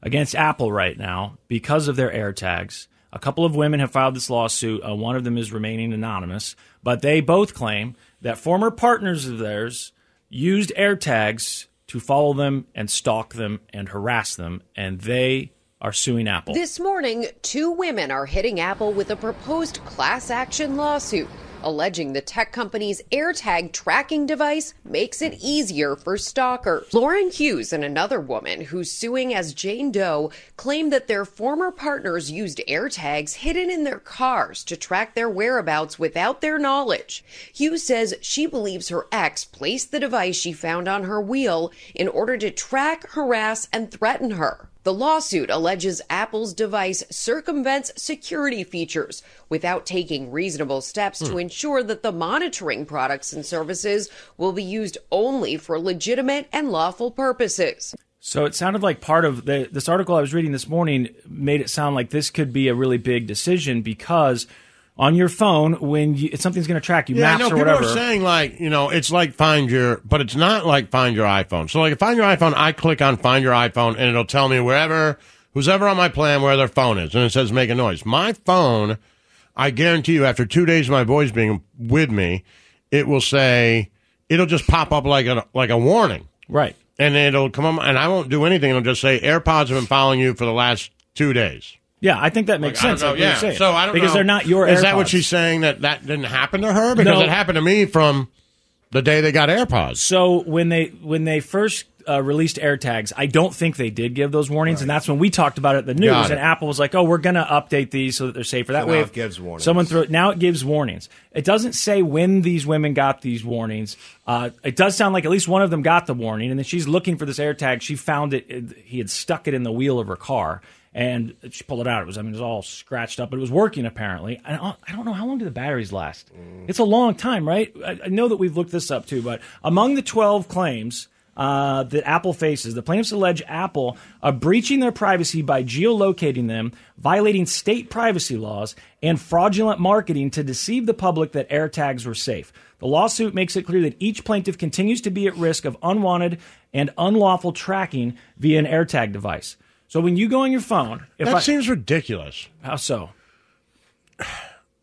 [SPEAKER 3] against Apple right now because of their AirTags. A couple of women have filed this lawsuit. Uh, one of them is remaining anonymous, but they both claim that former partners of theirs used AirTags to follow them and stalk them and harass them, and they are suing Apple.
[SPEAKER 11] This morning, two women are hitting Apple with a proposed class action lawsuit alleging the tech company's AirTag tracking device makes it easier for stalkers. Lauren Hughes and another woman who's suing as Jane Doe claim that their former partners used AirTags hidden in their cars to track their whereabouts without their knowledge. Hughes says she believes her ex placed the device she found on her wheel in order to track, harass, and threaten her. The lawsuit alleges Apple's device circumvents security features without taking reasonable steps to ensure that the monitoring products and services will be used only for legitimate and lawful purposes.
[SPEAKER 3] So it sounded like part of the, this article I was reading this morning made it sound like this could be a really big decision because on your phone, when you, something's going to track you,
[SPEAKER 2] Yeah, I
[SPEAKER 3] maps
[SPEAKER 2] know
[SPEAKER 3] or
[SPEAKER 2] people
[SPEAKER 3] whatever.
[SPEAKER 2] are saying like you know it's like find your, but it's not like find your iPhone. So like find your iPhone, I click on find your iPhone, and it'll tell me wherever who's ever on my plan where their phone is, and it says make a noise. My phone, I guarantee you, after two days of my boys being with me, it will say it'll just pop up like a like a warning,
[SPEAKER 3] right.
[SPEAKER 2] and it'll come up, and I won't do anything. It'll just say AirPods have been following you for the last two days.
[SPEAKER 3] Yeah, I think that makes
[SPEAKER 2] I don't
[SPEAKER 3] sense.
[SPEAKER 2] know,
[SPEAKER 3] like what you're
[SPEAKER 2] yeah.
[SPEAKER 3] saying.
[SPEAKER 2] So I don't
[SPEAKER 3] because
[SPEAKER 2] know.
[SPEAKER 3] they're not your.
[SPEAKER 2] Is that what
[SPEAKER 3] AirPods.
[SPEAKER 2] she's saying that that didn't happen to her? Because
[SPEAKER 3] No.
[SPEAKER 2] it happened to me from the day they got AirPods.
[SPEAKER 3] So when they when they first uh, released AirTags, I don't think they did give those warnings, and that's when we talked about it at the news.
[SPEAKER 2] Got it.
[SPEAKER 3] And Apple was like, "Oh, we're going to update these so that they're safer." That
[SPEAKER 4] So now
[SPEAKER 3] way,
[SPEAKER 4] it
[SPEAKER 3] if
[SPEAKER 4] gives warnings.
[SPEAKER 3] Someone threw now it gives warnings. It doesn't say when these women got these warnings. Uh, it does sound like at least one of them got the warning, and then she's looking for this AirTag. She found it, it- He had stuck it in the wheel of her car. And she pulled it out. It was, I mean, it was all scratched up, but it was working apparently. And I I don't know how long do the batteries last.
[SPEAKER 4] Mm.
[SPEAKER 3] It's a long time, right? I, I know that we've looked this up too, but among the twelve claims uh, that Apple faces. The plaintiffs allege Apple of breaching their privacy by geolocating them, violating state privacy laws, and fraudulent marketing to deceive the public that AirTags were safe. The lawsuit makes it clear that each plaintiff continues to be at risk of unwanted and unlawful tracking via an AirTag device. So when you go on your phone, if
[SPEAKER 2] that
[SPEAKER 3] I,
[SPEAKER 2] seems ridiculous.
[SPEAKER 3] how so?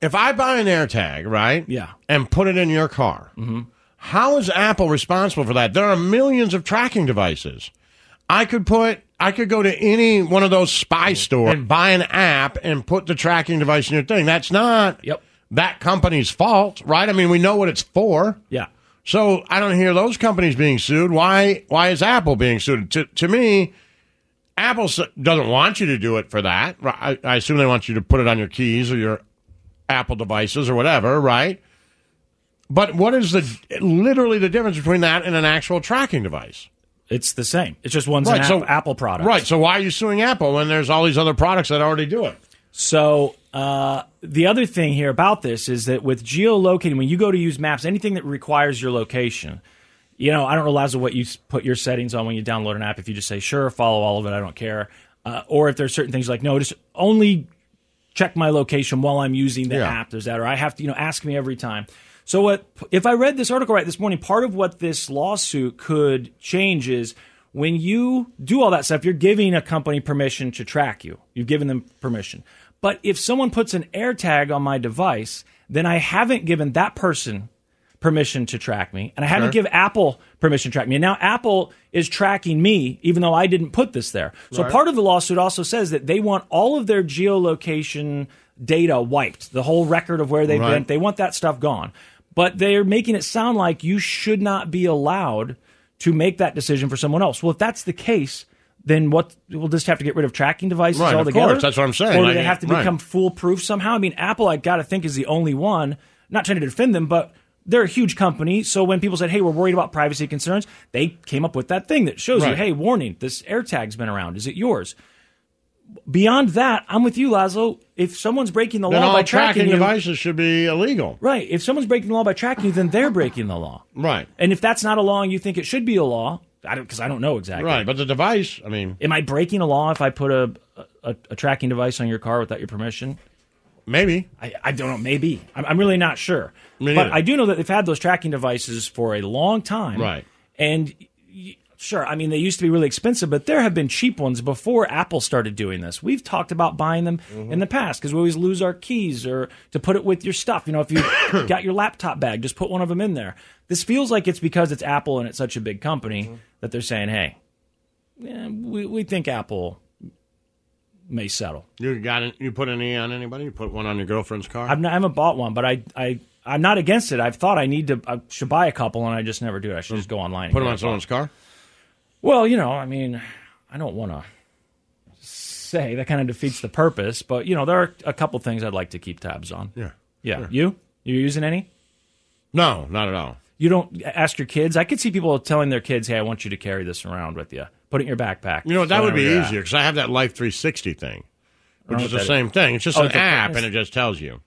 [SPEAKER 2] If I buy an AirTag, right?
[SPEAKER 3] Yeah. Mm-hmm.
[SPEAKER 2] And put it in your car, how is Apple responsible for that? There are millions of tracking devices. I could put, I could go to any one of those
[SPEAKER 3] Mm-hmm.
[SPEAKER 2] spy stores and buy an app and put the tracking device in your thing. That's not
[SPEAKER 3] Yep.
[SPEAKER 2] that company's fault, right? I mean, we know what it's for.
[SPEAKER 3] Yeah.
[SPEAKER 2] So I don't hear those companies being sued. Why? Why is Apple being sued? To to me, Apple s- doesn't want you to do it for that. Ri- I, I assume they want you to put it on your keys or your Apple devices or whatever, right? But what is the literally the difference between that and an actual tracking device?
[SPEAKER 3] It's the same. It's just one's an
[SPEAKER 2] Right, so-
[SPEAKER 3] App- Apple product.
[SPEAKER 2] Right. So why are you suing Apple when there's all these other products that already do it?
[SPEAKER 3] So uh, the other thing here about this is that with geolocating, when you go to use maps, anything that requires your location, you know, I don't know, Lazo, what you s- put your settings on when you download an app. If you just say sure, follow all of it, I don't care, uh, or if there's certain things like no, just only check my location while I'm using the
[SPEAKER 2] Yeah.
[SPEAKER 3] app. There's that, or I have to, you know, ask me every time. So what if I read this article right this morning? Part of what this lawsuit could change is when you do all that stuff, you're giving a company permission to track you. You've given them permission. But if someone puts an AirTag on my device, then I haven't given that person permission to track me, and I haven't give Apple permission to track me. And now Apple is tracking me, even though I didn't put this there. So part of the lawsuit also says that they want all of their geolocation data wiped, the whole record of where they've
[SPEAKER 2] Right.
[SPEAKER 3] been. They want that stuff gone. But they're making it sound like you should not be allowed to make that decision for someone else. Well, if that's the case, then what we'll just have to get rid of tracking devices
[SPEAKER 2] Right, of
[SPEAKER 3] altogether.
[SPEAKER 2] course, that's what I'm saying.
[SPEAKER 3] Or do
[SPEAKER 2] Like,
[SPEAKER 3] they have to
[SPEAKER 2] right.
[SPEAKER 3] become foolproof somehow. I mean, Apple, I got to think, is the only one. Not trying to defend them, but they're a huge company. So when people said, "Hey, we're worried about privacy concerns," they came up with that thing that shows you,
[SPEAKER 2] Right.
[SPEAKER 3] "Hey, warning, this AirTag's been around. Is it yours?" Beyond that, I'm with you, Laszlo. If someone's breaking the
[SPEAKER 2] Then
[SPEAKER 3] law by
[SPEAKER 2] all
[SPEAKER 3] tracking,
[SPEAKER 2] tracking
[SPEAKER 3] you,
[SPEAKER 2] devices should be illegal.
[SPEAKER 3] right? If someone's breaking the law by tracking you, then they're breaking the law.
[SPEAKER 2] Right.
[SPEAKER 3] And if that's not a law and you think it should be a law, I don't because I don't know exactly.
[SPEAKER 2] Right. But the device, I mean,
[SPEAKER 3] Am I breaking a law if I put a, a a tracking device on your car without your permission?
[SPEAKER 2] maybe.
[SPEAKER 3] I, I don't know. Maybe I'm, I'm really not sure.
[SPEAKER 2] Me
[SPEAKER 3] but
[SPEAKER 2] neither.
[SPEAKER 3] I do know that they've had those tracking devices for a long time.
[SPEAKER 2] Right.
[SPEAKER 3] And y- sure, I mean they used to be really expensive, but there have been cheap ones before Apple started doing this. We've talked about buying them
[SPEAKER 2] Mm-hmm.
[SPEAKER 3] in the past because we always lose our keys or to put it with your stuff. You know, if you got your laptop bag, just put one of them in there. This feels like it's because it's Apple and it's such a big company
[SPEAKER 2] Mm-hmm.
[SPEAKER 3] that they're saying, "Hey, eh, we we think Apple may settle."
[SPEAKER 2] You got it. You put an E on anybody? You put one on your girlfriend's car?
[SPEAKER 3] I've not, I haven't bought one, but I, I, I'm not against it. I've thought I need to, I should buy a couple, and I just never do it. I should just go online. and
[SPEAKER 2] put them
[SPEAKER 3] get
[SPEAKER 2] on
[SPEAKER 3] it.
[SPEAKER 2] someone's car?
[SPEAKER 3] Well, you know, I mean, I don't want to say that kind of defeats the purpose, but you know, there are a couple things I'd like to keep tabs on.
[SPEAKER 2] Yeah.
[SPEAKER 3] Yeah. You, you using any?
[SPEAKER 2] No, not at all.
[SPEAKER 3] You don't ask your kids. I could see people telling their kids, "Hey, I want you to carry this around with you. Put it in your backpack."
[SPEAKER 2] You know, that would be
[SPEAKER 3] Whenever you're
[SPEAKER 2] easier because I have that Life 360 thing, which
[SPEAKER 3] know
[SPEAKER 2] is
[SPEAKER 3] what
[SPEAKER 2] the
[SPEAKER 3] that
[SPEAKER 2] same thing. It's just
[SPEAKER 3] Oh,
[SPEAKER 2] an
[SPEAKER 3] it's a-
[SPEAKER 2] app and it just tells you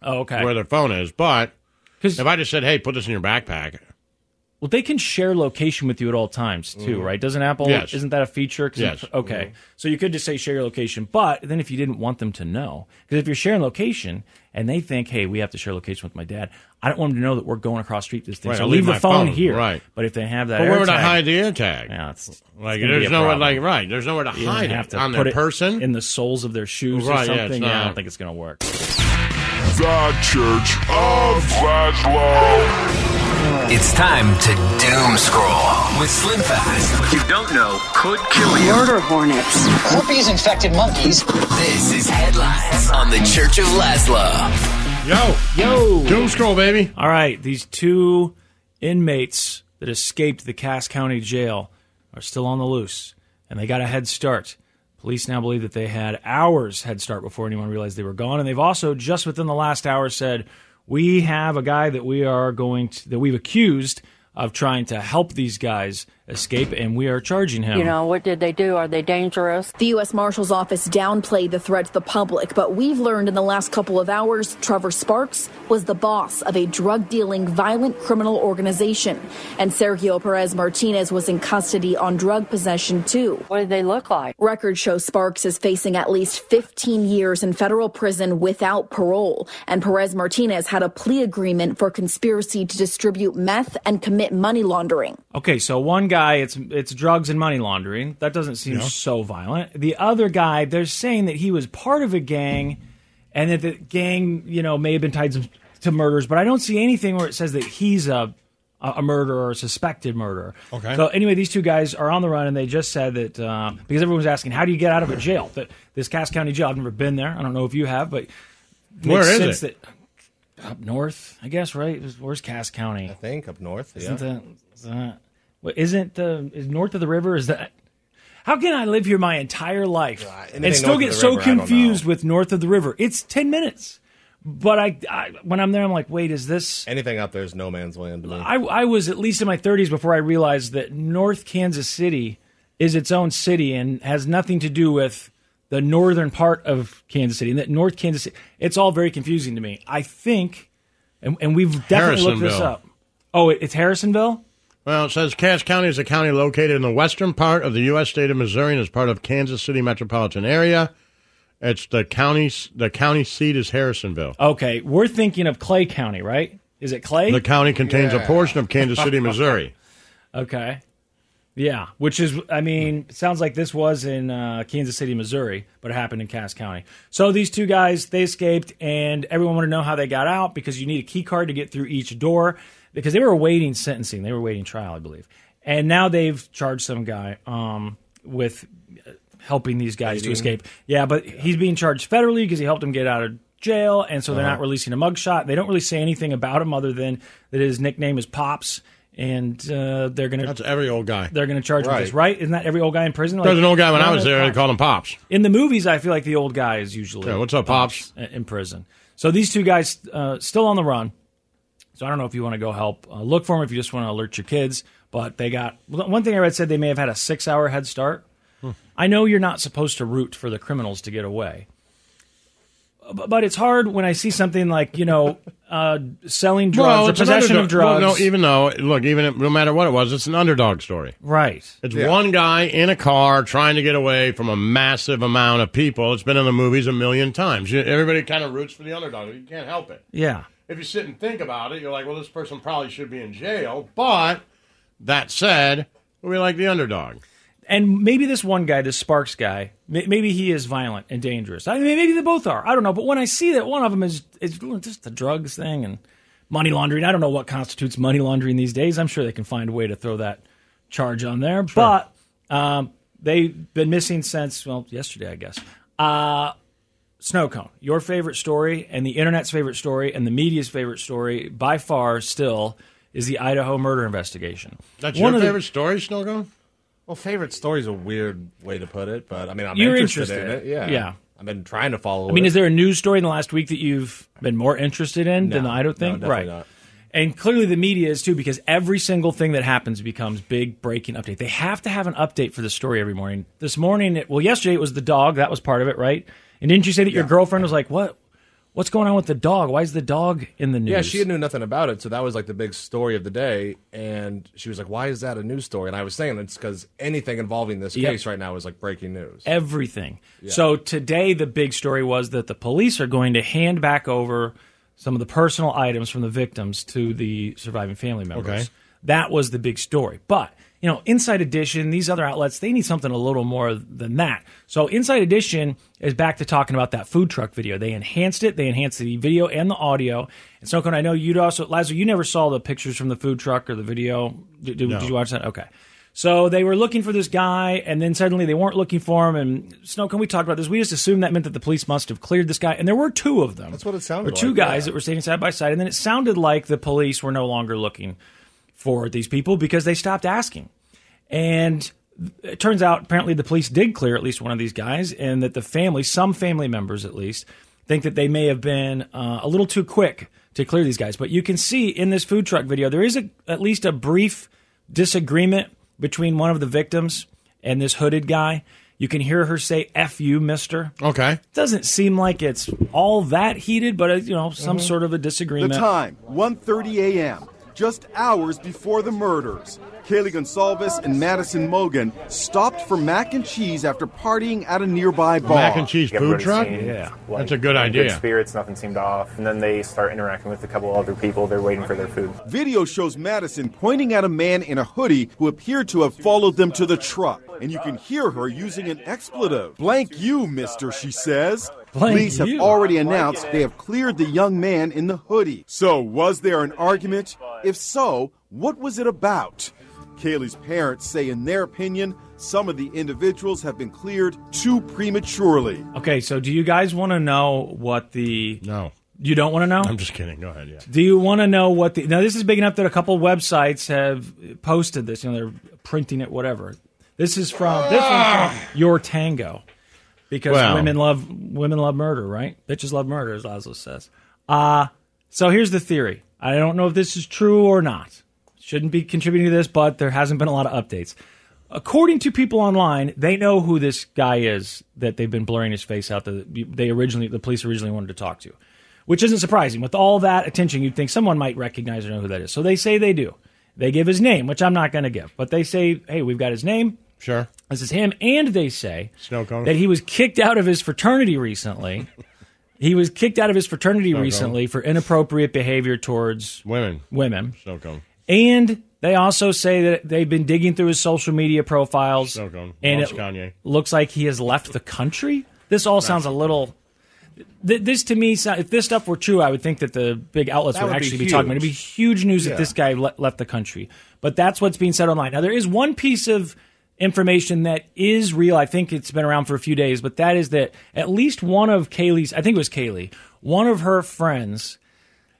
[SPEAKER 3] at- Oh, okay.
[SPEAKER 2] where their phone is. But
[SPEAKER 3] 'Cause-
[SPEAKER 2] if I just said, hey, put this in your backpack,
[SPEAKER 3] Well, they can share location with you at all times too, right? Doesn't Apple?
[SPEAKER 2] Mm-hmm. Yes.
[SPEAKER 3] Isn't that a feature? 'Cause
[SPEAKER 2] Yes. Mm-hmm.
[SPEAKER 3] it's- Okay. So you could just say share your location, but then if you didn't want them to know, because if you're sharing location and they think, hey, we have to share location with my dad, I don't want them to know that we're going across the street this thing.
[SPEAKER 2] Right,
[SPEAKER 3] so
[SPEAKER 2] I'll
[SPEAKER 3] leave
[SPEAKER 2] leave
[SPEAKER 3] the
[SPEAKER 2] my
[SPEAKER 3] phone,
[SPEAKER 2] phone,
[SPEAKER 3] here.
[SPEAKER 2] right.
[SPEAKER 3] But if they have that,
[SPEAKER 2] but where would I
[SPEAKER 3] AirTag-
[SPEAKER 2] hide the air tag?
[SPEAKER 3] Yeah, it's, it's
[SPEAKER 2] Like,
[SPEAKER 3] gonna be
[SPEAKER 2] there's
[SPEAKER 3] a
[SPEAKER 2] nowhere,
[SPEAKER 3] problem.
[SPEAKER 2] like, right, there's nowhere to
[SPEAKER 3] You
[SPEAKER 2] hide
[SPEAKER 3] have
[SPEAKER 2] it
[SPEAKER 3] to
[SPEAKER 2] on
[SPEAKER 3] put
[SPEAKER 2] their
[SPEAKER 3] it
[SPEAKER 2] person.
[SPEAKER 3] in the soles of their shoes
[SPEAKER 2] Right,
[SPEAKER 3] or
[SPEAKER 2] yeah, it's
[SPEAKER 3] something. I
[SPEAKER 2] not-
[SPEAKER 3] don't think it's going to work.
[SPEAKER 1] The Church of Laszlo.
[SPEAKER 7] It's time to doom scroll with Slim Fast. What you don't know could kill you.
[SPEAKER 5] Murder hornets. Herpes infected monkeys.
[SPEAKER 7] This is headlines on the Church of Laszlo.
[SPEAKER 2] Yo,
[SPEAKER 3] Yo.
[SPEAKER 2] doom scroll, baby.
[SPEAKER 3] All right, these two inmates that escaped the Cass County Jail are still on the loose, and they got a head start. Police now believe that they had hours head start before anyone realized they were gone, and they've also just within the last hour said we have a guy that we are going to, that we've accused of trying to help these guys escape, and we are charging him.
[SPEAKER 12] You know, what did they do? Are they dangerous?
[SPEAKER 13] The U.S. Marshal's Office downplayed the threat to the public, but we've learned in the last couple of hours Trevor Sparks was the boss of a drug dealing, violent criminal organization. And Sergio Perez Martinez was in custody on drug possession, too.
[SPEAKER 12] What did they look like?
[SPEAKER 13] Records show Sparks is facing at least 15 years in federal prison without parole, and Perez Martinez had a plea agreement for conspiracy to distribute meth and commit money laundering.
[SPEAKER 3] Okay, so one guy it's it's drugs and money laundering. That doesn't seem
[SPEAKER 2] Yeah.
[SPEAKER 3] so violent. The other guy, they're saying that he was part of a gang, and that the gang, you know, may have been tied to- to murders. But I don't see anything where it says that he's a a a murderer or a suspected murderer.
[SPEAKER 2] Okay.
[SPEAKER 3] So anyway, these two guys are on the run, and they just said that uh, because everyone was asking, how do you get out of a jail? That this Cass County jail. I've never been there. I don't know if you have, but it makes
[SPEAKER 2] Where is
[SPEAKER 3] sense
[SPEAKER 2] it?
[SPEAKER 3] That, up north, I guess. Right? Where's Cass County? I
[SPEAKER 4] think up north.
[SPEAKER 3] Isn't
[SPEAKER 4] yeah.
[SPEAKER 3] that, is that what, isn't the is north of the river? Is that how can I live here my entire life
[SPEAKER 4] anything
[SPEAKER 3] and still
[SPEAKER 4] north of
[SPEAKER 3] get
[SPEAKER 4] the
[SPEAKER 3] so
[SPEAKER 4] river, I don't
[SPEAKER 3] confused with north of the river? It's ten minutes, but I, I when I'm there, I'm like, wait, is this?
[SPEAKER 4] Anything out there is no man's land to me.
[SPEAKER 3] I I was at least in my 30s before I realized that North Kansas City is its own city and has nothing to do with the northern part of Kansas City. And that North Kansas City, it's all very confusing to me. I think, and, and we've definitely looked this
[SPEAKER 2] Harrisonville.
[SPEAKER 3] up. Oh, it- it's Harrisonville.
[SPEAKER 2] Well, it says Cass County is a county located in the western part of the U.S. state of Missouri and is part of Kansas City metropolitan area. It's the county. The county seat is Harrisonville.
[SPEAKER 3] Okay, we're thinking of Clay County, right? Is it Clay?
[SPEAKER 2] The county contains a portion of Kansas City, Missouri.
[SPEAKER 3] okay. Yeah, which is, I mean, it sounds like this was in uh, Kansas City, Missouri, but it happened in Cass County. So these two guys, they escaped, and everyone wanted to know how they got out because you need a key card to get through each door because they were awaiting sentencing. They were awaiting trial, I believe. And now they've charged some guy um, with helping these guys to
[SPEAKER 2] Aiding.
[SPEAKER 3] escape. Yeah, but he's being charged federally because he helped him get out of jail, and so they're
[SPEAKER 2] Uh-huh.
[SPEAKER 3] not releasing a mugshot. They don't really say anything about him other than that his nickname is Pops, and uh, they're gonna that's
[SPEAKER 2] every old guy.
[SPEAKER 3] They're gonna charge him with this,
[SPEAKER 2] Right.
[SPEAKER 3] right? Isn't that every old guy in prison?
[SPEAKER 2] There's an old guy when I was there. They
[SPEAKER 3] Pops.
[SPEAKER 2] called him Pops.
[SPEAKER 3] In the movies, I feel like the old guy is usually
[SPEAKER 2] Yeah, what's up,
[SPEAKER 3] Pops in- in prison. So these two guys uh, still on the run. So I don't know if you want to go help uh, look for them if you just want to alert your kids. But they got one thing I read said they may have had a six hour head start.
[SPEAKER 2] Hmm.
[SPEAKER 3] I know you're not supposed to root for the criminals to get away, but, but it's hard when I see something like you know uh, selling drugs
[SPEAKER 2] Well,
[SPEAKER 3] or
[SPEAKER 2] it's an
[SPEAKER 3] possession of
[SPEAKER 2] underdog- well,
[SPEAKER 3] drugs.
[SPEAKER 2] no, even though look, even if, no matter what it was, it's an underdog story.
[SPEAKER 3] Right.
[SPEAKER 2] It's one guy in a car trying to get away from a massive amount of people. It's been in the movies a million times. You- Everybody kind of roots for the underdog. You can't help it.
[SPEAKER 3] Yeah.
[SPEAKER 2] If you sit and think about it, you're like, well, this person probably should be in jail. But that said, we like the underdog.
[SPEAKER 3] and maybe this one guy, this Sparks guy, may- maybe he is violent and dangerous. I mean, maybe they both are. I don't know. But when I see that one of them is is doing just the drugs thing and money laundering, I don't know what constitutes money laundering these days. I'm sure they can find a way to throw that charge on there. But um, they've been missing since well yesterday, I guess. Uh, Snow cone, your favorite story and the internet's favorite story and the media's favorite story by far still is the Idaho murder investigation.
[SPEAKER 2] That's
[SPEAKER 3] One
[SPEAKER 2] your
[SPEAKER 3] of the-
[SPEAKER 2] favorite story, Snowgone?
[SPEAKER 4] Well, favorite story's a weird way to put it, but I mean, I'm
[SPEAKER 3] You're
[SPEAKER 4] interested,
[SPEAKER 3] interested.
[SPEAKER 4] in it. Yeah,
[SPEAKER 3] Yeah.
[SPEAKER 4] I've been trying to follow.
[SPEAKER 3] I mean,
[SPEAKER 4] it.
[SPEAKER 3] is there a news story in the last week that you've been more interested in than
[SPEAKER 4] No.
[SPEAKER 3] the Idaho
[SPEAKER 4] No,
[SPEAKER 3] thing?
[SPEAKER 4] definitely
[SPEAKER 3] right.
[SPEAKER 4] not.
[SPEAKER 3] And clearly the media is too, because every single thing that happens becomes big breaking update. They have to have an update for the story every morning. This morning, it, well, yesterday it was the dog. That was part of it, right? And didn't you say that your girlfriend was like, "What? What's going on with the dog? Why is the dog in the news?"
[SPEAKER 4] Yeah, she knew nothing about it, so that was like the big story of the day. And she was like, "Why is that a news story?" And I was saying it's because anything involving this
[SPEAKER 3] Yep.
[SPEAKER 4] case right now is like breaking news.
[SPEAKER 3] everything.
[SPEAKER 4] Yeah.
[SPEAKER 3] So today, the big story was that the police are going to hand back over some of the personal items from the victims to the surviving family members.
[SPEAKER 2] Okay.
[SPEAKER 3] That was the big story. But, you know, Inside Edition, these other outlets, they need something a little more than that. So Inside Edition is back to talking about that food truck video. They enhanced it, they enhanced the video and the audio. And Snowcone, I know you'd also, Lazar, you never saw the pictures from the food truck or the video. Did, did-
[SPEAKER 2] No.
[SPEAKER 3] did you watch that? Okay. So they were looking for this guy, and then suddenly they weren't looking for him. And Snow, can we talk about this? We just assumed that meant that the police must have cleared this guy, and there were two of them. That's
[SPEAKER 4] what it sounded.
[SPEAKER 3] Or two
[SPEAKER 4] like,
[SPEAKER 3] guys that were standing side by side, and then it sounded like the police were no longer looking for these people because they stopped asking. And it turns out apparently the police did clear at least one of these guys, and that the family, some family members at least, think that they may have been uh, a little too quick to clear these guys. But you can see in this food truck video, there is a, at least a brief disagreement between one of the victims and this hooded guy. You can hear her say "F you, Mister."
[SPEAKER 2] Okay,
[SPEAKER 3] doesn't seem like it's all that heated, but uh, you know, some
[SPEAKER 14] Mhm.
[SPEAKER 3] sort of a disagreement.
[SPEAKER 14] The time, 1.30 a.m., just hours before the murders. Kaylee Gonsalves and Madison Mogan stopped for mac and cheese after partying at a nearby bar.
[SPEAKER 2] Mac and cheese food truck? That's a good idea.
[SPEAKER 15] spirits, nothing seemed off. And then they start interacting with a couple other people. They're waiting for their food.
[SPEAKER 14] Video shows Madison pointing at a man in a hoodie who appeared to have followed them to the truck, and you can hear her using an expletive. Blank you, mister, she says.
[SPEAKER 1] Blank
[SPEAKER 14] Police have
[SPEAKER 1] you.
[SPEAKER 14] already announced they have cleared the young man in the hoodie. So, was there an argument? If so, what was it about? Kaylee's parents say, in their opinion, some of the individuals have been cleared too prematurely.
[SPEAKER 3] Okay, so do you guys want to know what the
[SPEAKER 2] no?
[SPEAKER 3] You don't want to know?
[SPEAKER 2] I'm just kidding. Go ahead. Yeah.
[SPEAKER 3] Do you want to know what the now? This is big enough that a couple websites have posted this. You know, they're printing it, whatever. This is from this one's from Your Tango, because
[SPEAKER 2] Well.
[SPEAKER 3] women love women love murder, right? Bitches love murder, as Laszlo says. Uh so here's the theory. I don't know if this is true or not. Shouldn't be contributing to this, but there hasn't been a lot of updates. According to people online, they know who this guy is that they've been blurring his face out. That they originally, the police originally wanted to talk to which isn't surprising. With all that attention, you'd think someone might recognize or know who that is. So they say they do. They give his name, which I'm not going to give, but they say, hey, we've got his name.
[SPEAKER 2] Sure.
[SPEAKER 3] This is him. And they say
[SPEAKER 2] Snow cone.
[SPEAKER 3] that he was kicked out of his fraternity recently. he was kicked out of his fraternity
[SPEAKER 2] Snow cone.
[SPEAKER 3] recently for inappropriate behavior towards
[SPEAKER 2] women.
[SPEAKER 3] Women.
[SPEAKER 2] Snow cone.
[SPEAKER 3] And they also say that they've been digging through his social media profiles.
[SPEAKER 2] Snow cone.
[SPEAKER 3] And
[SPEAKER 2] Loves
[SPEAKER 3] it
[SPEAKER 2] Kanye.
[SPEAKER 3] looks like he has left the country. This all sounds a little. Th- this to me, sound- if this stuff were true, I would think that the big outlets
[SPEAKER 16] That
[SPEAKER 3] would,
[SPEAKER 16] would be
[SPEAKER 3] actually be, talking about it. It'd be huge news
[SPEAKER 16] Yeah.
[SPEAKER 3] if this guy le- left the country. But that's what's being said online. Now, there is one piece of information that is real. I think it's been around for a few days, but that is that at least one of Kaylee's, I think it was Kaylee, one of her friends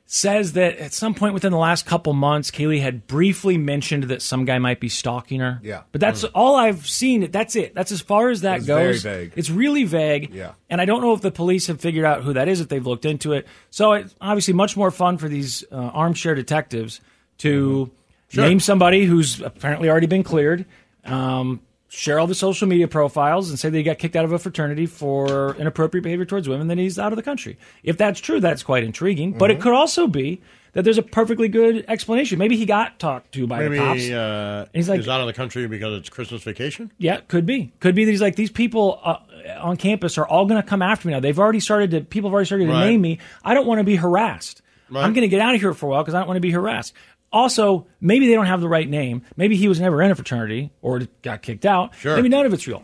[SPEAKER 3] says that at some point within the last couple months, Kaylee had briefly mentioned that some guy might be stalking her.
[SPEAKER 4] Yeah.
[SPEAKER 3] But that's all I've seen. That's it. That's as far as that
[SPEAKER 4] It's very
[SPEAKER 3] goes.
[SPEAKER 4] vague.
[SPEAKER 3] It's really vague.
[SPEAKER 4] Yeah.
[SPEAKER 3] And I don't know if the police have figured out who that is, if they've looked into it. So it's obviously much more fun for these uh, armchair detectives to
[SPEAKER 4] Mm-hmm.
[SPEAKER 2] Sure.
[SPEAKER 3] name somebody who's apparently already been cleared, um, share all the social media profiles, and say they got kicked out of a fraternity for inappropriate behavior towards women, then he's out of the country. If that's true, that's quite intriguing. But
[SPEAKER 2] Mm-hmm.
[SPEAKER 3] it could also be that there's a perfectly good explanation. Maybe he got talked to by
[SPEAKER 2] Maybe
[SPEAKER 3] the cops.
[SPEAKER 2] uh,
[SPEAKER 3] He's like-
[SPEAKER 2] he's out of the country because it's Christmas vacation.
[SPEAKER 3] Yeah, could be. Could be these like these people uh, on campus are all going to come after me now. They've already started to people have already started to
[SPEAKER 2] Right.
[SPEAKER 3] name me. I don't want to be harassed. I'm going to get out of here for a while because I don't want to be harassed. Also, maybe they don't have the right name. Maybe he was never in a fraternity or got kicked out.
[SPEAKER 2] Sure.
[SPEAKER 3] Maybe none of it's real.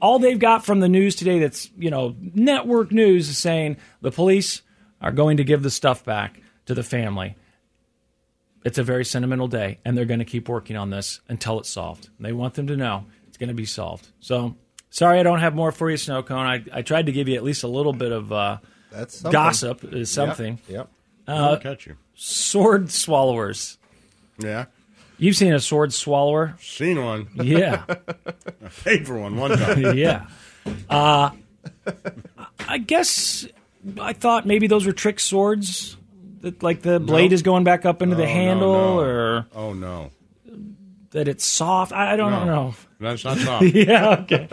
[SPEAKER 3] All they've got from the news today that's, you know, network news is saying the police are going to give the stuff back to the family. It's a very sentimental day, and they're going to keep working on this until it's solved. They want them to know it's going to be solved. So, sorry I don't have more for you, Snow Cone. I, I tried to give you at least a little bit of uh,
[SPEAKER 4] That's something.
[SPEAKER 3] gossip,
[SPEAKER 4] Yep,
[SPEAKER 3] is something.
[SPEAKER 4] yep.
[SPEAKER 3] Uh,
[SPEAKER 2] I'll catch you.
[SPEAKER 3] Sword swallowers.
[SPEAKER 2] Yeah.
[SPEAKER 3] You've seen a sword swallower?
[SPEAKER 2] Seen one.
[SPEAKER 3] Yeah.
[SPEAKER 2] I paid for one one time.
[SPEAKER 3] yeah. Uh, I guess I thought maybe those were trick swords. That like the blade is going back up into
[SPEAKER 2] Oh,
[SPEAKER 3] the
[SPEAKER 2] no,
[SPEAKER 3] handle,
[SPEAKER 2] no.
[SPEAKER 3] or
[SPEAKER 2] Oh no.
[SPEAKER 3] that it's soft. I, I don't
[SPEAKER 2] No.
[SPEAKER 3] know.
[SPEAKER 2] That's not soft.
[SPEAKER 3] Oh, yeah. Okay.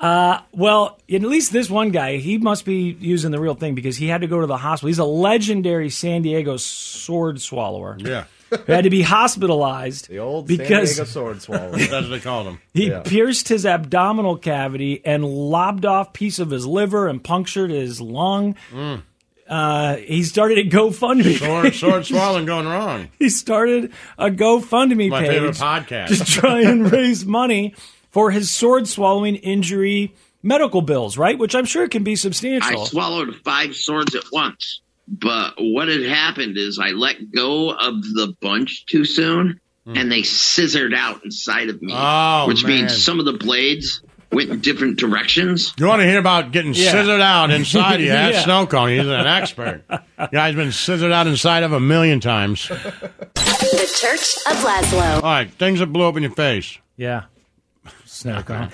[SPEAKER 3] Uh, well, at least this one guy, he must be using the real thing because he had to go to the hospital. He's a legendary San Diego sword swallower.
[SPEAKER 2] Yeah.
[SPEAKER 3] Who had to be hospitalized
[SPEAKER 4] The old
[SPEAKER 3] because
[SPEAKER 4] San Diego sword swallower.
[SPEAKER 2] That's what they called him.
[SPEAKER 3] He pierced his abdominal cavity and lobbed off piece of his liver and punctured his lung.
[SPEAKER 2] Mm.
[SPEAKER 3] Uh, he started a GoFundMe.
[SPEAKER 2] Sword, sword
[SPEAKER 3] page.
[SPEAKER 2] swallowing going wrong.
[SPEAKER 3] He started a GoFundMe
[SPEAKER 2] My
[SPEAKER 3] page.
[SPEAKER 2] favorite podcast.
[SPEAKER 3] to try and raise money for his sword swallowing injury medical bills, right? Which I'm sure can be substantial.
[SPEAKER 17] I swallowed five swords at once. But what had happened is I let go of the bunch too soon and they scissored out inside of me.
[SPEAKER 2] Oh,
[SPEAKER 17] which
[SPEAKER 2] man.
[SPEAKER 17] means some of the blades went in different directions.
[SPEAKER 2] You want to hear about getting
[SPEAKER 17] Yeah.
[SPEAKER 2] scissored out inside you? That's
[SPEAKER 17] Yeah.
[SPEAKER 2] Snow Cone. He's an expert. Guy's been scissored out inside of a million times.
[SPEAKER 6] The Church of Laszlo.
[SPEAKER 2] All right, things that blew up in your face.
[SPEAKER 3] Yeah. snack on.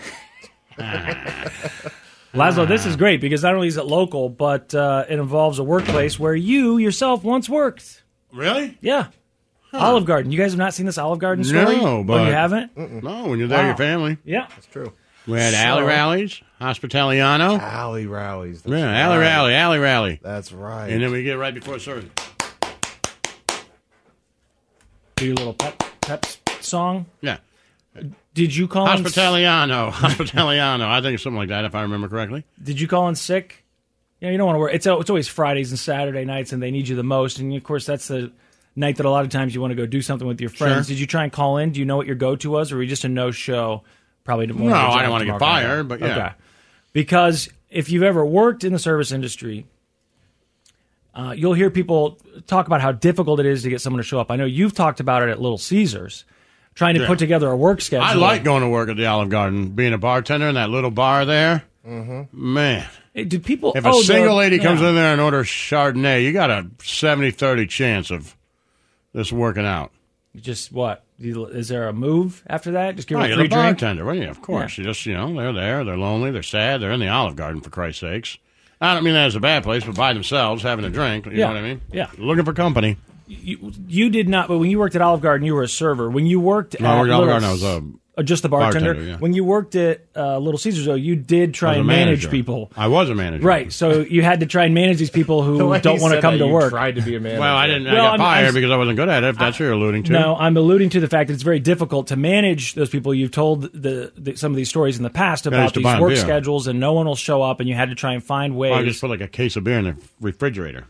[SPEAKER 2] Ah.
[SPEAKER 3] Laszlo, this is great because not only is it local, but uh, it involves a workplace where you yourself once worked.
[SPEAKER 2] Really?
[SPEAKER 3] Yeah. Olive Garden. You guys have not seen this Olive Garden story?
[SPEAKER 2] No,
[SPEAKER 3] Oh,
[SPEAKER 2] but
[SPEAKER 3] you haven't.
[SPEAKER 2] No, when you're there,
[SPEAKER 3] Wow.
[SPEAKER 2] your family.
[SPEAKER 3] Yeah, that's true.
[SPEAKER 2] We had alley
[SPEAKER 3] So-
[SPEAKER 2] rallies, hospitaliano.
[SPEAKER 4] Alley rallies.
[SPEAKER 2] Yeah, alley rally, alley rally.
[SPEAKER 4] That's right.
[SPEAKER 2] And then we get right before service.
[SPEAKER 3] Do your little pep pep song.
[SPEAKER 2] Yeah.
[SPEAKER 3] Did you call in-
[SPEAKER 2] hospitaliano? Hospitaliano. I think something like that, if I remember correctly.
[SPEAKER 3] Did you call in sick? You know, you don't want to work. It's it's always Fridays and Saturday nights, and they need you the most. And of course, that's the night that a lot of times you want to go do something with your friends.
[SPEAKER 2] Sure.
[SPEAKER 3] Did you try and call in? Do you know what your go to was, or were you just a no show? Probably didn't.
[SPEAKER 2] No,
[SPEAKER 3] want to
[SPEAKER 2] I didn't want to get fired, but yeah.
[SPEAKER 3] Because if you've ever worked in the service industry, uh, you'll hear people talk about how difficult it is to get someone to show up. I know you've talked about it at Little Caesars, trying to
[SPEAKER 2] Yeah.
[SPEAKER 3] put together a work schedule.
[SPEAKER 2] I like going to work at the Olive Garden, being a bartender in that little bar there. Mm-hmm. Man.
[SPEAKER 3] Do people?
[SPEAKER 2] If a
[SPEAKER 3] oh,
[SPEAKER 2] single
[SPEAKER 3] they're-
[SPEAKER 2] lady comes
[SPEAKER 3] yeah.
[SPEAKER 2] in there and orders Chardonnay, you got a 70 30 chance of this working out.
[SPEAKER 3] just what? You- Is there a move after that? Just give
[SPEAKER 2] Oh,
[SPEAKER 3] her a
[SPEAKER 2] you're
[SPEAKER 3] free
[SPEAKER 2] the
[SPEAKER 3] drink.
[SPEAKER 2] bartender, well, yeah, of course. You just, you know, they're there, they're lonely, they're sad, they're in the Olive Garden for Christ's sakes. I don't mean that as a bad place, but by themselves, having a drink, you
[SPEAKER 3] Yeah.
[SPEAKER 2] know what I mean?
[SPEAKER 3] Yeah.
[SPEAKER 2] looking for company.
[SPEAKER 3] You, you did not, but when you worked at Olive Garden, you were a server. When you worked
[SPEAKER 2] No, I
[SPEAKER 3] at
[SPEAKER 2] worked at Olive
[SPEAKER 3] Little-
[SPEAKER 2] Garden, I was a
[SPEAKER 3] oh, just the bartender.
[SPEAKER 2] bartender, yeah.
[SPEAKER 3] When you worked at uh, Little Caesars, though, you did
[SPEAKER 2] I
[SPEAKER 3] try
[SPEAKER 2] was a
[SPEAKER 3] and manage
[SPEAKER 2] manager.
[SPEAKER 3] people.
[SPEAKER 2] I was a manager.
[SPEAKER 3] Right, so you had to try and manage these people
[SPEAKER 4] The way
[SPEAKER 3] who
[SPEAKER 4] he
[SPEAKER 3] don't want to
[SPEAKER 4] said
[SPEAKER 3] come
[SPEAKER 4] that,
[SPEAKER 3] to
[SPEAKER 4] you
[SPEAKER 3] work.
[SPEAKER 4] tried to be a manager.
[SPEAKER 2] Well, I didn't.
[SPEAKER 3] Well,
[SPEAKER 2] I got
[SPEAKER 3] I'm-
[SPEAKER 2] fired
[SPEAKER 3] I'm-
[SPEAKER 2] because I wasn't good at it. If that's what you're alluding to.
[SPEAKER 3] No, I'm alluding to the fact that it's very difficult to manage those people. You've told the, the some of these stories in the past
[SPEAKER 2] Yeah, I
[SPEAKER 3] about
[SPEAKER 2] used to
[SPEAKER 3] these
[SPEAKER 2] buy 'em
[SPEAKER 3] work
[SPEAKER 2] beer.
[SPEAKER 3] schedules, and no one will show up, and you had to try and find ways.
[SPEAKER 2] I just put like a case of beer in the refrigerator.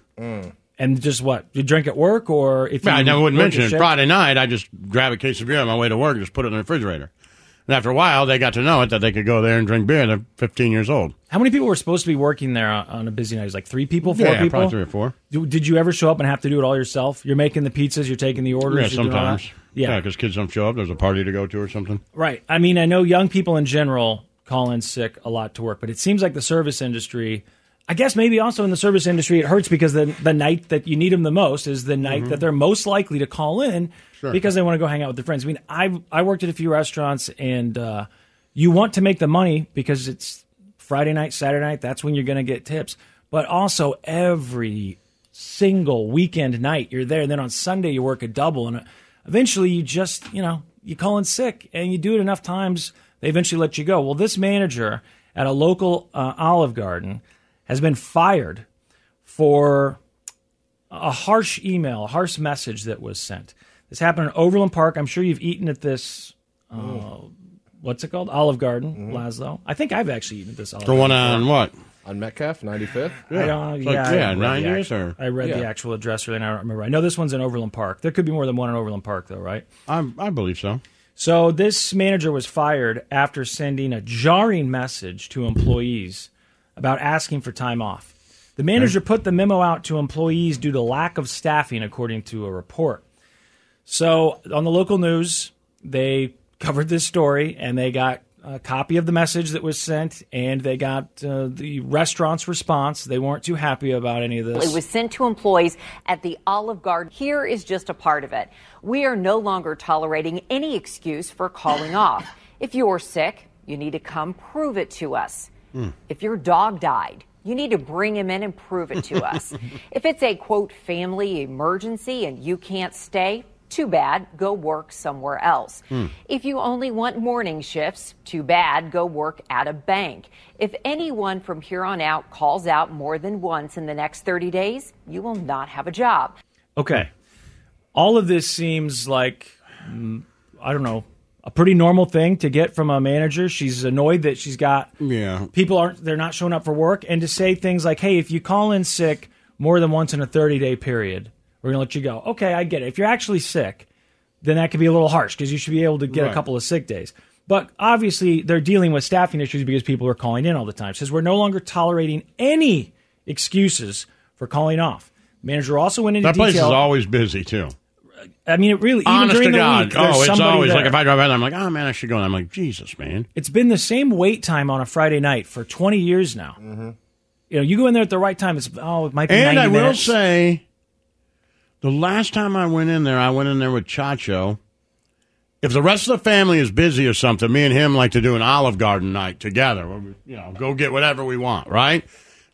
[SPEAKER 3] and just what you drink at work, or if you
[SPEAKER 2] I never wouldn't
[SPEAKER 3] work
[SPEAKER 2] mention
[SPEAKER 3] your
[SPEAKER 2] it.
[SPEAKER 3] shift?
[SPEAKER 2] Friday night, I just grab a case of beer on my way to work and just put it in the refrigerator. And after a while, they got to know it that they could go there and drink beer. They're 15 years old.
[SPEAKER 3] How many people were supposed to be working there on, on a busy night? It was like three people, four
[SPEAKER 2] yeah,
[SPEAKER 3] people.
[SPEAKER 2] probably three or four.
[SPEAKER 3] Do- Did you ever show up and have to do it all yourself? You're making the pizzas, you're taking the orders.
[SPEAKER 2] Yeah,
[SPEAKER 3] you're doing all that?
[SPEAKER 2] sometimes. Yeah, because kids don't show up. There's a party to go to or something.
[SPEAKER 3] Right. I mean, I know young people in general call in sick a lot to work, but it seems like the service industry. I guess maybe also in the service industry, it hurts because the the night that you need them the most is the night
[SPEAKER 16] Mhm.
[SPEAKER 3] that they're most likely to call in
[SPEAKER 16] Sure.
[SPEAKER 3] because they want to go hang out with their friends. I mean, I I worked at a few restaurants, and uh, you want to make the money because it's Friday night, Saturday night. That's when you're going to get tips. But also every single weekend night you're there, and then on Sunday you work a double, and eventually you just you know you call in sick, and you do it enough times, they eventually let you go. Well, this manager at a local uh, Olive Garden has been fired for a harsh email, a harsh message that was sent. This happened in Overland Park. I'm sure you've eaten at this. Uh,
[SPEAKER 2] Oh.
[SPEAKER 4] Mm.
[SPEAKER 3] what's it called? Olive Garden, Laszlo. I think I've actually eaten at this Olive
[SPEAKER 2] Mm-hmm. The one
[SPEAKER 3] Garden.
[SPEAKER 2] on what?
[SPEAKER 4] On Metcalf, 95th?
[SPEAKER 3] I don't, yeah, I read the act-
[SPEAKER 2] nine years or-
[SPEAKER 3] I read
[SPEAKER 2] Yeah.
[SPEAKER 3] the actual address earlier, and I don't remember. I know this one's in Overland Park. There could be more than one in Overland Park, though, right?
[SPEAKER 2] I, I believe so.
[SPEAKER 3] So this manager was fired after sending a jarring message to employees about asking for time off. The manager put the memo out to employees due to lack of staffing, according to a report. So on the local news, they covered this story and they got a copy of the message that was sent and they got uh, the restaurant's response. They weren't too happy about any of this.
[SPEAKER 18] It was sent to employees at the Olive Garden. Here is just a part of it. We are no longer tolerating any excuse for calling off. If you're sick, you need to come prove it to us. If your dog died, you need to bring him in and prove it to us. if it's a quote family emergency and you can't stay, too bad, go work somewhere else. If you only want morning shifts, too bad, go work at a bank. If anyone from here on out calls out more than once in the next 30 days, you will not have a job.
[SPEAKER 3] Okay. All of this seems like, mm, I don't know, a pretty normal thing to get from a manager. She's annoyed that she's got
[SPEAKER 2] Yeah.
[SPEAKER 3] people aren't, they're not showing up for work. And to say things like, hey, if you call in sick more than once in a 30 day period, we're going to let you go. Okay, I get it. If you're actually sick, then that could be a little harsh because you should be able to get a
[SPEAKER 16] Right.
[SPEAKER 3] couple of sick days. But obviously, they're dealing with staffing issues because people are calling in all the time. It says we're no longer tolerating any excuses for calling off. Manager also went into
[SPEAKER 2] That
[SPEAKER 3] detail.
[SPEAKER 2] place is always busy, too.
[SPEAKER 3] I mean, it really even
[SPEAKER 2] Honest
[SPEAKER 3] during
[SPEAKER 2] to
[SPEAKER 3] the
[SPEAKER 2] God.
[SPEAKER 3] week. there's
[SPEAKER 2] oh, it's
[SPEAKER 3] somebody
[SPEAKER 2] always
[SPEAKER 3] there.
[SPEAKER 2] like if I drive out, there, I'm like, oh man, I should go. And I'm like, Jesus, man.
[SPEAKER 3] It's been the same wait time on a Friday night for 20 years now. You know, you go in there at the right time. It's oh, it might be.
[SPEAKER 2] Mm-hmm. And
[SPEAKER 3] 90
[SPEAKER 2] I will
[SPEAKER 3] minutes.
[SPEAKER 2] say, the last time I went in there, I went in there with Chacho, if the rest of the family is busy or something, me and him like to do an Olive Garden night together. Where we, you know, go get whatever we want, right?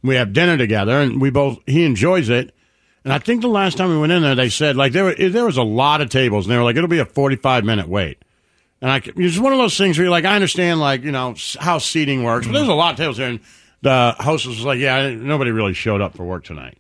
[SPEAKER 2] We have dinner together, and we both he enjoys it. And I think the last time we went in there, they said like there were, there was a lot of tables, and they were like it'll be a forty five minute wait. And I c- it's one of those things where you're like I understand like you know s- how seating works, but there's a lot of tables there, and the hostess was like, yeah, nobody really showed up for work tonight.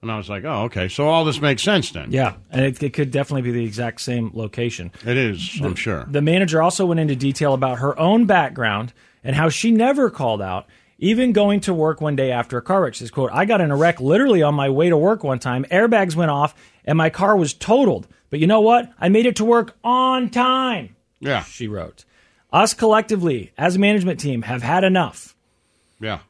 [SPEAKER 2] And I was like, oh, okay. So all this makes sense then.
[SPEAKER 3] Yeah, and it, it could definitely be the exact same location.
[SPEAKER 2] It is, I'm sure.
[SPEAKER 3] The manager also went into detail about her own background and how she never called out, even going to work one day after a car wreck. She says, quote, I got in a wreck literally on my way to work one time. Airbags went off and my car was totaled. But you know what? I made it to work on time.
[SPEAKER 2] Yeah.
[SPEAKER 3] She wrote. Us collectively, as a management team, have had enough.
[SPEAKER 2] Yeah.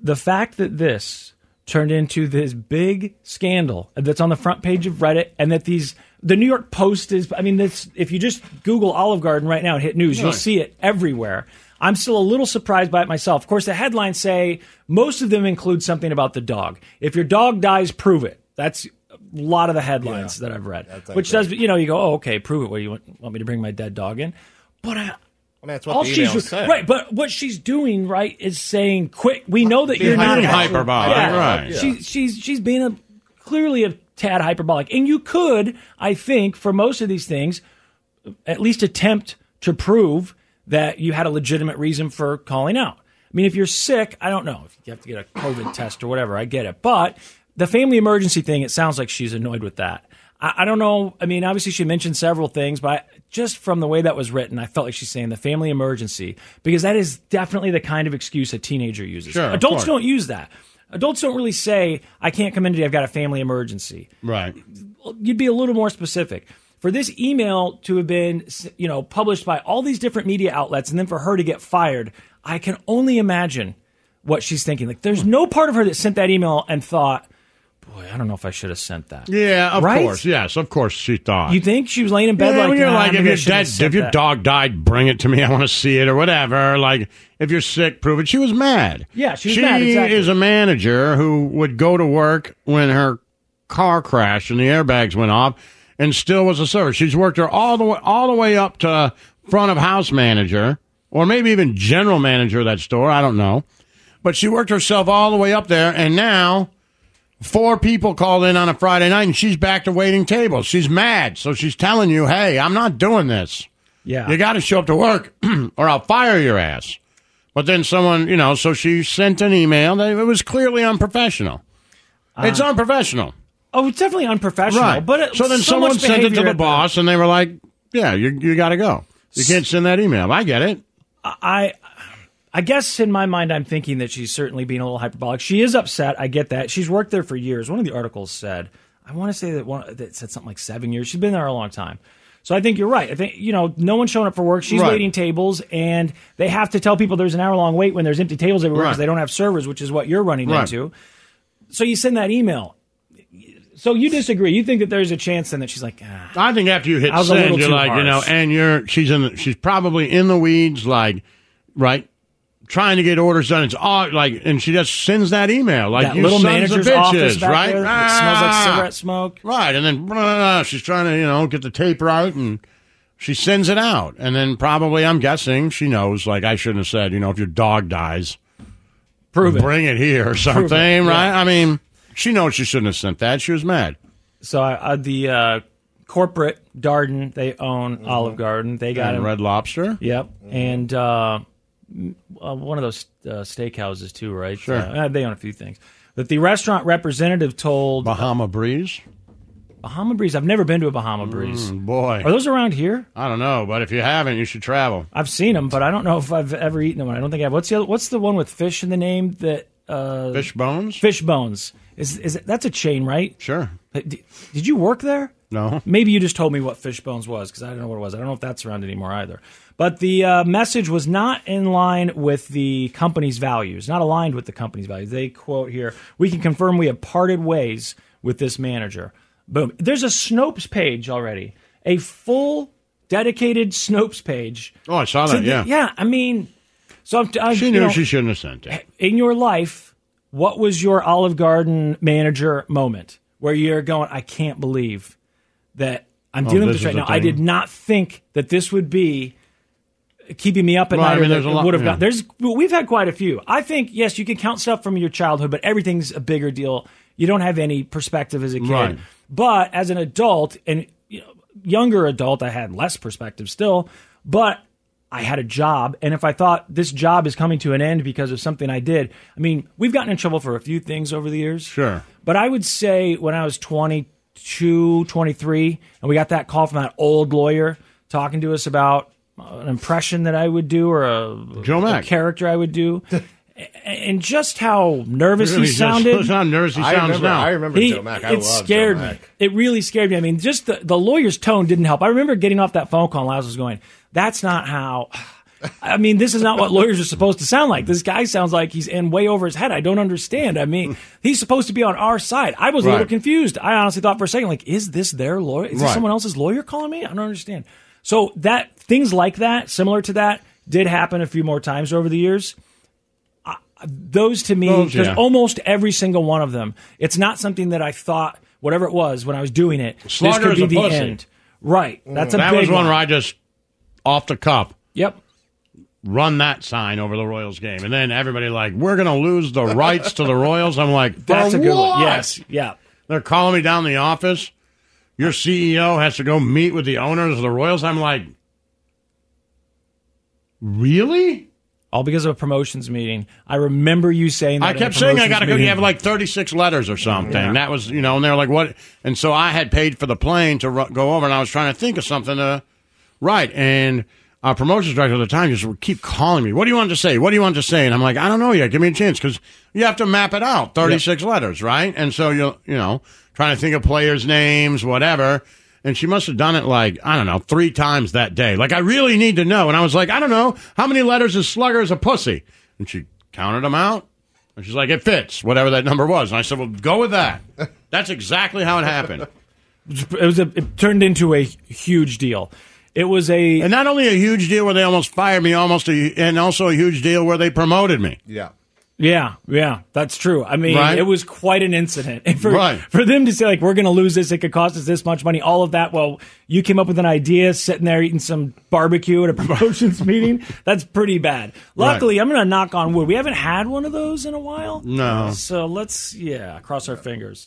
[SPEAKER 3] The fact that this turned into this big scandal that's on the front page of Reddit and that these the New York Post is I mean this if you just Google Olive Garden right now and hit news, you'll
[SPEAKER 16] Really?
[SPEAKER 3] see it everywhere. I'm still a little surprised by it myself. Of course the headlines say most of them include something about the dog. If your dog dies, prove it. That's a lot of the headlines that I've read.
[SPEAKER 4] That's
[SPEAKER 3] Which does you know, you go, Oh, okay, prove it. What do you want, want me to bring my dead dog in? But I
[SPEAKER 4] I mean, that's what
[SPEAKER 2] Oh,
[SPEAKER 3] all
[SPEAKER 4] the
[SPEAKER 3] she's
[SPEAKER 4] emails said.
[SPEAKER 3] right, but what she's doing right is saying, "Quick, we know that
[SPEAKER 4] Being
[SPEAKER 3] you're not
[SPEAKER 4] hyper- hyperbolic, right.
[SPEAKER 3] She's she's she's being a clearly a tad hyperbolic, and you could, I think, for most of these things, at least attempt to prove that you had a legitimate reason for calling out. I mean, if you're sick, I don't know if you have to get a COVID test or whatever. I get it, but the family emergency thing, it sounds like she's annoyed with that. I, I don't know. I mean, obviously she mentioned several things, but just from the way that was written, I felt like she's saying the family emergency because that is definitely the kind of excuse a teenager uses.
[SPEAKER 2] Sure, of
[SPEAKER 3] Adults
[SPEAKER 2] course.
[SPEAKER 3] don't use that. Adults don't really say, "I can't come in today. I've got a family emergency."
[SPEAKER 2] Right.
[SPEAKER 3] you'd be a little more specific. For this email to have been, you know, published by all these different media outlets, and then for her to get fired, I can only imagine what she's thinking. Like, there's no part of her that sent that email and thought, "Boy, I don't know if I should have sent that."
[SPEAKER 2] Yeah, of
[SPEAKER 3] Right?
[SPEAKER 2] course. Yes, of course she thought.
[SPEAKER 3] You think she was laying in bed
[SPEAKER 2] yeah,
[SPEAKER 3] like,
[SPEAKER 2] when you're
[SPEAKER 3] "Nah,
[SPEAKER 2] like, if
[SPEAKER 3] maybe I
[SPEAKER 2] your
[SPEAKER 3] shouldn't have
[SPEAKER 2] dead,
[SPEAKER 3] sent
[SPEAKER 2] if your
[SPEAKER 3] that."
[SPEAKER 2] dog died, bring it to me. I want to see it or whatever. Like, if you're sick, prove it. She was mad.
[SPEAKER 3] Yeah, she was
[SPEAKER 2] she
[SPEAKER 3] mad, exactly.
[SPEAKER 2] is a manager who would go to work when her car crashed and the airbags went off, and still was a server. She's worked her all the way, all the way up to front of house manager, or maybe even general manager of that store. I don't know, but she worked herself all the way up there, and now. Four people called in on a Friday night, and she's back to waiting tables. She's mad, so she's telling you, "Hey, I'm not doing this.
[SPEAKER 3] Yeah,
[SPEAKER 2] you got to show up to work, or I'll fire your ass." But then someone, you know, so she sent an email that it was clearly unprofessional. it's unprofessional,
[SPEAKER 3] Oh, it's definitely unprofessional.
[SPEAKER 2] right?
[SPEAKER 3] Ah. But it,
[SPEAKER 2] so then
[SPEAKER 3] so
[SPEAKER 2] someone
[SPEAKER 3] much
[SPEAKER 2] sent it to
[SPEAKER 3] behavior
[SPEAKER 2] the
[SPEAKER 3] at
[SPEAKER 2] boss, and they were like, "Yeah, you you got to go. You can't send that email." I get it.
[SPEAKER 3] I I guess in my mind I'm thinking that she's certainly being a little hyperbolic. She is upset. I get that. She's worked there for years. One of the articles said I want to say that one that said something like 7 years. She's been there a long time. So I think you're right. I think you know no one's showing up for work. She's
[SPEAKER 2] Right.
[SPEAKER 3] waiting tables and they have to tell people there's an hour long wait when there's empty tables everywhere because
[SPEAKER 2] Right.
[SPEAKER 3] they don't have servers, which is what you're running
[SPEAKER 2] Right.
[SPEAKER 3] into. So you send that email. So you disagree. You think that there's a chance then that she's like, ah,
[SPEAKER 2] I think after you hit
[SPEAKER 3] I was a
[SPEAKER 2] send,
[SPEAKER 3] little
[SPEAKER 2] you're
[SPEAKER 3] too
[SPEAKER 2] like, you know,
[SPEAKER 3] harsh.
[SPEAKER 2] and you're she's in the, she's probably in the weeds, like right, trying to get orders done. It's all like, and she just sends that email, like
[SPEAKER 3] that
[SPEAKER 2] you
[SPEAKER 3] little
[SPEAKER 2] sons
[SPEAKER 3] manager's
[SPEAKER 2] of bitches,
[SPEAKER 3] office back
[SPEAKER 2] right?
[SPEAKER 3] there that smells like
[SPEAKER 2] Ah!
[SPEAKER 3] cigarette smoke.
[SPEAKER 2] right? And then blah, she's trying to you know get the tape out, and she sends it out, and then probably I'm guessing she knows, like I shouldn't have said, you know, if your dog dies,
[SPEAKER 3] prove
[SPEAKER 2] it, bring it here or something,
[SPEAKER 3] yeah.
[SPEAKER 2] right? I mean, she knows she shouldn't have sent that. She was mad.
[SPEAKER 3] So uh, the uh, corporate Darden, they own Olive Garden. They got
[SPEAKER 2] Mm-hmm. And
[SPEAKER 3] him.
[SPEAKER 2] Red Mm-hmm. Lobster.
[SPEAKER 3] Yep, and uh, m- uh, one of those uh, steakhouses too, right?
[SPEAKER 2] Sure.
[SPEAKER 3] Uh, they own a few things. But the restaurant representative told
[SPEAKER 2] Bahama Breeze.
[SPEAKER 3] Bahama Breeze. I've never been to a Bahama Breeze.
[SPEAKER 2] Mm, boy,
[SPEAKER 3] Are those around here?
[SPEAKER 2] I don't know, but if you haven't, you should travel.
[SPEAKER 3] I've seen them, but I don't know if I've ever eaten them. I don't think I have. What's the other, What's the one with fish in the name that uh,
[SPEAKER 2] Fish bones?
[SPEAKER 3] Fish bones is is it, that's a chain, right?
[SPEAKER 2] Sure.
[SPEAKER 3] Did, did you work there?
[SPEAKER 2] No.
[SPEAKER 3] Maybe you just told me what fish bones was because I don't know what it was. I don't know if that's around anymore either. But the uh, message was not in line with the company's values, not aligned with the company's values. They quote here: "We can confirm we have parted ways with this manager." Boom. There's a Snopes page already, a full dedicated Snopes page.
[SPEAKER 2] Oh, I saw
[SPEAKER 3] to
[SPEAKER 2] that.
[SPEAKER 3] the-
[SPEAKER 2] yeah.
[SPEAKER 3] yeah. I mean, so I'm, I,
[SPEAKER 2] She
[SPEAKER 3] you
[SPEAKER 2] knew
[SPEAKER 3] know,
[SPEAKER 2] she shouldn't have sent it.
[SPEAKER 3] in your life, what was your Olive Garden manager moment where you're going, I can't believe that I'm
[SPEAKER 2] Oh,
[SPEAKER 3] dealing
[SPEAKER 2] this
[SPEAKER 3] with this
[SPEAKER 2] is
[SPEAKER 3] right
[SPEAKER 2] a
[SPEAKER 3] now. I did
[SPEAKER 2] thing.
[SPEAKER 3] not think that this would be keeping me up at
[SPEAKER 2] Well, I
[SPEAKER 3] night.
[SPEAKER 2] mean,
[SPEAKER 3] or
[SPEAKER 2] there's
[SPEAKER 3] that
[SPEAKER 2] a
[SPEAKER 3] it
[SPEAKER 2] lot-
[SPEAKER 3] Would have
[SPEAKER 2] yeah.
[SPEAKER 3] got, there's we've had quite a few. I think yes, you can count stuff from your childhood, but everything's a bigger deal. You don't have any perspective as a kid.
[SPEAKER 2] Right.
[SPEAKER 3] But as an adult and you know, younger adult, I had less perspective still. But I had a job, and if I thought this job is coming to an end because of something I did, I mean, we've gotten in trouble for a few things over the years.
[SPEAKER 2] Sure.
[SPEAKER 3] But I would say when I was 22, 23, and we got that call from that old lawyer talking to us about uh, an impression that I would do or a,
[SPEAKER 2] Joe
[SPEAKER 3] a
[SPEAKER 2] Mack.
[SPEAKER 3] character I would do. a- And just how nervous
[SPEAKER 2] Really,
[SPEAKER 3] he
[SPEAKER 2] just-
[SPEAKER 3] sounded.
[SPEAKER 2] just how nervous he I sounds remember- now. I remember
[SPEAKER 3] He-
[SPEAKER 2] Joe Mack. I
[SPEAKER 3] it
[SPEAKER 2] love Joe
[SPEAKER 3] scared me.
[SPEAKER 2] Mack.
[SPEAKER 3] It really scared me. I mean, just the, the lawyer's tone didn't help. I remember getting off that phone call and I was going, that's not how. I mean, this is not what lawyers are supposed to sound like. This guy sounds like he's in way over his head. I don't understand. I mean, he's supposed to be on our side. I was a little
[SPEAKER 2] Right.
[SPEAKER 3] confused. I honestly thought for a second, like, is this their lawyer? Is
[SPEAKER 2] Right.
[SPEAKER 3] this someone else's lawyer calling me? I don't understand. So that things like that, similar to that, did happen a few more times over the years. I- Those to me,
[SPEAKER 2] Those,
[SPEAKER 3] because
[SPEAKER 2] yeah.
[SPEAKER 3] almost every single one of them, it's not something that I thought, whatever it was, when I was doing it, this
[SPEAKER 2] Slaughter is a
[SPEAKER 3] could be the
[SPEAKER 2] pussy. Mm.
[SPEAKER 3] end. Right. That's a
[SPEAKER 2] that
[SPEAKER 3] big
[SPEAKER 2] was
[SPEAKER 3] one.
[SPEAKER 2] one where I just off the cuff.
[SPEAKER 3] Yep.
[SPEAKER 2] Run that sign over the Royals game, and then everybody like, we're gonna lose the rights to the Royals. I'm like,
[SPEAKER 3] That's
[SPEAKER 2] "For
[SPEAKER 3] a good
[SPEAKER 2] what?"
[SPEAKER 3] one. Yes. Yeah.
[SPEAKER 2] They're calling me down the office. Your CEO has to go meet with the owners of the Royals. I'm like, really?
[SPEAKER 3] All because of a promotions meeting. I remember you saying that.
[SPEAKER 2] I
[SPEAKER 3] in the
[SPEAKER 2] kept saying I
[SPEAKER 3] promotions
[SPEAKER 2] got to go.
[SPEAKER 3] meeting.
[SPEAKER 2] You have like 36 letters or something.
[SPEAKER 3] Yeah.
[SPEAKER 2] That was, you know, and they were like, what? And so I had paid for the plane to ru- go over, and I was trying to think of something to write. And our promotions director at the time just would keep calling me. What do you want to say? What do you want to say? And I'm like, I don't know yet. Give me a chance because you have to map it out. 36 letters, right? And so you, you know, trying to think of players' names, whatever. And she must have done it like, I don't know, three times that day. Like, I really need to know. And I was like, I don't know. How many letters is Slugger is a pussy? And she counted them out. And she's like, it fits, whatever that number was. And I said, well, go with that. That's exactly how it happened.
[SPEAKER 3] it was a, it turned into a huge deal. It was a
[SPEAKER 2] And not only a huge deal where they almost fired me, almost a, and also a huge deal where they promoted me.
[SPEAKER 4] Yeah.
[SPEAKER 3] yeah, yeah, that's true. I mean,
[SPEAKER 2] Right.
[SPEAKER 3] it was quite an incident. And for
[SPEAKER 2] Right.
[SPEAKER 3] for them to say like we're going to lose this, it could cost us this much money, all of that. Well, you came up with an idea sitting there eating some barbecue at a promotions meeting. That's pretty bad. Luckily, I'm going to knock on wood. We haven't had one of those in a while.
[SPEAKER 2] No.
[SPEAKER 3] So let's yeah, cross our fingers.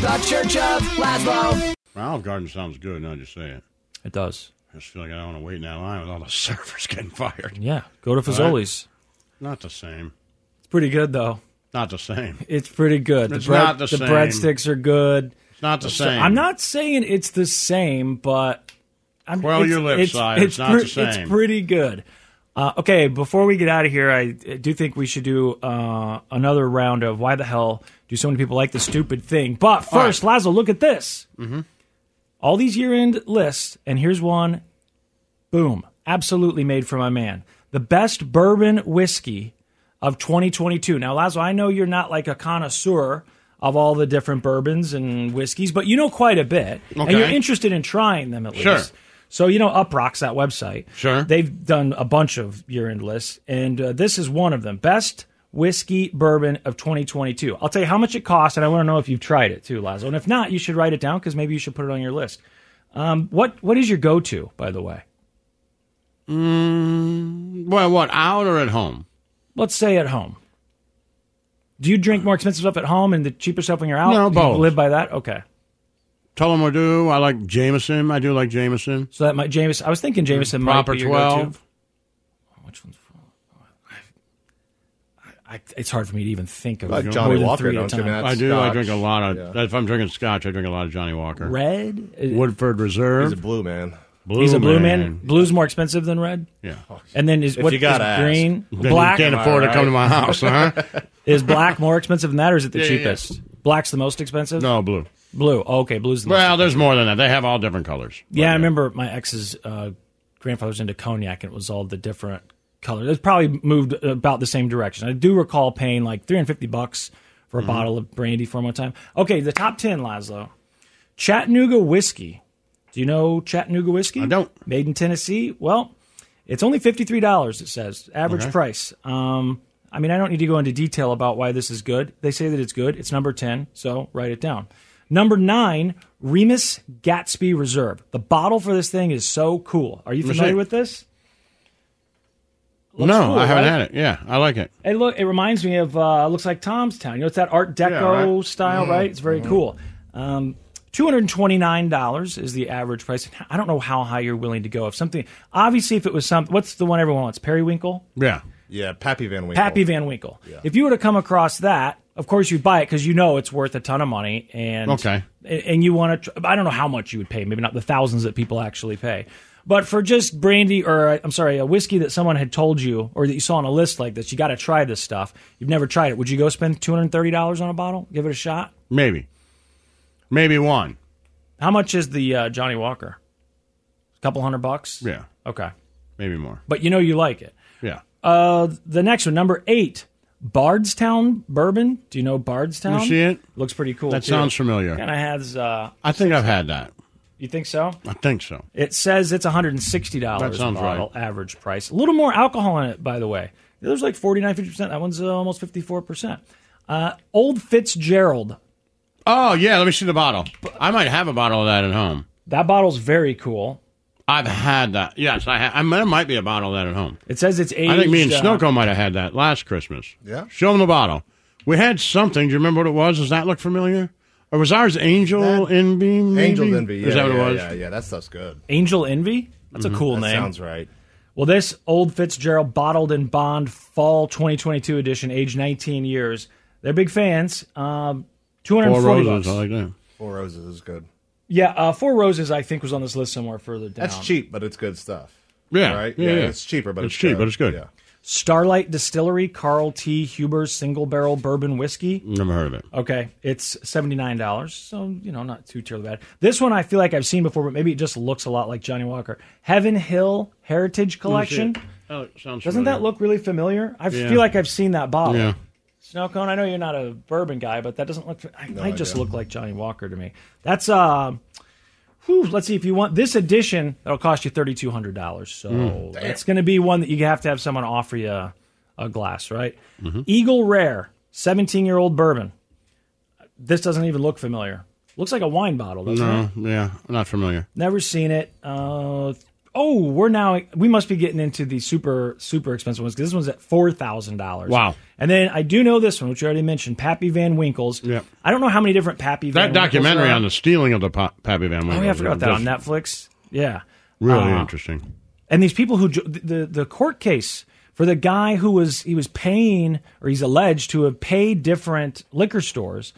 [SPEAKER 6] The Church of Laszlo.
[SPEAKER 2] Olive Garden sounds good, now just say it.
[SPEAKER 3] It does.
[SPEAKER 2] I just feel like I don't want to wait in that line with all the servers getting fired.
[SPEAKER 3] Yeah, go to
[SPEAKER 2] All right?
[SPEAKER 3] Fazoli's.
[SPEAKER 2] Not the same.
[SPEAKER 3] It's pretty good though.
[SPEAKER 2] Not the same.
[SPEAKER 3] It's pretty good.
[SPEAKER 2] It's
[SPEAKER 3] the bread,
[SPEAKER 2] not the same.
[SPEAKER 3] breadsticks are good.
[SPEAKER 2] It's not the
[SPEAKER 3] So-
[SPEAKER 2] same.
[SPEAKER 3] I'm not saying it's the same, but I'm,
[SPEAKER 2] Twirl
[SPEAKER 3] it's-
[SPEAKER 2] your lips,
[SPEAKER 3] it's,
[SPEAKER 2] Si, it's not the same.
[SPEAKER 3] It's pretty good. Uh, okay, before we get out of here, I I do think we should do uh, another round of why the hell do so many people like this stupid thing? But
[SPEAKER 2] All right.
[SPEAKER 3] first, Lazo, look at this.
[SPEAKER 2] Mm-hmm.
[SPEAKER 3] All these year-end lists, and here's one. Boom! Absolutely made for my man. The best bourbon whiskey of 2022. Now, Lazo, I know you're not like a connoisseur of all the different bourbons and whiskeys, but you know quite a bit, and
[SPEAKER 2] Okay.
[SPEAKER 3] you're interested in trying them at
[SPEAKER 2] Sure.
[SPEAKER 3] least. So you know Up Rocks that website.
[SPEAKER 2] Sure.
[SPEAKER 3] they've done a bunch of year-end lists, and uh, this is one of them. Best whiskey bourbon of 2022. I'll tell you how much it costs, and I want to know if you've tried it too, Lazo. And if not, you should write it down because maybe you should put it on your list. Um, what what is your go-to, by the way?
[SPEAKER 2] Mm, well, what, out or at home?
[SPEAKER 3] Let's say at home. Do you drink more expensive stuff at home and the cheaper stuff when you're out?
[SPEAKER 2] No,
[SPEAKER 3] Do you
[SPEAKER 2] both.
[SPEAKER 3] live by that. Okay.
[SPEAKER 2] Tullamore I like Jameson. I do like Jameson.
[SPEAKER 3] So that might Jameson. I was thinking Jameson
[SPEAKER 2] Proper
[SPEAKER 3] might be your
[SPEAKER 2] 12.
[SPEAKER 3] go-to. Oh, Which one's? I, I, it's hard for me to even think of
[SPEAKER 4] Like
[SPEAKER 3] more
[SPEAKER 4] Johnny
[SPEAKER 3] than
[SPEAKER 4] Walker,
[SPEAKER 3] three at a
[SPEAKER 4] don't you,
[SPEAKER 3] time.
[SPEAKER 4] Matt?
[SPEAKER 2] I do. I
[SPEAKER 4] Scotch.
[SPEAKER 2] drink a lot of.
[SPEAKER 4] Yeah.
[SPEAKER 2] If I'm drinking scotch, I drink a lot of Johnny Walker.
[SPEAKER 3] Red?
[SPEAKER 2] Woodford Reserve.
[SPEAKER 4] He's a blue man.
[SPEAKER 2] Blue
[SPEAKER 3] He's a blue man. Blue's more expensive than red.
[SPEAKER 2] Yeah.
[SPEAKER 3] And then is
[SPEAKER 4] If
[SPEAKER 3] what
[SPEAKER 4] you gotta
[SPEAKER 3] is
[SPEAKER 4] ask.
[SPEAKER 3] green?
[SPEAKER 2] Then you
[SPEAKER 3] black.
[SPEAKER 2] can't afford to come to my house, huh?
[SPEAKER 3] is black more expensive than that, or is it the
[SPEAKER 2] Yeah, yeah, yeah.
[SPEAKER 3] cheapest? Black's the most expensive.
[SPEAKER 2] No, blue.
[SPEAKER 3] Blue. Oh, okay, blue's the most.
[SPEAKER 2] Well, there's more than that. They have all different colors.
[SPEAKER 3] Yeah, I remember my ex's uh, grandfather's into cognac, and it was all the different colors. It probably moved about the same direction. I do recall paying like 350 bucks for a
[SPEAKER 2] Mhm.
[SPEAKER 3] bottle of brandy for one time. Okay, the top 10, Laszlo. Chattanooga whiskey. Do you know Chattanooga whiskey? I don't. Made in Tennessee. Well, it's only $53, it says, average
[SPEAKER 2] Okay.
[SPEAKER 3] price. Um, I mean, I don't need to go into detail about why this is good. They say that it's good. It's number 10, so write it down. Number nine, Remus Gatsby Reserve. The bottle for this thing is so cool. Are you
[SPEAKER 2] Let me
[SPEAKER 3] familiar
[SPEAKER 2] see.
[SPEAKER 3] with this? Looks
[SPEAKER 2] No,
[SPEAKER 3] cool,
[SPEAKER 2] I haven't
[SPEAKER 3] right?
[SPEAKER 2] had it. Yeah, I like it.
[SPEAKER 3] It look it reminds me of uh, looks like Tomstown. You know, it's that Art Deco
[SPEAKER 2] Yeah, right.
[SPEAKER 3] style,
[SPEAKER 2] Mhm.
[SPEAKER 3] right? It's very
[SPEAKER 2] Mhm.
[SPEAKER 3] cool. Um, Two hundred twenty-nine dollars is the average price. I don't know how high you're willing to go. If something, obviously, if it was something, what's the one everyone wants? Periwinkle,
[SPEAKER 2] Yeah.
[SPEAKER 4] Yeah, Pappy Van Winkle.
[SPEAKER 3] Pappy
[SPEAKER 2] Oh.
[SPEAKER 3] Van Winkle. If you were to come across that, of course you'd buy it because you know it's worth a ton of money, and
[SPEAKER 2] Okay.
[SPEAKER 3] and- and you want to. Tr- I don't know how much you would pay. Maybe not the thousands that people actually pay. But for just brandy or uh, I'm sorry, a whiskey that someone had told you or that you saw on a list like this, you got to try this stuff. You've never tried it. Would you go spend two hundred thirty dollars on a bottle? Give it a shot.
[SPEAKER 2] Maybe. Maybe one.
[SPEAKER 3] How much is the uh, Johnny Walker? A couple hundred bucks.
[SPEAKER 2] Yeah.
[SPEAKER 3] Okay.
[SPEAKER 2] Maybe more.
[SPEAKER 3] But you know you like it.
[SPEAKER 2] Yeah.
[SPEAKER 3] Uh, the next one, number eight, Bardstown Bourbon. Do you know Bardstown?
[SPEAKER 2] You see it?
[SPEAKER 3] Looks pretty cool.
[SPEAKER 2] That sounds familiar.
[SPEAKER 3] And it has. Uh,
[SPEAKER 2] I think I've had that.
[SPEAKER 3] you think so?
[SPEAKER 2] I think so.
[SPEAKER 3] It says it's one hundred and sixty dollars.
[SPEAKER 2] That sounds
[SPEAKER 3] bottle, Average price. A little more alcohol in it, by the way. The other's like 49 50 percent. That one's uh, almost fifty four percent. Uh, Old Fitzgerald.
[SPEAKER 2] Oh yeah, let me see the bottle. I might have a bottle of that at home.
[SPEAKER 3] That bottle's very cool.
[SPEAKER 2] I've had that. Yes, I have. I mean, there might be a bottle of that at home.
[SPEAKER 3] It says it's aged.
[SPEAKER 2] I think me and
[SPEAKER 3] uh,
[SPEAKER 2] Snowco might have had that last Christmas.
[SPEAKER 3] Yeah?
[SPEAKER 2] Show them the bottle. We had something. Do you remember what it was? Does that look familiar? Or was ours Angel Envy? maybe?
[SPEAKER 4] Angel's Envy. Yeah,
[SPEAKER 2] Is that what
[SPEAKER 4] yeah,
[SPEAKER 2] it was?
[SPEAKER 4] Yeah, yeah, that stuff's good.
[SPEAKER 3] Angel Envy. That's
[SPEAKER 2] Mm-hmm.
[SPEAKER 4] Mhm.
[SPEAKER 3] a cool
[SPEAKER 4] That
[SPEAKER 3] name.
[SPEAKER 4] sounds right.
[SPEAKER 3] Well, this old Fitzgerald bottled in bond fall 2022 edition, age 19 years. They're big fans. Um,
[SPEAKER 2] Four
[SPEAKER 3] 240
[SPEAKER 2] roses. I
[SPEAKER 3] bucks.
[SPEAKER 2] like that.
[SPEAKER 4] Four Roses is good.
[SPEAKER 3] Yeah, uh, Four Roses, I think, was on this list somewhere further down.
[SPEAKER 4] That's cheap, but it's good stuff.
[SPEAKER 2] Yeah,
[SPEAKER 4] Right?
[SPEAKER 2] yeah, yeah.
[SPEAKER 4] It's cheaper, but
[SPEAKER 2] It's
[SPEAKER 4] it's,
[SPEAKER 2] cheap,
[SPEAKER 4] good.
[SPEAKER 2] but it's good.
[SPEAKER 4] Yeah.
[SPEAKER 3] Starlight Distillery, Carl T. Huber's single barrel bourbon whiskey.
[SPEAKER 2] Never heard of it.
[SPEAKER 3] Okay, it's $79, so, you know, not too terribly bad. This one I feel like I've seen before, but maybe it just looks a lot like Johnny Walker. Heaven Hill Heritage Collection.
[SPEAKER 2] Oh, it sounds
[SPEAKER 3] Doesn't that look really familiar? I
[SPEAKER 2] Yeah.
[SPEAKER 3] feel like I've seen that bottle.
[SPEAKER 2] Yeah.
[SPEAKER 3] Snow cone. I know you're not a bourbon guy, but that doesn't look. I might just
[SPEAKER 2] idea.
[SPEAKER 3] look like Johnny Walker to me. That's uh, whew, let's see if you want this edition. That'll cost you thirty two hundred dollars. So
[SPEAKER 2] Mm. Damn.
[SPEAKER 3] it's going to be one that you have to have someone offer you a, a glass, right?
[SPEAKER 2] Mm-hmm.
[SPEAKER 3] Eagle Rare, seventeen year old bourbon. This doesn't even look familiar. Looks like a wine bottle, doesn't it?
[SPEAKER 2] No, uh, yeah, I'm not familiar.
[SPEAKER 3] Never seen it. Uh, oh, we're now we must be getting into the super super expensive ones because this one's at four thousand dollars.
[SPEAKER 2] Wow.
[SPEAKER 3] And then I do know this one, which you already mentioned, Pappy Van Winkle's. Yeah. I don't know how many different Pappy Van
[SPEAKER 2] That
[SPEAKER 3] Winkles
[SPEAKER 2] documentary
[SPEAKER 3] are.
[SPEAKER 2] on the stealing of the pa- Pappy Van Winkle.
[SPEAKER 3] Oh yeah, I forgot that on Netflix. Yeah.
[SPEAKER 2] Really
[SPEAKER 3] Uh,
[SPEAKER 2] interesting.
[SPEAKER 3] and these people who ju- the the court case for the guy who was he was paying or he's alleged to have paid different liquor stores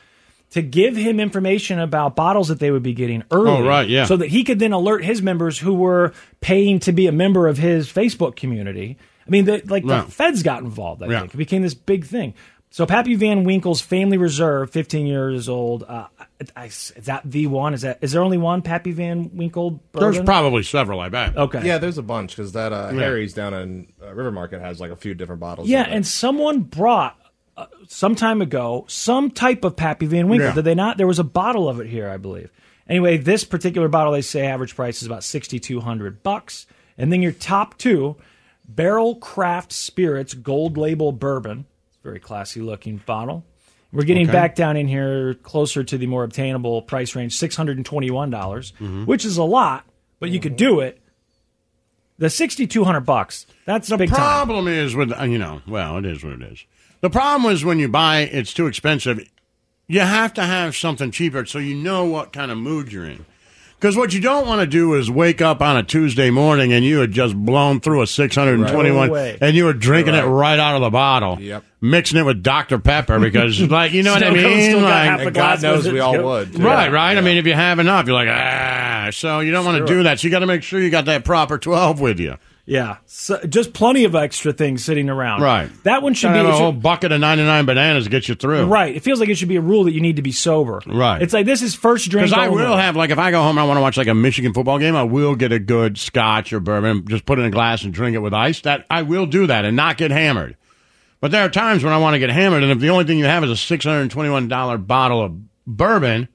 [SPEAKER 3] to give him information about bottles that they would be getting early
[SPEAKER 2] Oh, right, yeah.
[SPEAKER 3] so that he could then alert his members who were paying to be a member of his Facebook community I mean the, like
[SPEAKER 2] Right.
[SPEAKER 3] the feds got involved I
[SPEAKER 2] Yeah.
[SPEAKER 3] think it became this big thing so Pappy Van Winkle's Family Reserve 15 years old uh, I, I, is that the one is that is there only one Pappy Van Winkle
[SPEAKER 2] There's
[SPEAKER 3] bourbon?
[SPEAKER 2] probably several. I bet.
[SPEAKER 3] Okay.
[SPEAKER 4] Yeah, there's a bunch because that uh,
[SPEAKER 2] Yeah.
[SPEAKER 4] Harry's down in uh, River Market has like a few different bottles.
[SPEAKER 3] Yeah,
[SPEAKER 4] of it.
[SPEAKER 3] and someone brought uh, some time ago some type of Pappy Van Winkle.
[SPEAKER 4] Yeah.
[SPEAKER 3] Did they not? There was a bottle of it here, I believe. Anyway, this particular bottle they say average price is about sixty two hundred bucks, and then your top two, Barrel Craft Spirits Gold Label Bourbon. It's a very classy looking bottle. We're getting
[SPEAKER 2] Okay.
[SPEAKER 3] back down in here closer to the more obtainable price range, six hundred and twenty one dollars, which is a lot, but you could do it. The sixty two hundred bucks. That's
[SPEAKER 2] The
[SPEAKER 3] big time.
[SPEAKER 2] problem is with uh, you know, well, it is what it is. The problem is when you buy, it's too expensive. You have to have something cheaper so you know what kind of mood you're in. Because what you don't want to do is wake up on a Tuesday morning and you had just blown through a 621
[SPEAKER 1] Right. No way.
[SPEAKER 2] and you were drinking
[SPEAKER 1] You're
[SPEAKER 2] it right out of the bottle,
[SPEAKER 1] Yep.
[SPEAKER 2] mixing it with Dr. Pepper because, like, you know what I
[SPEAKER 1] Still
[SPEAKER 2] mean?
[SPEAKER 1] got- still got
[SPEAKER 2] Like-
[SPEAKER 1] half a And God glass knows with we it, all too. would, too.
[SPEAKER 2] Right,
[SPEAKER 1] Yeah.
[SPEAKER 2] right. I mean, if you have enough, you're like, ah. So you don't want to
[SPEAKER 3] Sure.
[SPEAKER 2] do that. So you got to make sure you got that proper 12 with you.
[SPEAKER 3] Yeah, so just plenty of extra things sitting around.
[SPEAKER 2] Right.
[SPEAKER 3] That one should
[SPEAKER 2] Gotta
[SPEAKER 3] be
[SPEAKER 2] have
[SPEAKER 3] it
[SPEAKER 2] a
[SPEAKER 3] should-
[SPEAKER 2] whole bucket of 99 bananas to get you through.
[SPEAKER 3] right. It feels like it should be a rule that you need to be sober.
[SPEAKER 2] Right.
[SPEAKER 3] It's like this is first drink.
[SPEAKER 2] Because I
[SPEAKER 3] only.
[SPEAKER 2] will have, like, if I go home and I want to watch, like, a Michigan football game, I will get a good scotch or bourbon, just put it in a glass and drink it with ice. That I will do that and not get hammered. But there are times when I want to get hammered, and if the only thing you have is a $621 bottle of bourbon,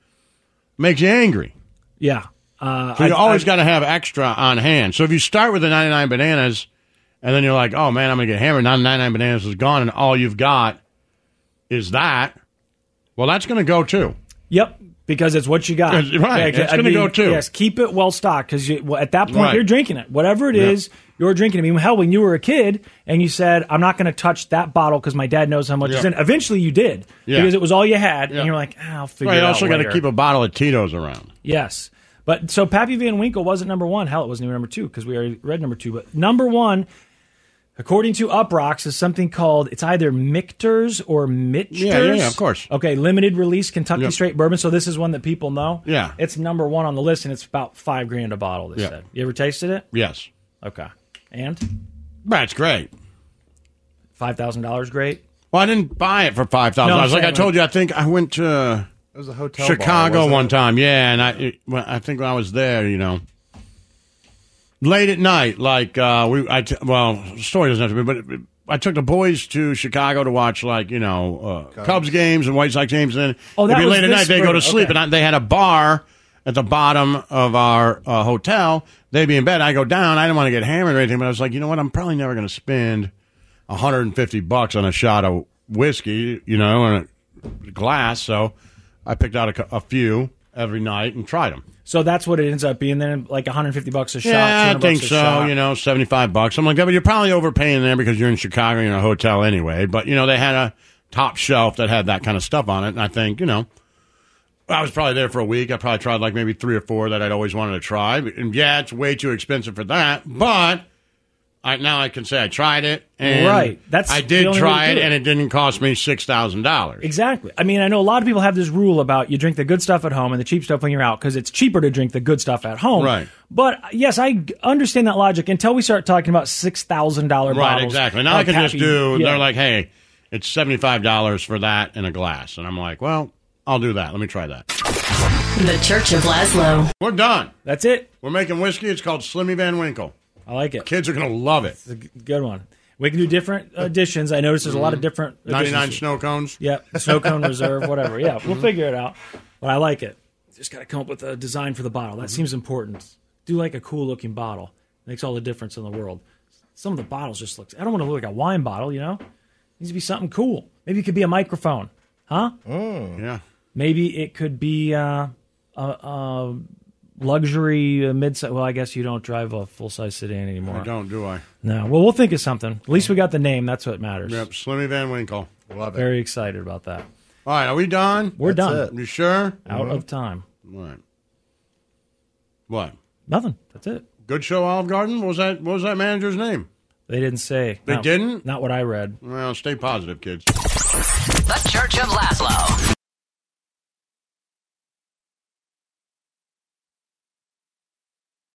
[SPEAKER 2] makes you angry.
[SPEAKER 3] Yeah. Uh,
[SPEAKER 2] So you
[SPEAKER 3] I-
[SPEAKER 2] always
[SPEAKER 3] I-
[SPEAKER 2] got to have extra on hand. So if you start with the 99 bananas, and then you're like, oh, man, I'm going to get hammered, now 99 bananas is gone, and all you've got is that, well, that's going to go too.
[SPEAKER 3] Yep. because it's what you got.
[SPEAKER 2] It's- right.
[SPEAKER 3] Yeah,
[SPEAKER 2] It's
[SPEAKER 3] I
[SPEAKER 2] gonna
[SPEAKER 3] mean,
[SPEAKER 2] go too.
[SPEAKER 3] Yes, keep it well stocked because at that point
[SPEAKER 2] Right.
[SPEAKER 3] you're drinking it. Whatever it
[SPEAKER 2] Yeah.
[SPEAKER 3] is, you're drinking. it. I mean, hell, when you were a kid and you said, "I'm not going to touch that bottle because my dad knows how much."
[SPEAKER 2] Yeah.
[SPEAKER 3] is in it," eventually, you did
[SPEAKER 2] Yeah.
[SPEAKER 3] because it was all you had, and you're like, ah, "I'll figure
[SPEAKER 2] Right,
[SPEAKER 3] it
[SPEAKER 2] you
[SPEAKER 3] out."
[SPEAKER 2] also got to
[SPEAKER 3] later."
[SPEAKER 2] keep a bottle of Tito's around.
[SPEAKER 3] Yes. But so Pappy Van Winkle wasn't number one. Hell, it wasn't even number two because we already read number two. But number one, according to Uproxx, is something called it's either Michters or Mitchers.
[SPEAKER 2] Yeah, yeah, yeah, of course.
[SPEAKER 3] Okay, limited release Kentucky
[SPEAKER 2] Yep.
[SPEAKER 3] Straight Bourbon. So this is one that people know.
[SPEAKER 2] Yeah.
[SPEAKER 3] it's number one on the list, and it's about five grand a bottle. They
[SPEAKER 2] Yeah.
[SPEAKER 3] said. You ever tasted it?
[SPEAKER 2] Yes.
[SPEAKER 3] Okay. And
[SPEAKER 2] That's great.
[SPEAKER 3] five thousand dollars, great.
[SPEAKER 2] Well, I didn't buy it for five thousand.
[SPEAKER 3] No, I'm
[SPEAKER 2] dollars. like I
[SPEAKER 3] saying-
[SPEAKER 2] told you, I think I went to uh,
[SPEAKER 4] It was a hotel bar,
[SPEAKER 2] Chicago
[SPEAKER 4] wasn't
[SPEAKER 2] one
[SPEAKER 4] it?
[SPEAKER 2] time. Yeah, and I it, when, I think when I was there, you know, late at night, like uh, we I t- well, the story doesn't have to be, but. It, I took the boys to Chicago to watch, like you know, uh, Cubs games and White Sox games. And then
[SPEAKER 3] Oh, that
[SPEAKER 2] it'd be
[SPEAKER 3] was
[SPEAKER 2] late at
[SPEAKER 3] this
[SPEAKER 2] night. They go to
[SPEAKER 3] spring.
[SPEAKER 2] sleep,
[SPEAKER 3] Okay.
[SPEAKER 2] and I, they had a bar at the bottom of our uh, hotel. They'd be in bed. I go down. I didn't want to get hammered or anything, but I was like, you know what? I'm probably never going to spend 150 bucks on a shot of whiskey, you know, and a glass. So I picked out a, cou- a few every night and tried them.
[SPEAKER 3] So that's what it ends up being. Then like 150 bucks a shot.
[SPEAKER 2] yeah,
[SPEAKER 3] 200
[SPEAKER 2] I
[SPEAKER 3] bucks
[SPEAKER 2] think
[SPEAKER 3] a
[SPEAKER 2] so.
[SPEAKER 3] shot.
[SPEAKER 2] You know, 75 bucks, something like that. But you're probably overpaying there because you're in Chicago, you're in a hotel anyway. But, you know, they had a top shelf that had that kind of stuff on it. And I think, you know, I was probably there for a week. I probably tried like maybe three or four that I'd always wanted to try. And yeah, it's way too expensive for that. But I, now I can say I tried it. And
[SPEAKER 3] Right. That's
[SPEAKER 2] I
[SPEAKER 3] the
[SPEAKER 2] did
[SPEAKER 3] only way
[SPEAKER 2] try
[SPEAKER 3] to
[SPEAKER 2] it,
[SPEAKER 3] do it.
[SPEAKER 2] and it didn't cost me $6,000.
[SPEAKER 3] Exactly. I mean, I know a lot of people have this rule about you drink the good stuff at home and the cheap stuff when you're out because it's cheaper to drink the good stuff at home.
[SPEAKER 2] Right.
[SPEAKER 3] But yes, I g- understand that logic until we start talking about six thousand dollar
[SPEAKER 2] Right,
[SPEAKER 3] bottles.
[SPEAKER 2] exactly. Now
[SPEAKER 3] of
[SPEAKER 2] I can just
[SPEAKER 3] Pappy-
[SPEAKER 2] do.
[SPEAKER 3] yeah.
[SPEAKER 2] They're like, hey, it's seventy five dollars for that and a glass, and I'm like, well, I'll do that. Let me try that.
[SPEAKER 16] The Church of Laszlo.
[SPEAKER 2] We're done.
[SPEAKER 3] That's it.
[SPEAKER 2] We're making whiskey. It's called Slimmy Van Winkle.
[SPEAKER 3] I like it.
[SPEAKER 2] Kids are gonna love it.
[SPEAKER 3] It's a good one. We can do different editions. I noticed there's a lot
[SPEAKER 2] Mm-hmm.
[SPEAKER 3] of different uh,
[SPEAKER 2] ninety nine
[SPEAKER 3] editions.
[SPEAKER 2] snow cones.
[SPEAKER 3] Yep, snow cone reserve, whatever. Yeah, we'll figure it out. But I like it. Mm-hmm. Mm-hmm. Just got to come up with a design for the bottle. That seems important. Do like a cool looking bottle. Makes all the difference in the world. Some of the bottles just look. I don't want to look like a wine bottle, you know. needs to be something cool. Maybe it could be a microphone, huh?
[SPEAKER 2] Yeah.
[SPEAKER 3] Maybe it could be uh, a, a luxury uh, mid. Well, I guess you don't drive a full size sedan anymore.
[SPEAKER 2] I don't, do I?
[SPEAKER 3] No. Well, we'll think of something. At least we got the name. That's what matters.
[SPEAKER 2] Yep, Slimmy Van Winkle. Love
[SPEAKER 3] Very excited about that.
[SPEAKER 2] All right, are we done?
[SPEAKER 3] We're That's done.
[SPEAKER 2] You sure?
[SPEAKER 3] Out of time.
[SPEAKER 2] All right. What?
[SPEAKER 3] Nothing. That's it.
[SPEAKER 2] Good show, Olive Garden. What was that? What was that manager's name?
[SPEAKER 3] They didn't say.
[SPEAKER 2] They
[SPEAKER 3] Not-
[SPEAKER 2] didn't.
[SPEAKER 3] Not what I read.
[SPEAKER 2] Well, stay positive, kids.
[SPEAKER 16] The Church of Laszlo.